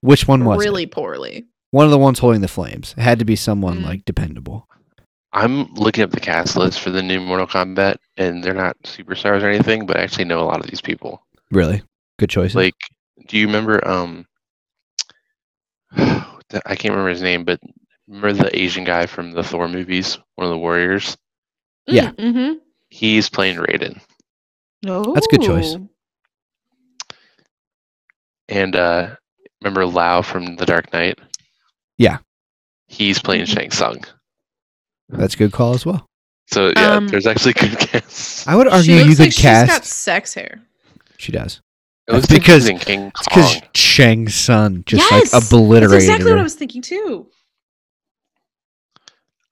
Speaker 1: Which one was it?
Speaker 3: really poorly.
Speaker 1: One of the ones holding the flames. It had to be someone
Speaker 3: Mm.
Speaker 1: like dependable.
Speaker 2: I'm looking up the cast list for the new Mortal Kombat, and they're not superstars or anything, but I actually know a lot of these people.
Speaker 1: Really? Good choice.
Speaker 2: Like, do you remember? Um, the- I can't remember his name, but remember the Asian guy from the Thor movies, one of the warriors?
Speaker 1: Yeah.
Speaker 3: Mm-hmm.
Speaker 2: He's playing Raiden,
Speaker 3: No.
Speaker 1: That's a good choice.
Speaker 2: and uh, remember Lao from The Dark Knight?
Speaker 1: Yeah.
Speaker 2: He's playing
Speaker 3: Mhm.
Speaker 2: Shang Tsung.
Speaker 1: That's a good call as well.
Speaker 2: So yeah,
Speaker 3: Um,
Speaker 2: there's actually good casts.
Speaker 1: I would argue
Speaker 3: she
Speaker 1: you
Speaker 3: looks
Speaker 1: could
Speaker 3: like she's got
Speaker 1: cast.
Speaker 3: sex hair.
Speaker 1: She does.
Speaker 2: It was
Speaker 1: That's because-
Speaker 2: because in King
Speaker 1: It's because
Speaker 2: Kong.
Speaker 1: Shang Sun just
Speaker 3: Yes!
Speaker 1: like
Speaker 3: That's
Speaker 1: obliterated
Speaker 3: That's exactly
Speaker 1: her.
Speaker 3: what I was thinking too.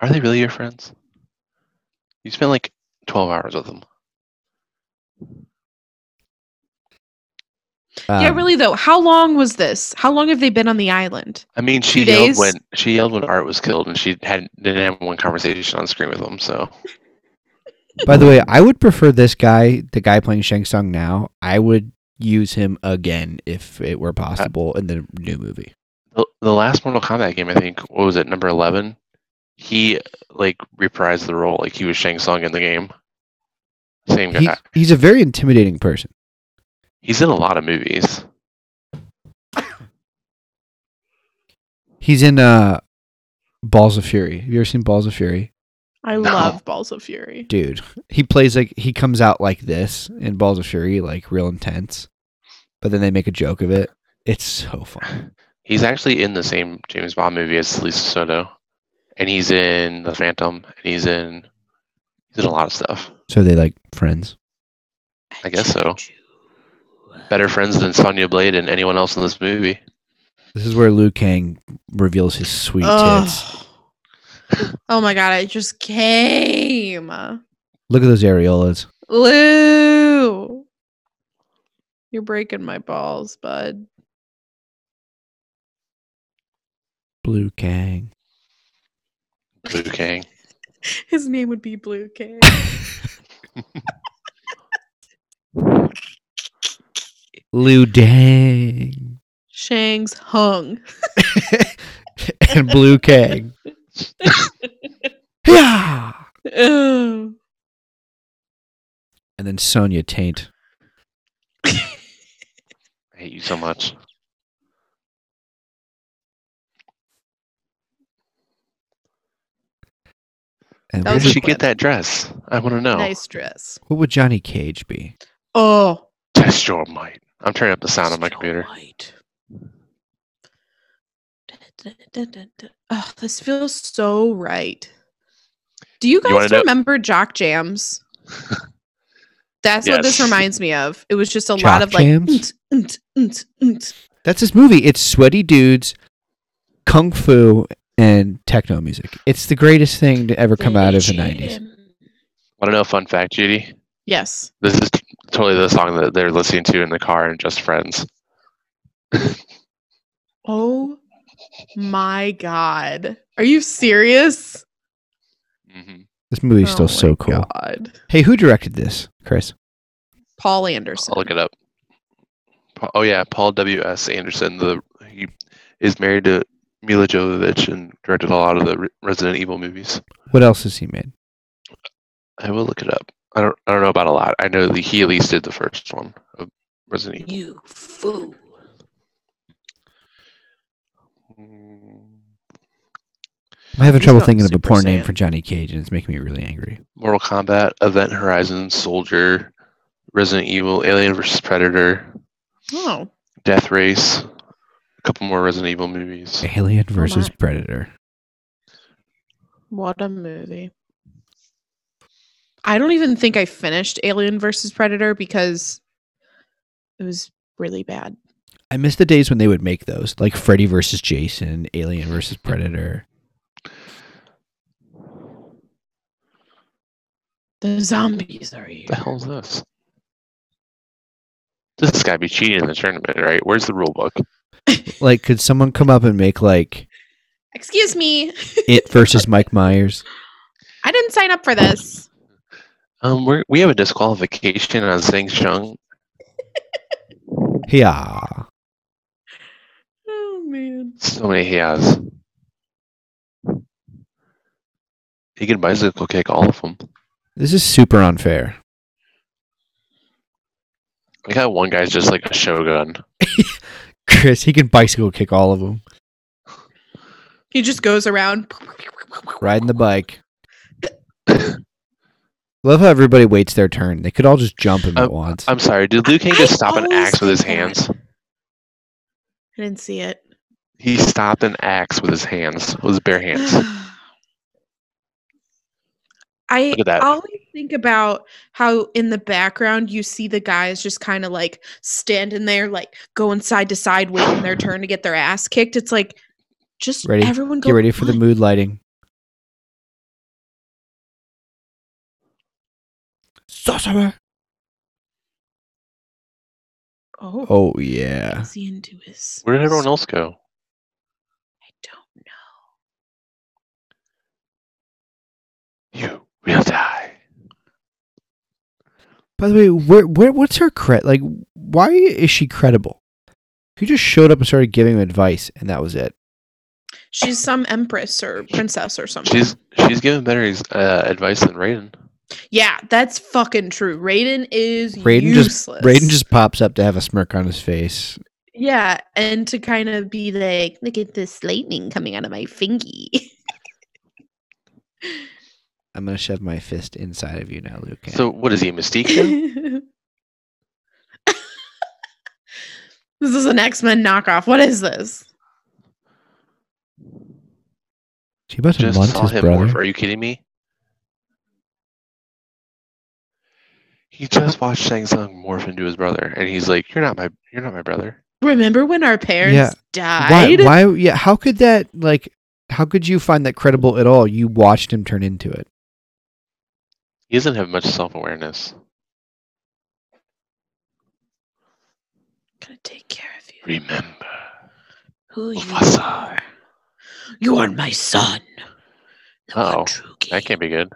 Speaker 2: Are they really your friends? You spent like 12 hours with them.
Speaker 3: yeah,
Speaker 1: Um,
Speaker 3: really though. How long was this? How long have they been on the island?
Speaker 2: I mean, she
Speaker 3: Two
Speaker 2: yelled
Speaker 3: days?
Speaker 2: when she yelled when Art was killed, and she had didn't have one conversation on screen with him. So
Speaker 1: By the way, I would prefer this guy, the guy playing Shang Tsung now. I would use him again if it were possible in the new movie.
Speaker 2: the, the last Mortal Kombat game, I think, what was it, number 11? He like reprised the role, like he was Shang Tsung in the game. Same guy.
Speaker 1: He, he's a very intimidating person.
Speaker 2: He's in a lot of movies.
Speaker 1: He's in uh, Balls of Fury. Have you ever seen Balls of Fury?
Speaker 3: I
Speaker 2: No.
Speaker 3: love Balls of Fury.
Speaker 1: Dude, he plays like he comes out like this in Balls of Fury, like real intense. But then they make a joke of it. It's so fun.
Speaker 2: He's actually in the same James Bond movie as Lisa Soto, and he's in The Phantom, and he's in he's in a lot of stuff.
Speaker 1: So they like friends.
Speaker 2: I guess so. Better friends than Sonya Blade and anyone else in this movie.
Speaker 1: This is where Liu Kang reveals his sweet tits.
Speaker 3: Ugh. Oh my god, I just came.
Speaker 1: Look at those areolas.
Speaker 3: Lou. You're breaking my balls, bud.
Speaker 1: Blue Kang.
Speaker 2: Liu Kang.
Speaker 3: His name would be Blue King.
Speaker 1: Liu Dang.
Speaker 3: Shang's hung.
Speaker 1: and Blue Kang. yeah.
Speaker 3: Ugh.
Speaker 1: And then Sonya Taint.
Speaker 2: I hate you so much.
Speaker 1: And what
Speaker 3: That
Speaker 2: Where
Speaker 3: was
Speaker 2: did
Speaker 3: a
Speaker 1: would,
Speaker 2: she get
Speaker 3: clip.
Speaker 2: that dress? I want to know.
Speaker 3: Nice dress.
Speaker 1: what would Johnny Cage be?
Speaker 3: Oh.
Speaker 2: Test your might. I'm turning up the sound on my computer.
Speaker 3: Oh, this feels so right. Do you
Speaker 2: You wanna
Speaker 3: guys
Speaker 2: know-
Speaker 3: remember Jock Jams? That's what this
Speaker 2: Yes.
Speaker 3: reminds me of. It was just a
Speaker 1: Jock
Speaker 3: lot of like
Speaker 1: Jams?
Speaker 3: "Unt, unt, unt, unt."
Speaker 1: That's his movie. It's sweaty dudes, kung fu, and techno music. It's the greatest thing to ever come out of the nineties.
Speaker 2: Want to know a fun fact, Judy?
Speaker 3: Yes.
Speaker 2: This is t- totally the song that they're listening to in the car and Just Friends.
Speaker 3: Oh my god. Are you serious?
Speaker 2: hmm
Speaker 1: This movie's
Speaker 3: Oh
Speaker 1: still so
Speaker 3: my
Speaker 1: cool.
Speaker 3: God.
Speaker 1: Hey, who directed this, Chris?
Speaker 3: Paul
Speaker 2: I'll
Speaker 3: Anderson.
Speaker 2: look it up. Pa- Oh yeah, Paul W. S. Anderson. The he is married to Mila Jovovich and directed a lot of the Re- Resident Evil movies.
Speaker 1: What else has he made?
Speaker 2: I will look it up. I don't. I don't know about a lot. I know that he at least did the first one of Resident Evil.
Speaker 3: You fool.
Speaker 2: Mm,
Speaker 1: I'm having
Speaker 3: He's
Speaker 1: trouble
Speaker 3: gone
Speaker 1: thinking of a
Speaker 3: Super
Speaker 1: porn name
Speaker 3: Saiyan.
Speaker 1: for Johnny Cage, and it's making me really angry.
Speaker 2: Mortal Kombat, Event Horizon, Soldier, Resident Evil, Alien vs. Predator,
Speaker 3: Oh.
Speaker 2: Death Race, a couple more Resident Evil movies.
Speaker 1: Alien versus
Speaker 3: my.
Speaker 1: Predator.
Speaker 3: What a movie. I don't even think I finished Alien versus Predator because it was really bad.
Speaker 1: I miss the days when they would make those, like Freddy versus Jason, Alien versus Predator.
Speaker 3: The zombies are here.
Speaker 2: What the hell is this? This has got to be cheating in the tournament, right? Where's the rule book?
Speaker 1: Like, could someone come up and make like
Speaker 3: Excuse me.
Speaker 1: it versus Mike Myers?
Speaker 3: I didn't sign up for this.
Speaker 2: Um, we're, we have a disqualification on Sing Chung.
Speaker 1: Yeah.
Speaker 3: Oh man.
Speaker 2: So many he has. He can bicycle kick all of them.
Speaker 1: This is super unfair.
Speaker 2: Like how one guy's just like a shogun.
Speaker 1: Chris, he can bicycle kick all of them.
Speaker 3: He just goes around
Speaker 1: Riding the bike. Love how everybody waits their turn. They could all just jump him at once.
Speaker 2: I'm sorry. Did Liu Kang
Speaker 3: I
Speaker 2: just stop an
Speaker 3: always
Speaker 2: axe with his
Speaker 3: think that.
Speaker 2: hands?
Speaker 3: I didn't see it.
Speaker 2: He stopped an axe with his hands, with his bare hands.
Speaker 3: I
Speaker 2: Look at that.
Speaker 3: always think about how in the background you see the guys just kind of like standing there, like going side to side, waiting their turn to get their ass kicked. It's like just
Speaker 1: Ready?
Speaker 3: everyone go
Speaker 1: Get ready for the
Speaker 3: one.
Speaker 1: mood lighting. Sorcerer.
Speaker 3: Oh,
Speaker 1: Oh yeah.
Speaker 3: see into his.
Speaker 2: Where did everyone else go?
Speaker 3: I don't know.
Speaker 2: You will die.
Speaker 1: By the way, where where what's her cred? Like, why is she credible? Who just showed up and started giving him advice, and that was it.
Speaker 3: She's some empress or princess or something.
Speaker 2: She's she's giving better ex- uh, advice than Raiden.
Speaker 3: yeah, that's fucking true. Raiden is
Speaker 1: Raiden just-
Speaker 3: useless.
Speaker 1: Raiden just pops up to have a smirk on his face.
Speaker 3: Yeah, and to kind of be like, look at this lightning coming out of my fingy.
Speaker 1: I'm gonna shove my fist inside of you now, Luke.
Speaker 2: So what is he, Mystique? now?
Speaker 3: this is an X Men knockoff. What is this?
Speaker 1: she about to
Speaker 2: just
Speaker 1: munch
Speaker 2: saw
Speaker 1: his
Speaker 2: him morph.
Speaker 1: brother.
Speaker 2: Are you kidding me? He just watched Shang Tsung morph into his brother, and he's like, "You're not my, you're not my brother."
Speaker 3: Remember when our parents
Speaker 1: Why?
Speaker 3: died?
Speaker 1: Why? Yeah. How could that? Like, how could you find that credible at all? You watched him turn into it.
Speaker 2: He doesn't have much self awareness.
Speaker 3: I'm gonna take care of you.
Speaker 2: Remember,
Speaker 3: Who you
Speaker 2: Mufasa.
Speaker 3: are? You are my son. The one
Speaker 2: Uh-oh.
Speaker 3: true
Speaker 2: that
Speaker 3: king.
Speaker 2: Oh, can't be good.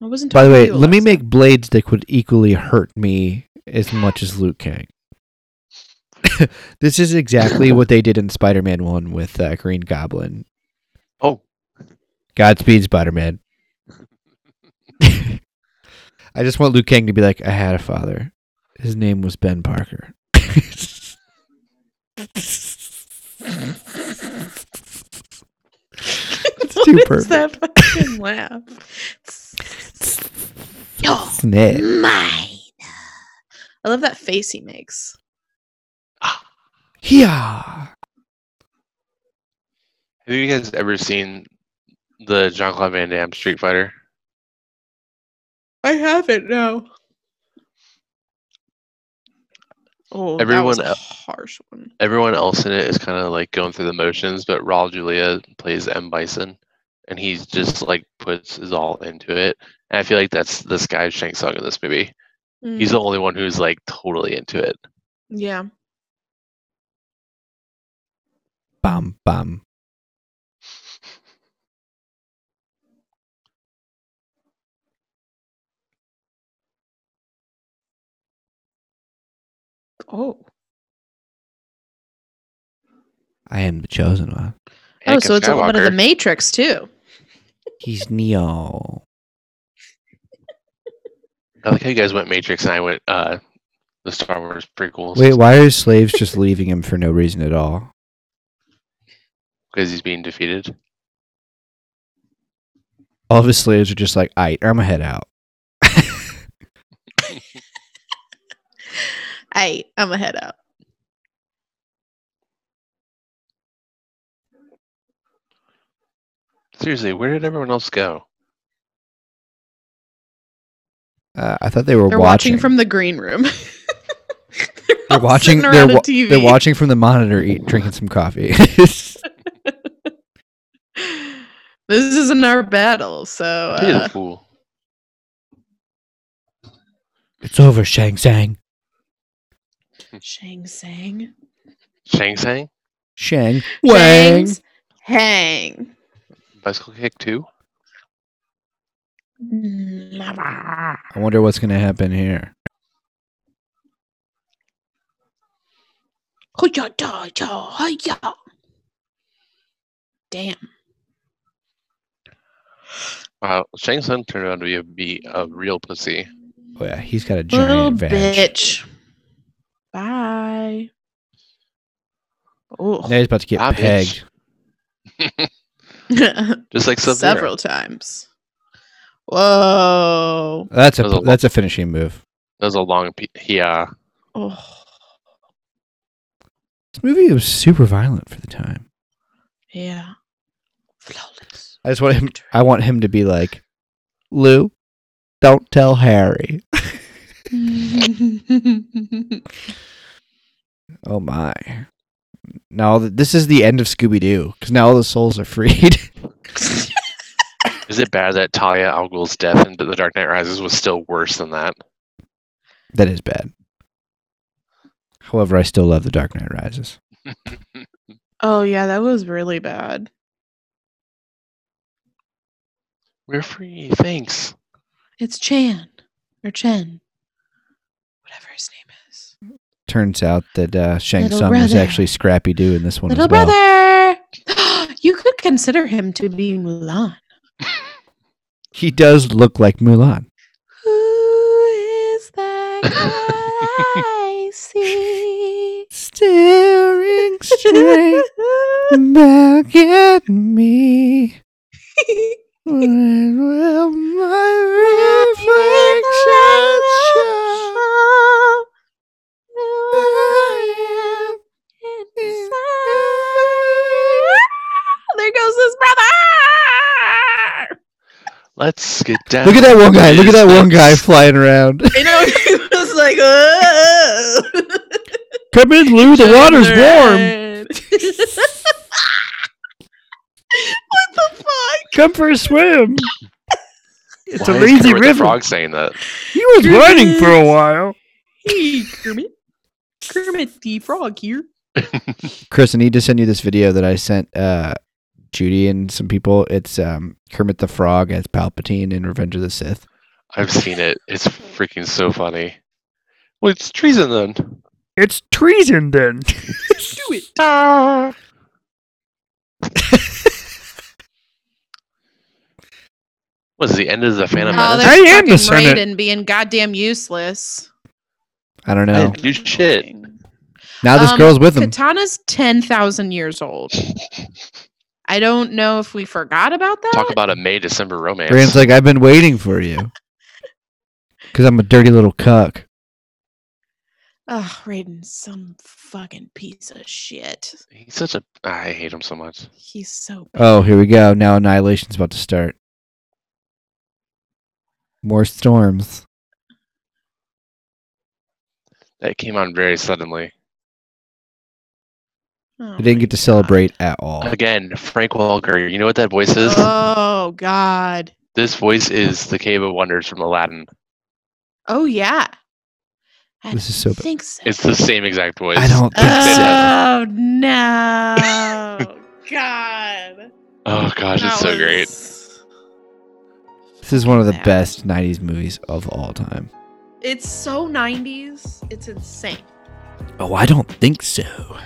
Speaker 3: I wasn't.
Speaker 1: By the
Speaker 3: talking to
Speaker 1: way,
Speaker 3: you,
Speaker 1: let me
Speaker 3: Alexa.
Speaker 1: make blades that would equally hurt me as much as Luke Kang. this is exactly what they did in Spider-Man One with uh, Green Goblin.
Speaker 2: Oh,
Speaker 1: Godspeed, Spider-Man. I just want Luke Kang to be like, I had a father. His name was Ben Parker. it's too
Speaker 3: What is
Speaker 1: perfect.
Speaker 3: that fucking laugh? Yo.
Speaker 1: Snitch.
Speaker 3: Mine. I love that face he makes.
Speaker 1: Yeah.
Speaker 2: have you guys ever seen the Jean Claude Van Damme Street Fighter?
Speaker 3: I have it now. Oh,
Speaker 2: Everyone
Speaker 3: that was a
Speaker 2: el-
Speaker 3: harsh one.
Speaker 2: Everyone else in it is kind of like going through the motions, but Raul Julia plays M Bison, and he's just like puts his all into it. And I feel like that's this guy Shang Tsung in this movie. He's the only one who's like totally into it.
Speaker 3: Mm, yeah.
Speaker 1: Bum bum.
Speaker 3: Oh.
Speaker 1: I am the chosen one.
Speaker 3: Oh,
Speaker 2: Anakin
Speaker 3: so it's a little bit of the
Speaker 2: Skywalker.
Speaker 3: Matrix too.
Speaker 1: He's Neo.
Speaker 2: I like how you guys went Matrix and I went uh the Star Wars prequels.
Speaker 1: Wait, why are slaves just leaving him for no reason at all?
Speaker 2: Because he's being defeated.
Speaker 1: All of his slaves are just like, all right, I'm gonna head out.
Speaker 3: Hey, I'm gonna head out.
Speaker 2: Seriously, where did everyone else go?
Speaker 1: Uh, I thought they were
Speaker 3: They're watching.
Speaker 1: watching.
Speaker 3: from the green room. they're,
Speaker 1: they're
Speaker 3: all
Speaker 1: watching.
Speaker 3: sitting
Speaker 1: They're,
Speaker 3: around a
Speaker 1: wa-
Speaker 3: TV.
Speaker 1: they're watching from the monitor, eat, drinking some coffee.
Speaker 3: This isn't our battle, so
Speaker 2: He's a
Speaker 3: uh,
Speaker 2: fool.
Speaker 1: it's over, Shang Tsang.
Speaker 3: Shang Sang.
Speaker 2: Shang Tsang?
Speaker 1: Shang Wang.
Speaker 3: Shangs Hang.
Speaker 2: Bicycle kick too?
Speaker 3: Never.
Speaker 1: I wonder what's gonna happen here.
Speaker 3: Hoya, da, da, hoya. Damn.
Speaker 2: Wow, Shang Tsung turned out to be a, be a real pussy.
Speaker 1: Oh yeah, he's got a giant
Speaker 3: Little
Speaker 1: advantage.
Speaker 3: bitch. Bye. Oh.
Speaker 1: Now he's about to get
Speaker 2: Ah, bitch.
Speaker 1: pegged.
Speaker 2: Just like Sub-Zero.
Speaker 3: Several times. Whoa.
Speaker 1: That's
Speaker 2: That was
Speaker 1: a
Speaker 2: a
Speaker 1: that's a finishing move.
Speaker 2: That was a long. Pe- yeah,
Speaker 3: Oh.
Speaker 1: This movie was super violent for the time.
Speaker 3: Yeah. Flawless.
Speaker 1: I just want him. I want him to be like, Lou, don't tell Harry. Oh my! Now all the, this is the end of Scooby Doo because now all the souls are freed.
Speaker 2: is it bad that Talia al Ghul's death in The Dark Knight Rises was still worse than that?
Speaker 1: that is bad. However, I still love The Dark Knight Rises.
Speaker 3: oh yeah, that was really bad.
Speaker 2: We're free. Thanks.
Speaker 3: It's Chan or Chen, whatever his name is.
Speaker 1: Turns out that uh, Shang
Speaker 3: Little
Speaker 1: Tsung was
Speaker 3: brother.
Speaker 1: actually Scrappy Doo in this one
Speaker 3: Little
Speaker 1: as well.
Speaker 3: brother. you could consider him to be Mulan.
Speaker 1: He does look like Mulan.
Speaker 3: Who is that guy I see?
Speaker 1: Staring straight back at me. When will my
Speaker 3: There goes his brother.
Speaker 2: Let's get down.
Speaker 1: Look at that one guy. Look at that one guy flying around.
Speaker 3: I know he was like, oh.
Speaker 1: Come in, Lou. The water's warm.
Speaker 3: what the fuck?
Speaker 1: Come for a swim. It's
Speaker 2: Why
Speaker 1: a
Speaker 2: is
Speaker 1: lazy
Speaker 2: Kermit the
Speaker 1: river.
Speaker 2: Frog saying that.
Speaker 1: He was running for a while.
Speaker 3: Hey, Kermit. Kermit the Frog here.
Speaker 1: Chris, I need to send you this video that I sent uh, Judy and some people. It's um, Kermit the Frog as Palpatine in Revenge of the Sith.
Speaker 2: I've seen it. It's freaking so funny. Well, it's treason then.
Speaker 1: It's treason then.
Speaker 3: Do it.
Speaker 2: Ah. Was the end of the Phantom
Speaker 3: Oh,
Speaker 2: Menace?
Speaker 1: I
Speaker 3: there's
Speaker 1: am the
Speaker 3: fucking
Speaker 1: Senate.
Speaker 3: Raiden being goddamn useless.
Speaker 1: I don't
Speaker 2: I
Speaker 1: know.
Speaker 2: didn't do shit.
Speaker 1: Now this
Speaker 3: Um,
Speaker 1: girl's with him.
Speaker 3: Katana's 10,000 years old. I don't know if we forgot about that.
Speaker 2: Talk about a May December romance.
Speaker 1: Rand's like, I've been waiting for you. Because I'm a dirty little cuck.
Speaker 3: Ugh, Raiden's some fucking piece of shit.
Speaker 2: He's such a. I hate him so much.
Speaker 3: He's so bad.
Speaker 1: Oh, here we go. Now Annihilation's about to start. More storms.
Speaker 2: That came on very suddenly.
Speaker 3: Oh
Speaker 1: We didn't
Speaker 3: my
Speaker 1: get to
Speaker 3: God.
Speaker 1: celebrate at all.
Speaker 2: Again, Frank Walker. You know what that voice is?
Speaker 1: Uh,
Speaker 3: Oh God.
Speaker 2: This voice is the Cave of Wonders from Aladdin.
Speaker 3: Oh yeah. I
Speaker 1: This is so
Speaker 3: don't
Speaker 1: bad.
Speaker 3: Think so.
Speaker 2: It's the same exact voice.
Speaker 1: I don't think so.
Speaker 3: Oh no. God.
Speaker 2: Oh gosh, it's so great.
Speaker 1: This is one of the
Speaker 3: Yeah.
Speaker 1: best 90s movies of all time.
Speaker 3: It's so 90s. It's insane.
Speaker 1: Oh, I don't think so.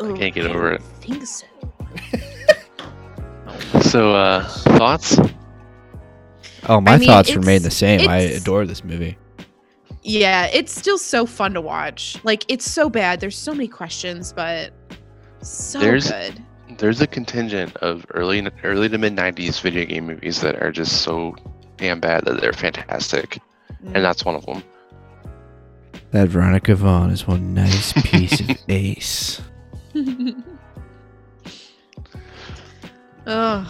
Speaker 3: Ooh,
Speaker 2: can't get over it.
Speaker 3: I think so.
Speaker 2: So, uh, thoughts?
Speaker 1: Oh, my
Speaker 3: I mean,
Speaker 1: thoughts remain
Speaker 3: it's-
Speaker 1: the same. I
Speaker 3: it's-
Speaker 1: adore this movie.
Speaker 3: Yeah, it's still so fun to watch. Like it's so bad. There's so many questions, but so
Speaker 2: There's-
Speaker 3: good.
Speaker 2: There's a contingent of early, early to mid '90s video game movies that are just so damn bad that they're fantastic, and that's one of them.
Speaker 1: That Veronica Vaughn is one nice piece of ace.
Speaker 3: Mm. Ugh.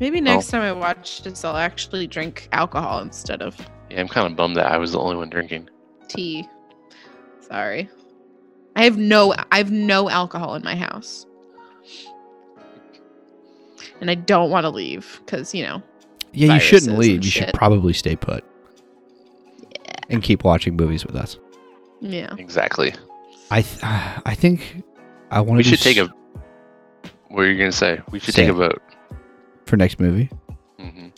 Speaker 3: Maybe next time I watch this, I'll actually drink alcohol instead of
Speaker 2: Yeah, I'm kind of bummed that I was the only one drinking.
Speaker 3: tea. Sorry. I have no I have no alcohol in my house. And I don't want to leave cuz you know.
Speaker 1: Yeah, you
Speaker 3: Viruses
Speaker 1: shouldn't leave.
Speaker 3: and
Speaker 1: You
Speaker 3: shit.
Speaker 1: should probably stay put. And keep watching movies with us.
Speaker 3: Yeah.
Speaker 2: Exactly.
Speaker 1: I th- uh, I think I want
Speaker 2: We
Speaker 1: to
Speaker 2: should take a. What are you gonna say? We should take a
Speaker 1: Say.
Speaker 2: vote.
Speaker 1: for next movie.
Speaker 2: hmm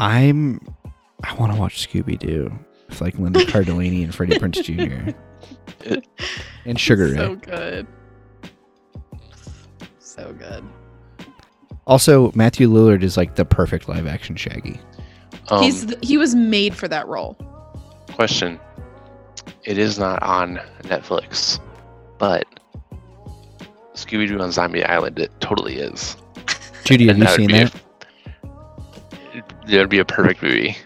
Speaker 1: I'm I want to watch Scooby Doo. It's like Linda Cardellini and Freddie Prince Jr. and Sugar
Speaker 3: So
Speaker 1: Ray.
Speaker 3: good. So good.
Speaker 1: Also, Matthew Lillard is like the perfect live action Shaggy.
Speaker 2: Um,
Speaker 3: He's th- he was made for that role.
Speaker 2: question. It is not on Netflix, but Scooby Doo on Zombie Island, it totally is.
Speaker 1: Judy, have
Speaker 2: And
Speaker 1: you
Speaker 2: that would
Speaker 1: seen
Speaker 2: be a-
Speaker 1: that?
Speaker 2: That would be a perfect movie.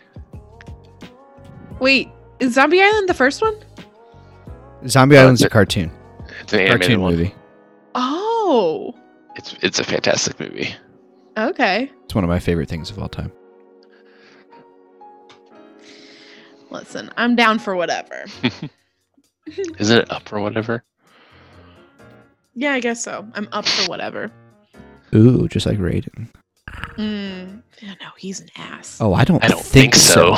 Speaker 3: Wait, is Zombie Island the first one?
Speaker 1: Zombie
Speaker 2: Uh,
Speaker 1: Island's a
Speaker 2: the-
Speaker 1: cartoon,
Speaker 2: It's an animated
Speaker 1: cartoon
Speaker 2: one.
Speaker 1: movie.
Speaker 3: Oh,
Speaker 2: It's it's a fantastic movie.
Speaker 3: okay.
Speaker 1: It's one of my favorite things of all time.
Speaker 3: Listen, I'm down for whatever.
Speaker 2: Isn't it up or whatever?
Speaker 3: Yeah, I guess so. I'm up for whatever.
Speaker 1: Ooh, just like Raiden.
Speaker 3: Mm. Yeah, no, he's an ass.
Speaker 1: Oh, I don't.
Speaker 2: I don't think, so.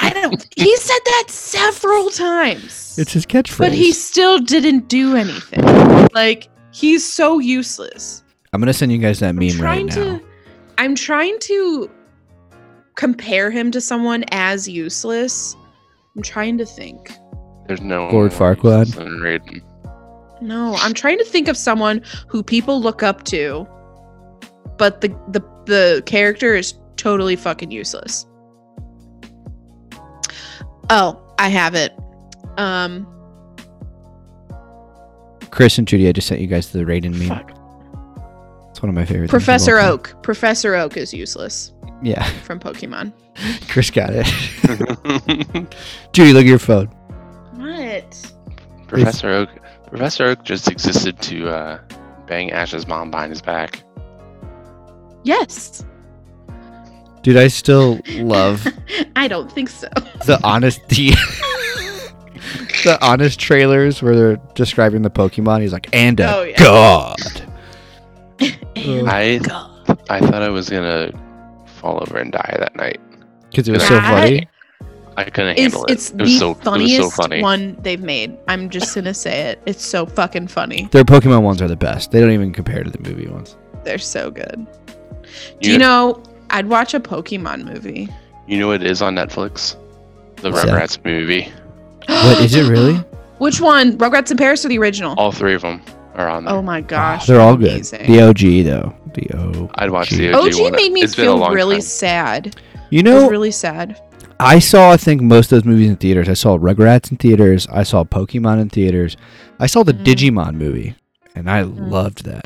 Speaker 3: I don't. He said that several times.
Speaker 1: It's his catchphrase.
Speaker 3: but he still didn't do anything. Like he's so useless.
Speaker 1: I'm gonna send you guys that
Speaker 3: I'm
Speaker 1: meme right
Speaker 3: trying
Speaker 1: now.
Speaker 3: to. I'm trying to compare him to someone as useless. I'm trying to think.
Speaker 2: There's no
Speaker 1: Lord Farquaad.
Speaker 2: Farquaad.
Speaker 3: No, I'm trying to think of someone who people look up to, but the the the character is totally fucking useless. Oh, I have it. Um,
Speaker 1: Chris and Judy, I just sent you guys the Raiden meme.
Speaker 3: fuck.
Speaker 1: It's one of my favorite. things of all
Speaker 3: Professor
Speaker 1: time.
Speaker 3: Oak. Professor Oak is useless
Speaker 1: Yeah,
Speaker 3: from Pokemon.
Speaker 1: Chris got it. Judy, look at your phone.
Speaker 3: What?
Speaker 2: Professor Oak. Professor Oak just existed to uh, bang Ash's mom behind his back.
Speaker 3: Yes.
Speaker 1: Dude, I still love
Speaker 3: I don't think so.
Speaker 1: the honesty. the honest trailers where they're describing the Pokemon. He's like, and a
Speaker 3: Oh, yeah.
Speaker 1: god. Oh
Speaker 3: And
Speaker 2: I
Speaker 3: God.
Speaker 2: I thought I was gonna fall over and die that night.
Speaker 1: Because it was so
Speaker 3: That
Speaker 1: funny.
Speaker 2: I couldn't
Speaker 3: It's,
Speaker 2: handle
Speaker 3: it's
Speaker 2: it. It
Speaker 3: the
Speaker 2: was so it was
Speaker 3: funniest
Speaker 2: so funny.
Speaker 3: one they've made. I'm just gonna say it. It's so fucking funny.
Speaker 1: Their Pokemon ones are the best. They don't even compare to the movie ones.
Speaker 3: They're so good. Do
Speaker 2: You,
Speaker 3: you
Speaker 2: know,
Speaker 3: know? I'd watch a Pokemon movie.
Speaker 2: you know what is on Netflix? The
Speaker 1: What's that?
Speaker 2: Rugrats movie.
Speaker 1: What is it really?
Speaker 3: Which one? Rugrats in Paris or the original?
Speaker 2: All three of them are on there.
Speaker 3: oh my gosh,
Speaker 1: They're all good.
Speaker 3: amazing.
Speaker 1: The OG though. The O.
Speaker 2: I'd watch the OG.
Speaker 3: OG
Speaker 2: one.
Speaker 3: made me
Speaker 2: It's been a
Speaker 3: feel
Speaker 2: long
Speaker 3: really
Speaker 2: time.
Speaker 3: sad.
Speaker 1: You
Speaker 3: I was
Speaker 1: know,
Speaker 3: really sad.
Speaker 1: I saw I think most of those movies in theaters. I saw Rugrats in theaters. I saw Pokemon in theaters. I saw the
Speaker 3: Mm.
Speaker 1: Digimon movie, and I
Speaker 3: Mm.
Speaker 1: loved that.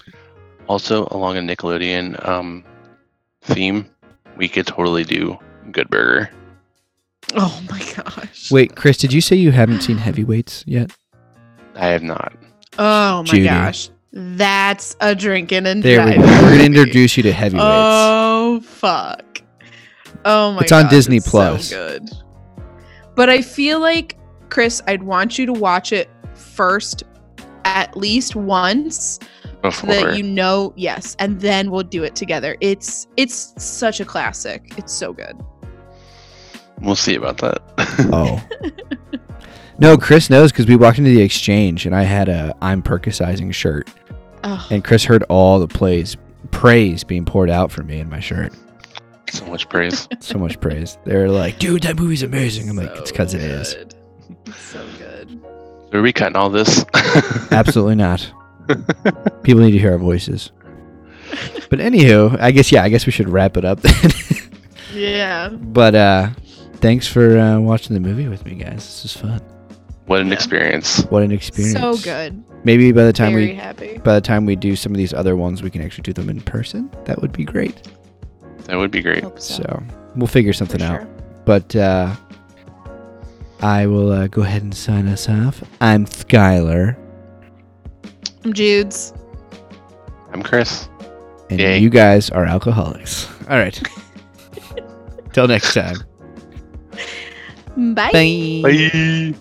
Speaker 2: Also, along a Nickelodeon um, theme, we could totally do Good Burger.
Speaker 3: Oh my gosh.
Speaker 1: Wait, Chris, did you say you haven't seen Heavyweights yet?
Speaker 2: I have not.
Speaker 3: Oh my
Speaker 1: Judy.
Speaker 3: gosh. That's a drinking and
Speaker 1: There we go.
Speaker 3: driving.
Speaker 1: We're gonna
Speaker 3: movie.
Speaker 1: introduce you to Heavyweights.
Speaker 3: Oh fuck. Oh my
Speaker 1: It's on
Speaker 3: gosh,
Speaker 1: Disney
Speaker 3: so
Speaker 1: Plus.
Speaker 3: good. But I feel like Chris, I'd want you to watch it first at least once so
Speaker 2: Before.
Speaker 3: that you know yes and then we'll do it together. It's it's such a classic. It's so good.
Speaker 2: We'll see about that.
Speaker 1: Oh. no, Chris knows because we walked into the exchange and I had a I'm Percusizing shirt.
Speaker 3: Oh,
Speaker 1: And Chris heard all the plays, praise being poured out for me in my shirt.
Speaker 2: so much praise.
Speaker 1: So much praise. They're like, dude, that movie's amazing. I'm like, it's because it is.
Speaker 3: So good.
Speaker 2: Are we cutting all this?
Speaker 1: Absolutely not. People need to hear our voices. But anywho, I guess, yeah, I guess we should wrap it up then.
Speaker 3: Yeah.
Speaker 1: but uh, thanks for uh, watching the movie with me, guys. This is fun.
Speaker 2: what an
Speaker 3: Yeah.
Speaker 2: experience.
Speaker 1: What an experience.
Speaker 3: So good.
Speaker 1: Maybe by the time
Speaker 3: Very
Speaker 1: we
Speaker 3: happy.
Speaker 1: by the time we do some of these other ones, we can actually do them in person. That would be great.
Speaker 2: That would be great.
Speaker 3: Hope so.
Speaker 1: So we'll figure
Speaker 3: for
Speaker 1: something out.
Speaker 3: sure.
Speaker 1: But uh, I will uh, go ahead and sign us off. I'm Skylar,
Speaker 3: I'm Jude's.
Speaker 2: I'm Chris.
Speaker 1: and
Speaker 2: Yay.
Speaker 1: you guys are alcoholics. All right. Till next time.
Speaker 3: Bye.
Speaker 1: Bye.
Speaker 2: Bye.